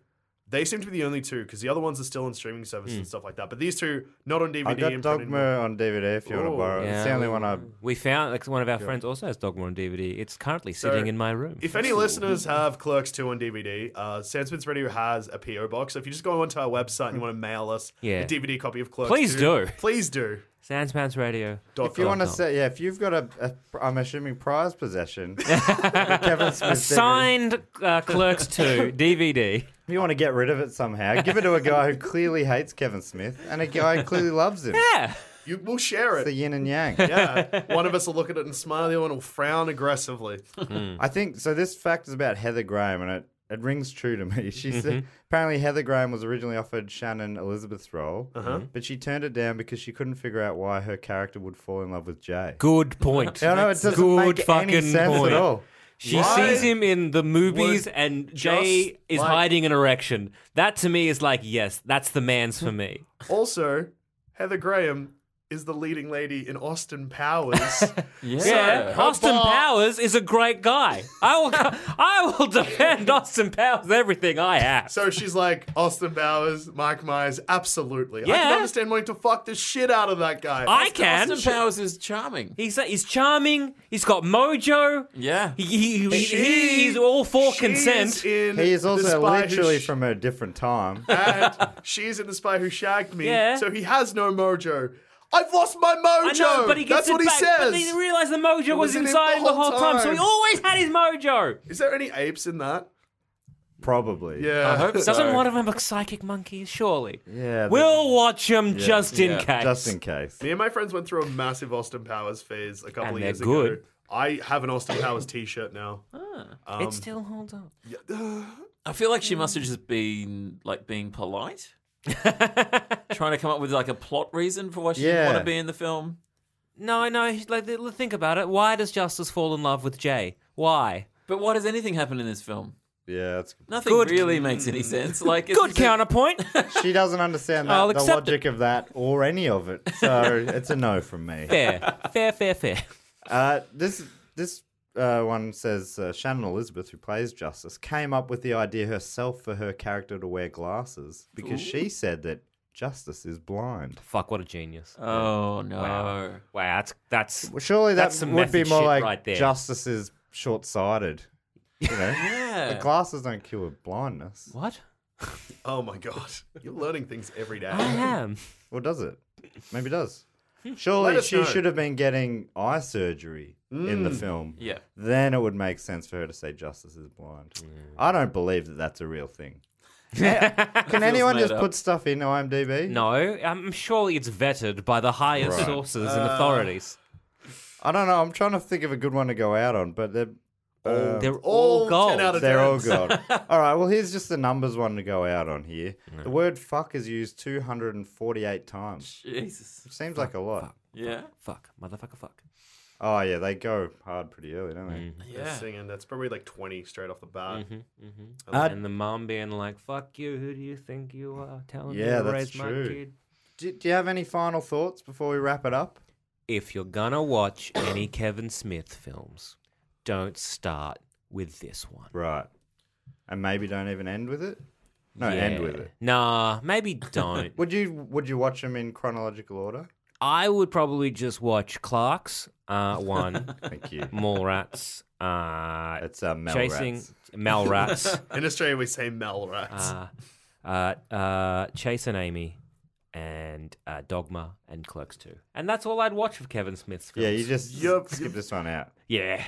they seem to be the only two because the other ones are still on streaming services
Hmm.
and stuff like that. But these two, not on DVD.
I got
and printed
Dogma
anymore.
on DVD if you want
Ooh.
to borrow it. It's the
Yeah.
only one I.
We found like one of our friends also has Dogma on DVD. It's currently sitting in my room.
If any listeners have Clerks 2 on DVD, uh, Sandsmith's Radio has a PO box. So if you just go onto our website and
Hmm.
you want to mail us
Yeah.
a DVD copy of Clerks
Please
2,
do.
Please do.
Sandspants Radio.
If you want to
com.
say, yeah, if you've got a, a I'm assuming prize possession, Kevin Smith.
Signed uh, Clerks 2 DVD.
If you want to get rid of it somehow, give it to a guy who clearly hates Kevin Smith and a guy who clearly loves him.
Yeah.
You, we'll share it.
It's the yin and yang.
yeah. One of us will look at it and smile, the other one will frown aggressively.
I think so. This fact is about Heather Graham, and it, it rings true to me. She
Mm-hmm.
said apparently Heather Graham was originally offered Shannon Elizabeth's role,
Uh-huh.
but she turned it down because she couldn't figure out why her character would fall in love with Jay.
Good point.
Yeah, no, it doesn't
Good
make
fucking
any sense
point.
at all.
She
Why
sees him in the movies and Jay
just
is
like-
hiding an erection. That to me is like, yes, that's the man's for me.
Also, Heather Graham is the leading lady in Austin Powers.
Yeah.
Yeah, Austin Powers is a great guy. I will, I will defend Austin Powers with everything I have.
so she's like, Austin Powers, Mike Myers, absolutely. I
Yeah.
can understand wanting to fuck the shit out of that guy.
I can.
Austin Powers is charming.
He's he's charming. He's got mojo.
Yeah.
He, he, he,
She-
he's all for
she's
consent.
In
He is
The
also
Spy Who
literally
Sh-
from a different time.
and she's in the spy who shagged me.
Yeah.
So he has no mojo. I've lost my mojo.
I know, but he gets
That's
it
what he
back.
says.
But he realised the mojo
was
was
in him
inside him the whole time. so he
time.
always had his mojo.
Is there any apes in that?
Probably.
Yeah.
I hope so.
Doesn't one of them look psychic monkeys? Surely.
Yeah. the-
We'll watch them just in
yeah,
case.
just in case.
Me and my friends went through a massive Austin Powers phase a couple
And
of
they're
years ago.
good.
I have an Austin Powers T-shirt now.
it still holds up.
I feel like she must have just been like being polite. Trying to come up with like a plot reason for why she didn't
Yeah.
want to be in the film.
No, I know. Like, th- think about it. Why does Justice fall in love with Jay? Why?
But why does anything happen in this film?
Yeah, that's
Nothing really makes any sense. Like it's
Good
just a-
counterpoint.
she doesn't understand
I'll
that, the
accept it.
logic of that or any of it. So it's a no from me.
fair, fair, fair, fair.
Uh, this this uh, one says uh, Shannon Elizabeth, who plays Justice, came up with the idea herself for her character to wear glasses because she said that Justice is blind.
Fuck! What a genius.
Oh no.
Wow. Wow, that's that's
Well, surely that
That's some
would be
method
more
shit
like
right there.
Justice is short sighted. You know,
Yeah.
the glasses don't cure blindness.
what
Oh my god, you're learning things every day.
I am.
Or does it? Maybe it does.
Hmm.
Surely
us
she
know.
should have been getting eye surgery in
Hmm.
the film.
Yeah.
Then it would make sense for her to say Justice is blind.
Hmm.
I don't believe that that's a real thing. Can anyone
made
just
up.
put stuff in IMDb?
No, I'm surely it's vetted by the highest
Right.
sources and
Uh,
authorities.
I don't know. I'm trying to think of a good one to go out on, but they're, uh,
They're all,
all
gold.
10 out of
they're all
Terrence.
good. all right. Well, here's just the numbers one to go out on here. The word fuck is used 248 times.
Jesus.
Which seems like a lot.
Yeah.
fuck, motherfucker, fuck.
Oh, yeah. They go hard pretty early, don't they?
Mm.
They're singing. That's probably like 20 straight off the bat.
Uh,
and the mom being like, "Fuck you! Who do you think you are? Telling me
Yeah,
to
that's
raise
true.
my kid."
Do, do you have any final thoughts before we wrap it up?
If you're gonna watch any Kevin Smith films, don't start with this one.
Right. And maybe don't even end with it? No, end with it.
Nah, maybe don't.
Would you would you watch them in chronological order?
I would probably just watch Clark's uh, one,
Thank you.
Mallrats, uh,
It's uh, Mel
chasing
Rats.
Malrats,
In Australia, we say Mel rats.
uh, uh, uh, Chase and Amy, and uh, Dogma and Clerks Two, and that's all I'd watch of Kevin Smith's films.
Yeah, you just
Yup.
skip this one out.
yeah.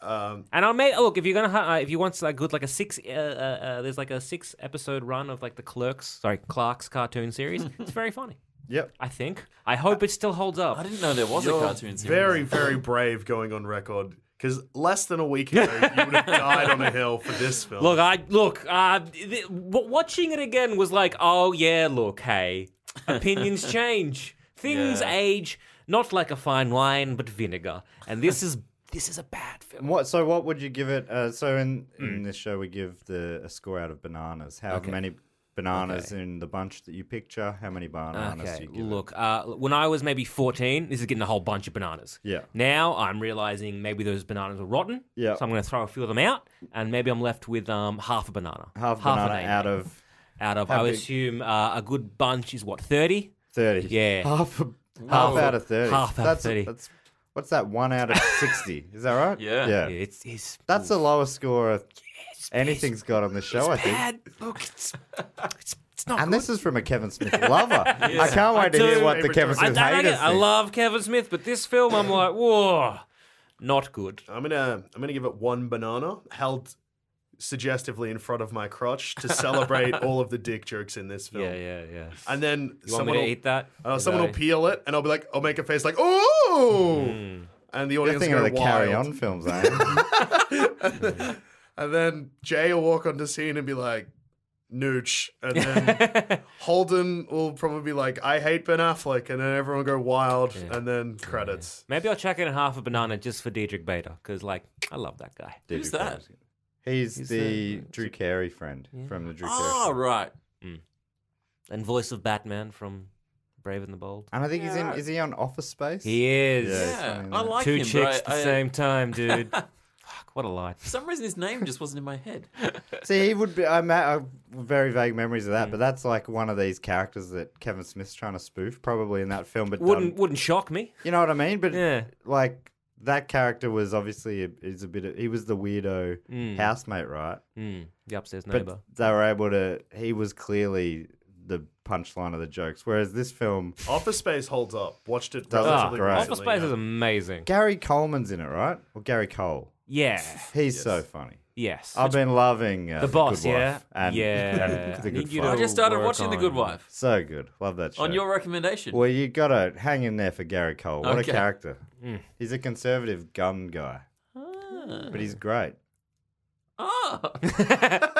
um,
And I'll make look if you're gonna ha- uh, if you want like good like a six uh, uh, uh, there's like a six episode run of like the Clerks sorry Clark's cartoon series. it's very funny.
Yep.
I think. I hope it still holds up.
I didn't know there was a cartoon series.
very, very brave going on record. Because less than a week ago, you would have died on a hill for this film.
Look, I look. Uh, th- w- watching it again was like, oh yeah, look, hey, opinions change, things age, not like a fine wine, but vinegar. And this is this is a bad film.
And what? So what would you give it? Uh, so in in
Mm.
this show, we give the a score out of bananas. How many bananas in the bunch that you picture? How many bananas
Okay,
you give? it?
look. Uh, when I was maybe fourteen, this is getting a whole bunch of bananas.
Yeah.
Now I'm realizing maybe those bananas are rotten.
Yeah.
So I'm going to throw a few of them out, and maybe I'm left with um half a banana.
half,
an
banana
eight.
out of
out of
how
I would
big?
assume uh, a good bunch is what thirty.
thirty.
Yeah.
half a, half,
Half a-
out of thirty.
half out of
that's,
30.
That's what's that? One out of sixty. Is that right?
Yeah.
Yeah.
It's, it's
That's the lowest score anything's got on the show. I think.
bad. Look, it's, it's, it's not
And
good.
this is from a Kevin Smith lover. I can't wait to
do.
hear what the Kevin
I, I,
Smith
like
haters
it. I
think.
love Kevin Smith, but this film, I'm like, whoa, not good.
I'm gonna I'm gonna give it one banana held suggestively in front of my crotch to celebrate all of the dick jokes in this film.
Yeah, yeah, yeah.
And then
You want
someone
me to
will,
eat that?
Uh,
Is
someone
that-
will peel it, and I'll be like, I'll make a face like, "Oh!"
Mm.
And the
You're
audience
thinking
will
of
go
the
wild.
Carry On films, eh? aren't you?
And then Jay will walk onto scene and be like, "Nooch," and then Holden will probably be like, "I hate Ben Affleck," and then everyone will go wild, and then credits.
Maybe I'll chuck in half a banana just for Diedrich Bader because, like, I love that guy.
Who's that?
He's, the Drew Carey
Ah,
friend from the Drew Carey.
Oh
show.
right.
And voice of Batman from Brave and the Bold.
And I think he's in. Is he on Office Space?
He is.
Yeah, he's
Yeah,
funny,
I
isn't it?
like
Two
him, but
chicks at
I-
the
I-
same time, dude. Fuck, what a lie.
For some reason, his name just wasn't in my head.
See, he would be. I, ma- I have very vague memories of that, but that's like one of these characters that Kevin Smith's trying to spoof, probably in that film. But done-
Wouldn't wouldn't shock me.
you know what I mean? But
Yeah.
like that character was obviously a, is a bit. Of, he was the weirdo housemate, right?
Mm, the upstairs
But
neighbor.
they were able to. He was clearly the punchline of the jokes, whereas this film,
Office Space holds up. Watched it
Does it?
relatively
Great.
Office
recently,
Space
yeah.
is amazing.
Gary Coleman's in it, right? Or Gary Cole.
Yeah.
He's so funny.
Yes.
I've been loving uh,
the
Good Wife
boss, yeah.
and,
yeah.
and the good
need you
Fight.
to
I just started
work
watching The Good
on-
Wife
So good. Love that show.
on your recommendation.
Well, you gotta hang in there for Gary Cole. What
Okay.
a character! He's a conservative gun guy,
Ah.
but he's great.
Ah.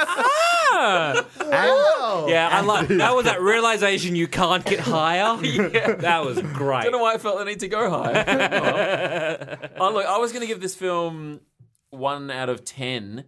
Ah!
Wow.
Yeah, I like that was that realization you can't get higher. That was great.
I don't know why I felt the need to go high. oh, look, I was going to give this film one out of ten,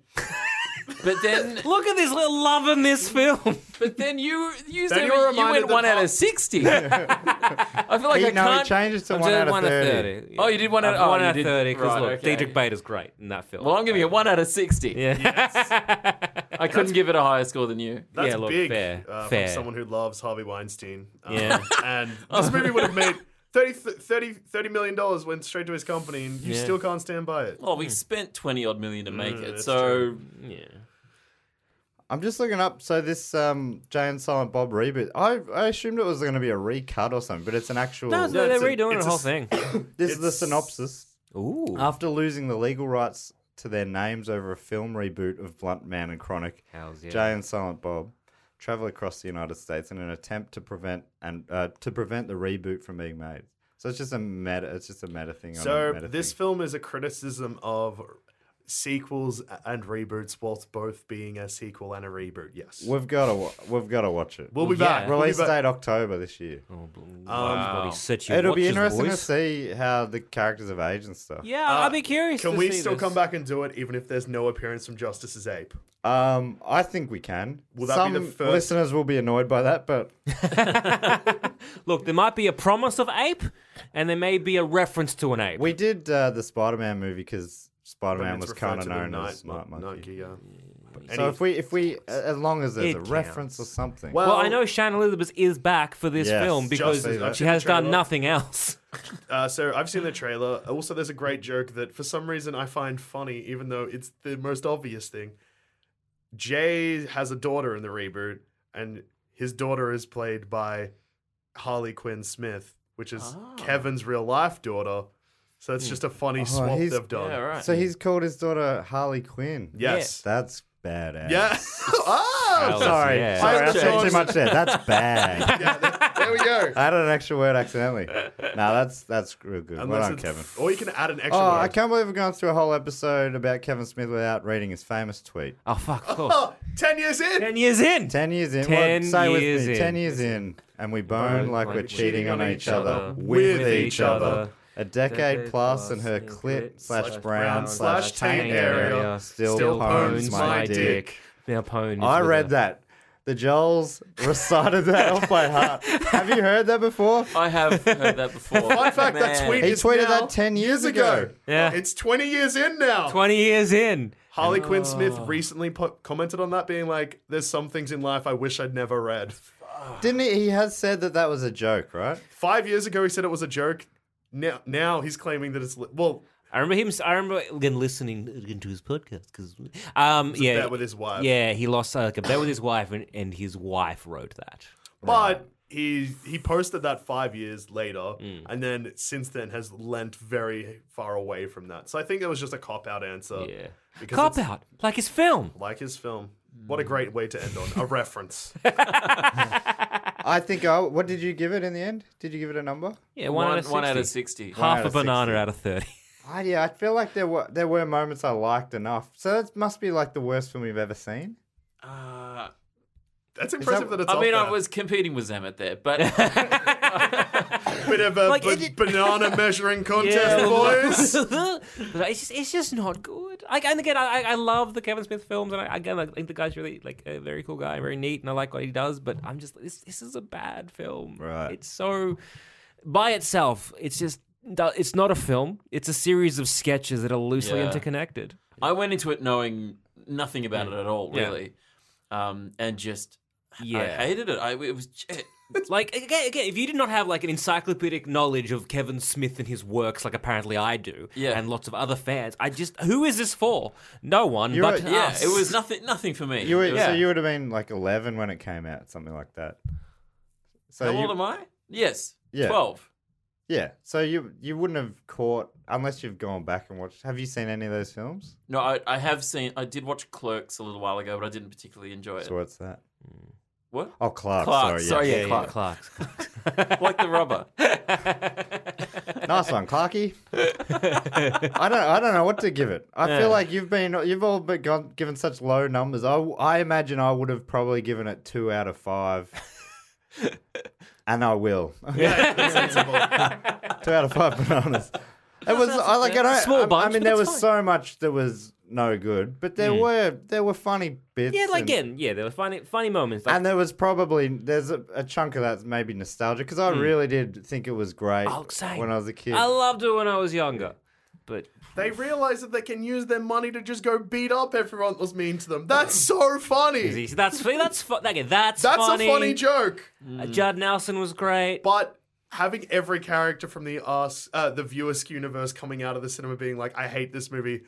but then,
Look at this little love in this film.
but then you you said
you were
you,
reminded
went
that
one out
Tom-
of sixty. I feel like
he,
I
no, he
can't.
changes to
I'm
one
doing
out of
one out
thirty.
Oh, you did one
I'm
out- oh,
one
you
out of
did-
thirty because
right,
look,
okay.
Diedrich Bader's great in that film.
well, I'm giving it one out of sixty.
yeah,
I couldn't give it a higher score than you.
That's
Yeah, look,
big
fair,
uh, from
fair.
someone who loves Harvey Weinstein. Um,
Yeah.
and this movie would have made 30, 30, 30 million dollars went straight to his company, and you
Yeah.
still can't stand by it.
Well, we spent twenty odd million to make
Mm,
it,
that's
so
yeah.
I'm just looking up. So this um, Jay and Silent Bob reboot. I, I assumed it was going to be a recut or something, but it's an actual.
No, no, they're
it's a-
redoing the
it's a
whole
s-
thing.
this is the
it's-
synopsis.
Ooh,
After losing the legal rights to their names over a film reboot of Blunt Man and Chronic,
Hells yeah.
Jay and Silent Bob travel across the United States in an attempt to prevent and uh, to prevent the reboot from being made. So it's just a meta. It's just a meta thing. on
So
a meta
this
thing.
film is a criticism of sequels and reboots, whilst both being a sequel and a reboot. Yes.
we've got to wa- we've got to watch it.
We'll be
Yeah.
back. We'll be
Release
back.
date October this year.
Oh. Bloody set your
Um, It'll be
watches,
interesting to
boys.
see Uh, how the characters have aged and stuff.
Yeah, I'll be curious.
Can
to
we
see
still
this.
come back and do it, even if there's no appearance from Justice's ape?
Um, I think we can.
Will that
Some
be the first-
listeners will be annoyed by that, but
Look, there might be a promise of ape, and there may be a reference to an ape.
we did uh, the Spider-Man movie because Spider-Man
It's
was
referred
kind of
to the
known
night-
as Smart
night-
Monkey.
Night, yeah.
So
Any-
if we if we as long as there's
It
a
counts.
reference or something.
Well,
well, I know Shannon Elizabeth is back for this
Yes,
film because
Justice- I've
she
seen the
has done
trailer.
nothing else.
Uh, so I've seen the
Mm.
trailer. Also, there's a great joke that for some reason I find funny, even though it's the most obvious thing. Jay has a daughter in the reboot, and his daughter is played by Harley Quinn Smith, which is
Ah.
Kevin's real life daughter. So
Hmm.
it's just a funny swap
Oh, he's-
they've done.
yeah, right.
So he's called his daughter Harley Quinn.
Yes.
That's badass.
Yes. oh,
Sorry.
Yeah.
Sorry, I
Sorry,
said
James.
too much there. That's bad.
there we go.
I added an extra word accidentally. No, that's that's real good.
Unless
well done,
it's-
Kevin.
Or you can add an extra
Oh,
word.
I can't believe we've gone through a whole episode about Kevin Smith without reading his famous tweet.
Oh fuck! Of course.
Oh, 10 years in.
Ten years in.
Ten years in.
10
what, say
years
with me.
in.
Ten years in, and we bone like, we're cheating on each other
with each other.
A decade, plus, and her clit slash brown slash taint area still,
still
pones my dick.
Now pwn.
I read that. The Joels recited that off by heart. Have you heard that before?
I have heard that before.
Fun fact, that
Man.
tweet
He
is
tweeted
now
that 10 years ago.
Yeah.
It's 20 years in now.
Twenty years in.
Harley Quinn Smith
Oh.
recently put, commented on that, being like, "There's some things in life I wish I'd never read."
Didn't he? He has said that that was a joke, right?
Five years ago, he said it was a joke. Now, now he's claiming that it's li- well
I remember him. I remember again listening again to his podcast because, um,
a
yeah,
bet with his wife.
Yeah, he lost uh, like a bet with his wife, and, and his wife wrote that.
But he he posted that five years later,
Mm.
and then since then has lent very far away from that. So I think it was just a cop out answer.
Yeah,
because
cop
it's
out like his film.
Like his film. What a great way to end on a reference.
I think. Oh, what did you give it in the end? Did you give it a number?
Yeah,
one,
one, out of
one out of
60.
sixty.
out
Half a
of 60.
banana out of thirty.
I, yeah, I feel like there were there were moments I liked enough. So that must be like the worst film we've ever seen.
Uh,
That's impressive that,
that-
it's.
I mean,
up
I
there.
was competing with Zamet there, but I
Bit of a
Like,
ba-
it- it-
banana measuring contest,
Yeah.
boys.
But it's just, it's just not good. Like, and again, I, I- I love the Kevin Smith films, and I, again, like, I think the guy's really like a very cool guy, very neat, and I like what he does. But I'm just this, this is a bad film.
Right.
It's so by itself. It's just it's not a film. It's a series of sketches that are loosely
Yeah.
interconnected.
I went into it knowing nothing about it at all,
Yeah.
really, um, and just
Yeah.
I hated it. I it was it,
like again, again, if you did not have like an encyclopedic knowledge of Kevin Smith and his works, like apparently I do,
Yeah.
and lots of other fans, I just who is this for? No one,
You're
but
right.
yeah,
us.
it was nothing nothing for me.
You were,
It was-
So you would have been like 11 when it came out, something like that. So
How
you,
old am I? Yes,
Yeah.
twelve.
yeah, so you you wouldn't have caught unless you've gone back and watched. Have you seen any of those films?
No, I, I have seen. I did watch Clerks a little while ago, but I didn't particularly enjoy it.
So what's that?
What?
Oh, Clark.
Clark,
Sorry, yeah.
sorry, yeah,
yeah,
Clark.
Clark's.
like the rubber.
yeah. Nice one, Clarky. I don't I don't know what to give it. I feel like you've been you've all been gone, given such low numbers. I I imagine I would have probably given it two out of five. and I will. two out of five bananas. It was I like I don't,
Small
I,
bunch,
I mean
but
there
it's
was
fine. Hmm.
so much that was no good, but there were there were funny bits.
yeah, like
and,
again, yeah, there were funny, funny moments. Like,
and there was probably there's a, a chunk of that's maybe nostalgia because I really did think it was great
I'll say,
when I was a kid.
Hmm. Oh, I loved it when I was younger, but
They realize that they can use their money to just go beat up everyone that was mean to them. That's so funny.
that's that's fu- okay, that's
That's
funny.
a funny joke.
Uh, Judd Nelson was great.
But having every character from the us uh, the Viewersk universe coming out of the cinema being like, I hate this movie.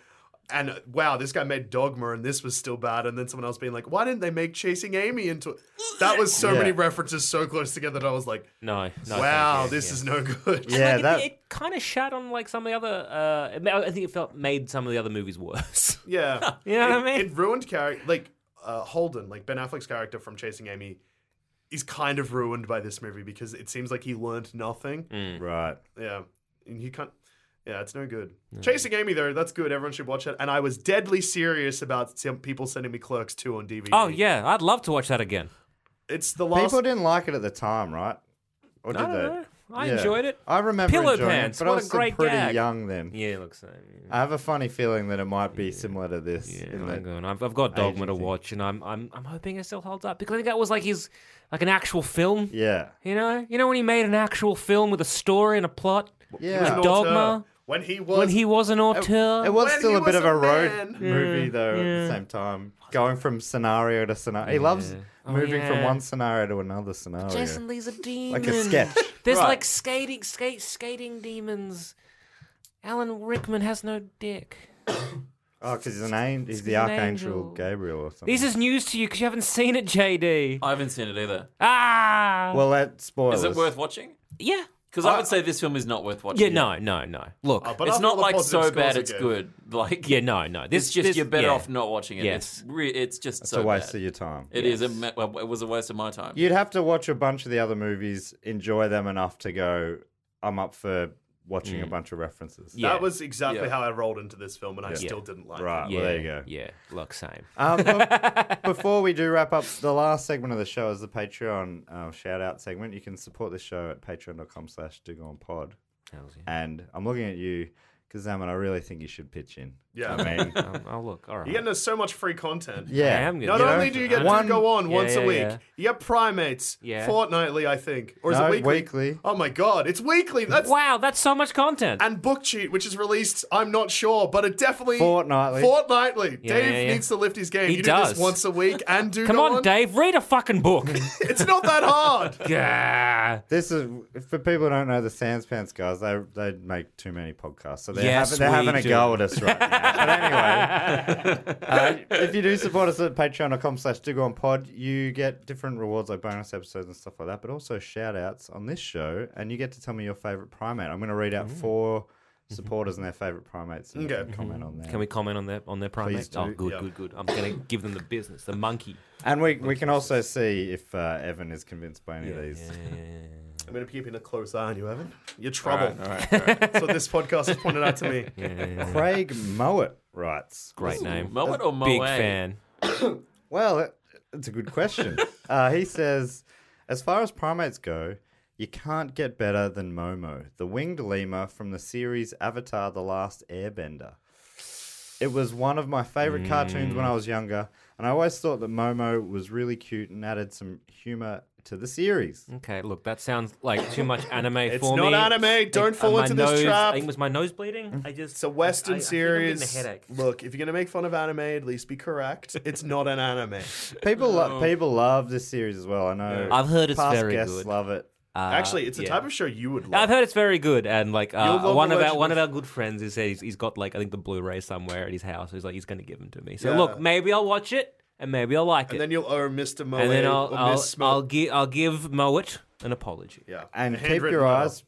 And uh, wow, this guy made Dogma and this was still bad. And then someone else being like, why didn't they make Chasing Amy into it? That was so
Yeah.
many references so close together that I was like,
No, no, thank
wow,
you,
this
yeah.
is no good.
yeah,
Like, it-
that
it, kind of shat on like some of the other. Uh, it ma- I think it felt made some of the other movies worse.
Yeah.
You know
it,
what I mean?
It ruined character. Like, uh, Holden, like Ben Affleck's character from Chasing Amy, is kind of ruined by this movie because it seems like he learned nothing.
right.
Yeah. And he can't. Yeah, it's no good. Chasing Amy, though, that's good. Everyone should watch it. And I was deadly serious about some people sending me Clerks 2 on DVD.
oh yeah, I'd love to watch that again.
It's the last.
People didn't like it at the time, right? Or did
I
they?
don't know. I
Yeah.
enjoyed it.
I remember
Pillow
enjoying
Pants,
it, but I
what a
was still
great
pretty
gag.
young then.
Yeah, it looks. Um,
I have a funny feeling that it might be similar to this.
Yeah,
in
I'm
that-
going. I've, I've got Dogma to
agency.
watch, and I'm I'm I'm hoping it still holds up because I think that was like his like an actual film.
yeah.
You know, you know when he made an actual film with a story and a plot.
Yeah.
An auteur.
Dogma.
uh, When he was.
when he was an auteur.
It was
When
still
he
a bit
was
of
a
a road
man.
movie, though, at the same time. Going from scenario to scenario. He loves
Oh,
moving from
yeah.
one scenario to another scenario.
Jason Lee's a demon.
like a sketch.
There's like skating, skate, skating demons. Alan Rickman has no dick.
Oh, because he's an angel. He's the
an
Archangel
angel.
Gabriel or something.
This is news to you because you haven't seen it, JD.
I haven't seen it either.
Ah.
well, that spoilers.
Is it worth watching?
yeah.
Because I would say this film is not worth watching.
Yeah. No. No. No. Look.
Uh, but
it's
after all
not
the
like
positive
so
scores
bad
he
it's
gave.
good. Like
yeah. No. No. This
it's just
this-
you're better
yeah.
off not watching it.
Yes.
It's re- it's just
It's
so
a waste
bad.
of your time.
It is a ma- well, it was a waste of my time.
You'd have to watch a bunch of the other movies, enjoy them enough to go, I'm up for watching a bunch of references.
Mm. Yeah.
That was exactly
Yeah.
how I rolled into this film, and I
Yeah.
still didn't like it.
Right,
Yeah.
well, there you go.
Yeah. Look. Same.
Um, but before we do wrap up, the last segment of the show is the Patreon uh, shout out segment. You can support the show at patreon.com slash pod.
Hells yeah.
And I'm looking at you, Kazaman, I really think you should pitch in.
Yeah.
I mean,
Um, oh look. All
You're
right.
getting us so much free content.
yeah.
I am good.
Not
You know,
only do you get
one-
to go on
Yeah,
once
yeah,
a week,
yeah.
you get primates
Yeah.
fortnightly, I think. Or is
No,
it weekly?
weekly.
Oh my god, it's weekly. That's
Wow. That's so much content.
and book cheat, which is released, I'm not sure, but it definitely
Fortnightly.
Fortnightly.
Yeah,
Dave
yeah, yeah.
needs to lift his game.
He
you do
does.
this once a week and do
Come
no
on,
one-
Dave. Read a fucking book.
It's not that hard.
yeah.
This is for people who don't know the Sans Pants guys. They they make too many podcasts, so they're,
Yes,
having, they're
we
having a
do.
go at us right now. But anyway, uh, if you do support us at Patreon.com/slash Pod, you get different rewards like bonus episodes and stuff like that, but also shout outs on this show, and you get to tell me your favorite primate. I'm going to read out four supporters and their favorite primates. And you
Okay.
can comment on that.
Mm-hmm. Can we comment on their on their primates?
do.
Oh, good,
Yeah.
good, good. I'm gonna give them the business. The monkey.
and we we can also see if uh, Evan is convinced by any of these.
I'm going to be keeping a close eye on you, Evan. You're trouble. so this podcast has pointed out to me.
Craig Mowat writes.
Great name.
Mowat or Moe?
Big fan.
Well, it- it's a good question. uh, he says, as far as primates go, You can't get better than Momo, the winged lemur from the series Avatar The Last Airbender. It was one of my favorite cartoons
Mm.
when I was younger, and I always thought that Momo was really cute and added some humor to the series.
Okay, look, that sounds like too much anime
It's
for me.
not anime. Don't
Like,
fall
uh,
into
my
this
nose-
trap. Mm-hmm.
I think it was my nose bleeding. I just
It's a Western
I- I think I'm getting
series.
a headache.
Look, if you're gonna make fun of anime, at least be correct. It's not an anime.
Uh,
People, lo- people love this series as well. I know.
Oh. I've heard it's
past
very
guests
good.
love it.
Uh,
Actually, it's a
yeah.
type of show you would
I've
love.
heard it's very good, and like uh,
You'll love
one
The
of our
Legend
one
of-
of our good friends is he's, he's got like I think the Blu-ray somewhere at his house. He's like he's going to give them to me. So
Yeah.
look, maybe I'll watch it, and maybe I'll like
and
it,
then you'll owe Mr. Moe
and then I'll
or
I'll,
Miss Smo-
I'll, gi- I'll give Mowat an apology.
yeah.
And
A
keep
handwritten
your
letter.
eyes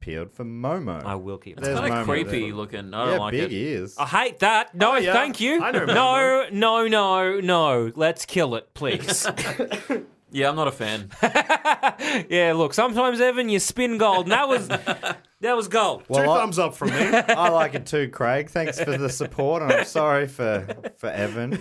peeled for Momo.
I will keep.
There's
it.
Kind
Momo
of creepy
there.
looking. I don't
yeah,
like
big
it.
ears.
I hate that. No,
Oh, yeah.
thank you.
I know
no, no, no, no. Let's kill it, please.
Yeah, I'm not a fan.
yeah, look. Sometimes Evan, you spin gold, and that was that was gold.
Two
Well, I-
thumbs up from me.
I like it too, Craig. Thanks for the support, and I'm sorry for for Evan. And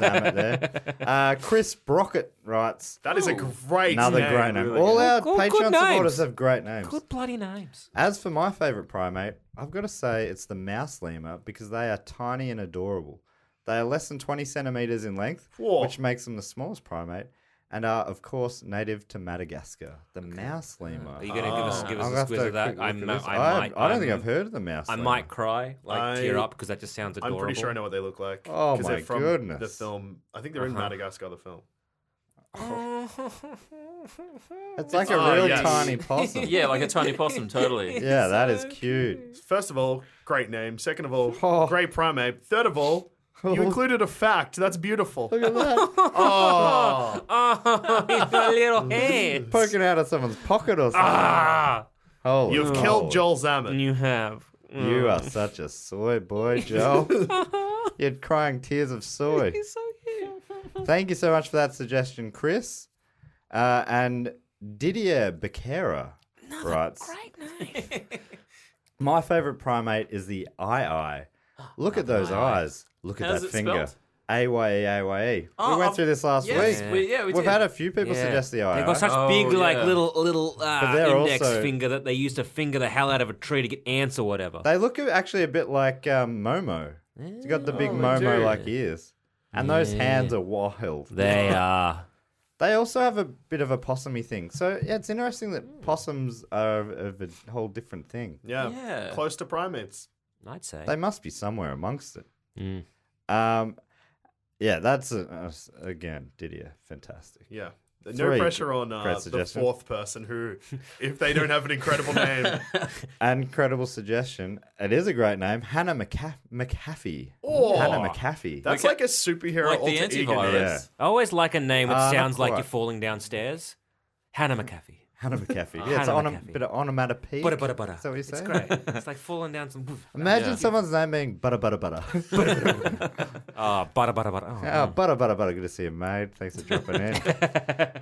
Zamet there. Uh, Chris Brockett writes
That is a great
another
name.
great name. All our
Good- good
Patreon
names.
supporters have great names.
Good bloody names.
As for my favorite primate, I've got to say it's the mouse lemur because they are tiny and adorable. They are less than 20 centimeters in length,
Whoa.
which makes them the smallest primate, and are of course native to Madagascar. The mouse lemur. Oh.
Are you going to give
Ah.
us give
I'll
us a
have to
squiz of that?
quick look
I,
at
I,
this. I,
might.
I don't think
I'm-
I've heard of the mouse.
I
lemur.
might cry, like tear
I-
up, because that just sounds
I'm
adorable.
pretty sure I know what they look like.
Oh
'cause they're
my
from
goodness.
The film. I think they're
Uh-huh.
in Madagascar. The film.
It's like
Oh,
a real
yes.
tiny possum.
yeah, like a tiny possum, totally.
Yeah, that is cute.
First of all, great name. Second of all,
Oh.
great primate. Third of all, you included a fact. That's beautiful.
Look at that.
Oh,
Oh, it's a little hand.
Poking out of someone's pocket or something.
Ah,
Holy
you've
cow.
killed Joel Zammit.
you have.
You
Oh.
are such a soy boy, Joel. You're crying tears of soy.
so cute.
Thank you so much for that suggestion, Chris. Uh, and Didier Becerra writes My favorite primate is the eye eye. Look at those eyes. Look at
How's
that
it
finger.
spelled?
A Y E A Y E. We
Oh,
went
I've-
through this last
yes,
week.
we- yeah, we
have
did.
had a few people suggest the eye
They've
eye.
got such
Oh,
big, like
yeah.
little little uh,
they're
index
also-
finger that they used to finger the hell out of a tree to get ants or whatever.
They look actually a bit like um, Momo. He's got the big
Oh, they
Momo
do.
like ears. And those hands are wild.
They are.
They also have a bit of a possumy thing. So yeah, it's interesting that possums are of a whole different thing.
Yeah,
Yeah.
close to primates.
I'd say.
They must be somewhere amongst it.
Mm.
Um, yeah, that's a, uh, s- again Didier, fantastic.
Yeah. No
Three.
pressure on
Great
uh, the
suggestion.
fourth person who, if they don't have an incredible name.
Incredible suggestion. It is a great name, Hannah McCa- McAfee.
Oh.
Hannah McAfee.
That's like a superhero
Like the
alter ego name.
antivirus.
Yeah.
I always like a name that
Uh, not
sounds like
quite.
you're falling downstairs. Hannah McAfee.
Hannah McAfee. Yeah,
Hannah
it's on a
McAfee.
bit of onomatopoeia.
Butter, butter, butter.
Is that what you're saying?
It's great. it's like falling down some.
Imagine
Yeah.
someone's name being butter, butter, butter.
Oh, butter, butter, butter. Oh,
Oh, butter, butter, butter. Good to see you, mate. Thanks for dropping in.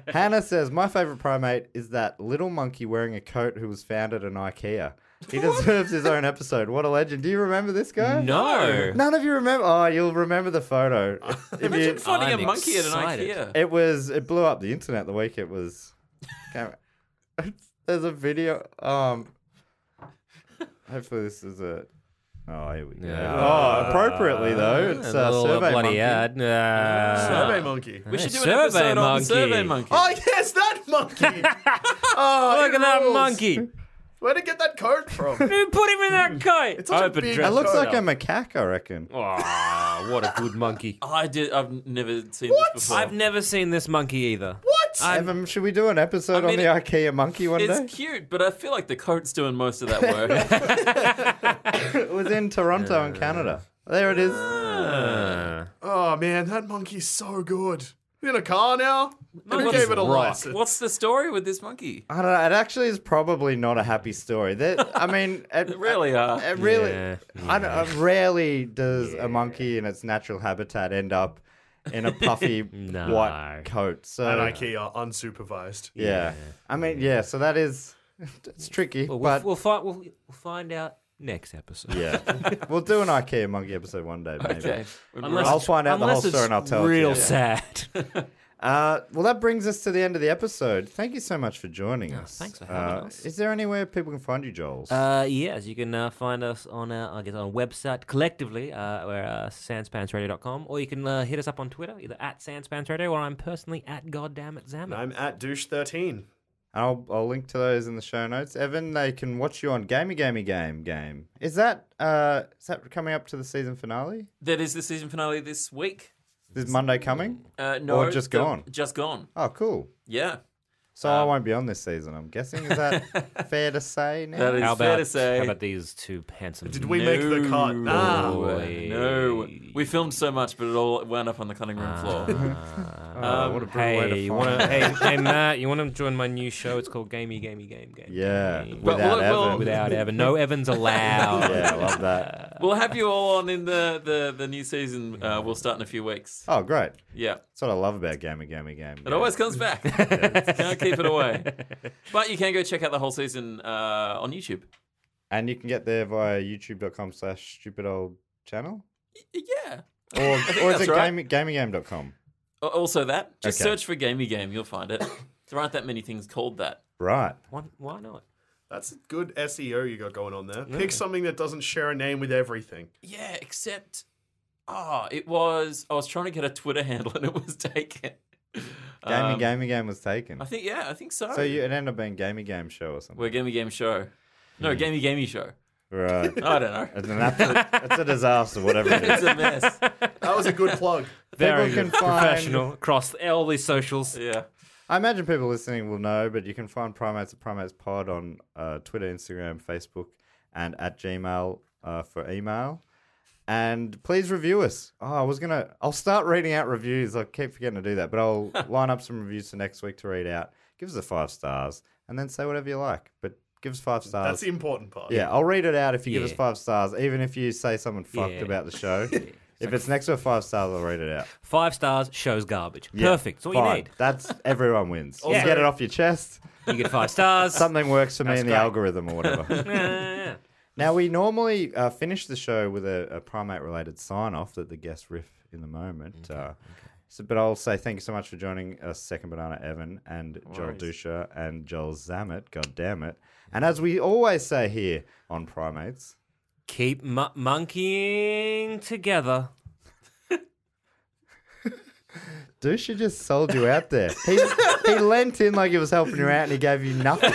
Hannah says, My favorite primate is that little monkey wearing a coat who was found at an IKEA. He deserves his own episode. What a legend. Do you remember this guy?
No.
None of you remember. Oh, you'll remember the photo. If
Imagine
you-
finding
I'm
a monkey
excited.
at an IKEA.
it was, it blew up the internet the week it was. There's a video. Um, hopefully, this is a. Oh, here we go.
Yeah.
Oh, appropriately, though. It's uh,
little
Survey
bloody
Monkey.
ad. Uh,
Survey monkey.
We should do an
Survey
episode on
monkey.
the survey monkey.
Oh yes, that monkey. oh,
Look
he
at that
rules.
monkey.
Where'd he get that coat from?
Who put him in that coat?
It's such a big
It looks
photo.
like a macaque, I reckon.
Oh, what a good monkey.
I did. I've never seen this before.
I've never seen this monkey either.
What?
Evan, should we do an episode
I mean,
on the IKEA monkey one day?
It's cute, but I feel like the coat's doing most of that work.
It was in Toronto in Canada. There it is.
Oh man, that monkey's so good. He's in a car now. And who
Monkey's
gave it a
rock.
license?
What's the story with this monkey?
I don't know. It actually is probably not a happy story. There, I mean, it,
Really are.
It really.
Yeah,
I don't, uh, rarely does a monkey in its natural habitat end up in a puffy
No.
white coat. So
At IKEA, unsupervised.
Yeah. I mean, yeah. So that is. It's tricky,
Well, we'll,
but
we'll, fi- we'll, we'll find out next episode.
yeah, we'll do an IKEA monkey episode one day. Maybe.
Okay.
I'll find out the whole
Unless
story
it's
and I'll tell it to
real
you.
sad.
Uh, well, that brings us to the end of the episode. Thank you so much for joining us.
thanks for having
Uh,
us.
Is there anywhere people can find you, Joel?
Uh, yes, you can uh, find us on our, I guess, on our website collectively. Uh, we're uh, sanspantsradio.com, or you can uh, hit us up on Twitter, either at sanspantsradio, or I'm personally at goddamn it
And
Zammit.
I'm at douche thirteen.
I'll, I'll link to those in the show notes. Evan, they can watch you on Gamey Gamey Game Game. Is that uh, is that coming up to the season finale?
That is the season finale this week.
Is Monday coming?
Uh, no,
Or just
the-
gone.
Just gone.
Oh, cool.
Yeah,
So
Uh,
I won't be on this season, I'm guessing. Is that fair to say now?
that is
How
fair
about,
to say.
how about these two handsome?
Did we make the cut?
No.
Ah,
No, we filmed so much, but it all wound up on the cutting room floor.
Oh, what a brutal way to
Uh, Hey, you
find
want to?
out.
hey, hey, Matt, you want to join my new show? It's called Gamey, Gamey, Game, Game.
Yeah,
Game.
without
well, well,
Evan.
without Evan, no Evans allowed.
yeah, I love that.
we'll have you all on in the the, the new season. Uh, we'll start in a few weeks.
Oh, great.
Yeah,
That's what I love about Gamey Gamey Game.
it always comes back. Can't keep it away. But you can go check out the whole season uh, on YouTube.
And you can get there via youtube.com slash stupid old channel.
Yeah.
Or, or is
that's
it
right.
gamey, gameygame.com?
Al- Also that. Just
Okay.
search for Gamey Game. You'll find it. There aren't that many things called that.
Right.
Why, why not?
that's good SEO you got going on there. Pick something that doesn't share a name with everything.
Yeah, except ah, it was. I was trying to get a Twitter handle and it was taken.
Gamey
Um,
Gamey Game was taken.
I think yeah, I think so.
so you, it ended up being Gamey Game Show or something.
We're Gamey Game Show. No, Gamey Gamey Show.
Right.
I don't know.
It's an absolute, it's a disaster, whatever it
It's
is.
a mess.
That was a good plug.
Very
People can
good.
find-
professional across all these socials.
Yeah.
I imagine people listening will know, but you can find Primates at Primates Pod on uh, Twitter, Instagram, Facebook, and at Gmail uh, for email. And please review us. Oh, I was gonna. I'll start reading out reviews. I keep forgetting to do that, but I'll line up some reviews for next week to read out. Give us the five stars, and then say whatever you like. But give us five stars.
That's the important part.
Yeah, I'll read it out if you give us
Yeah.
five stars, even if you say someone fucked
Yeah.
about the show. If it's next to a five stars, I'll read it out.
Five stars, show's garbage.
Yeah,
Perfect. That's all you
fine.
need.
That's everyone wins. You
Also-
get it off your chest.
You get five stars.
Something works for me
That's
in the
great.
algorithm or whatever.
Yeah.
now we normally uh, finish the show with a, a primate related sign off that the guests riff in the moment. uh, So, but I'll say thank you so much for joining us, Second Banana Evan and Joel Dusha and Joel Zammit. God damn it! And as we always say here on Primates.
Keep mu- monkeying together.
Dusha just sold you out there. He, he lent in like he was helping you out and he gave you nothing.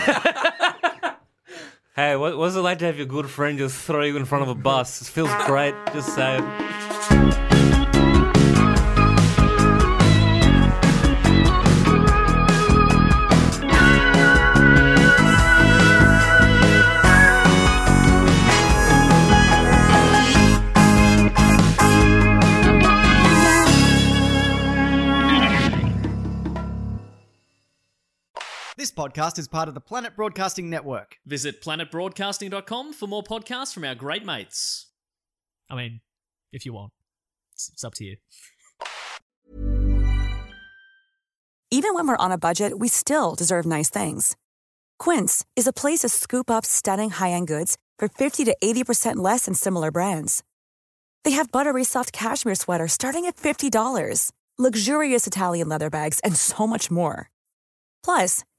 Hey, what, what's it like to have your good friend just throw you in front of a bus? It feels great. Just saying.
This podcast is part of the Planet Broadcasting Network.
Visit planetbroadcasting.com for more podcasts from our great mates. I mean, if you want, it's, it's up to you.
Even when we're on a budget, we still deserve nice things. Quince is a place to scoop up stunning high end goods for 50 to 80% less than similar brands. They have buttery soft cashmere sweaters starting at $50, luxurious Italian leather bags, and so much more. Plus,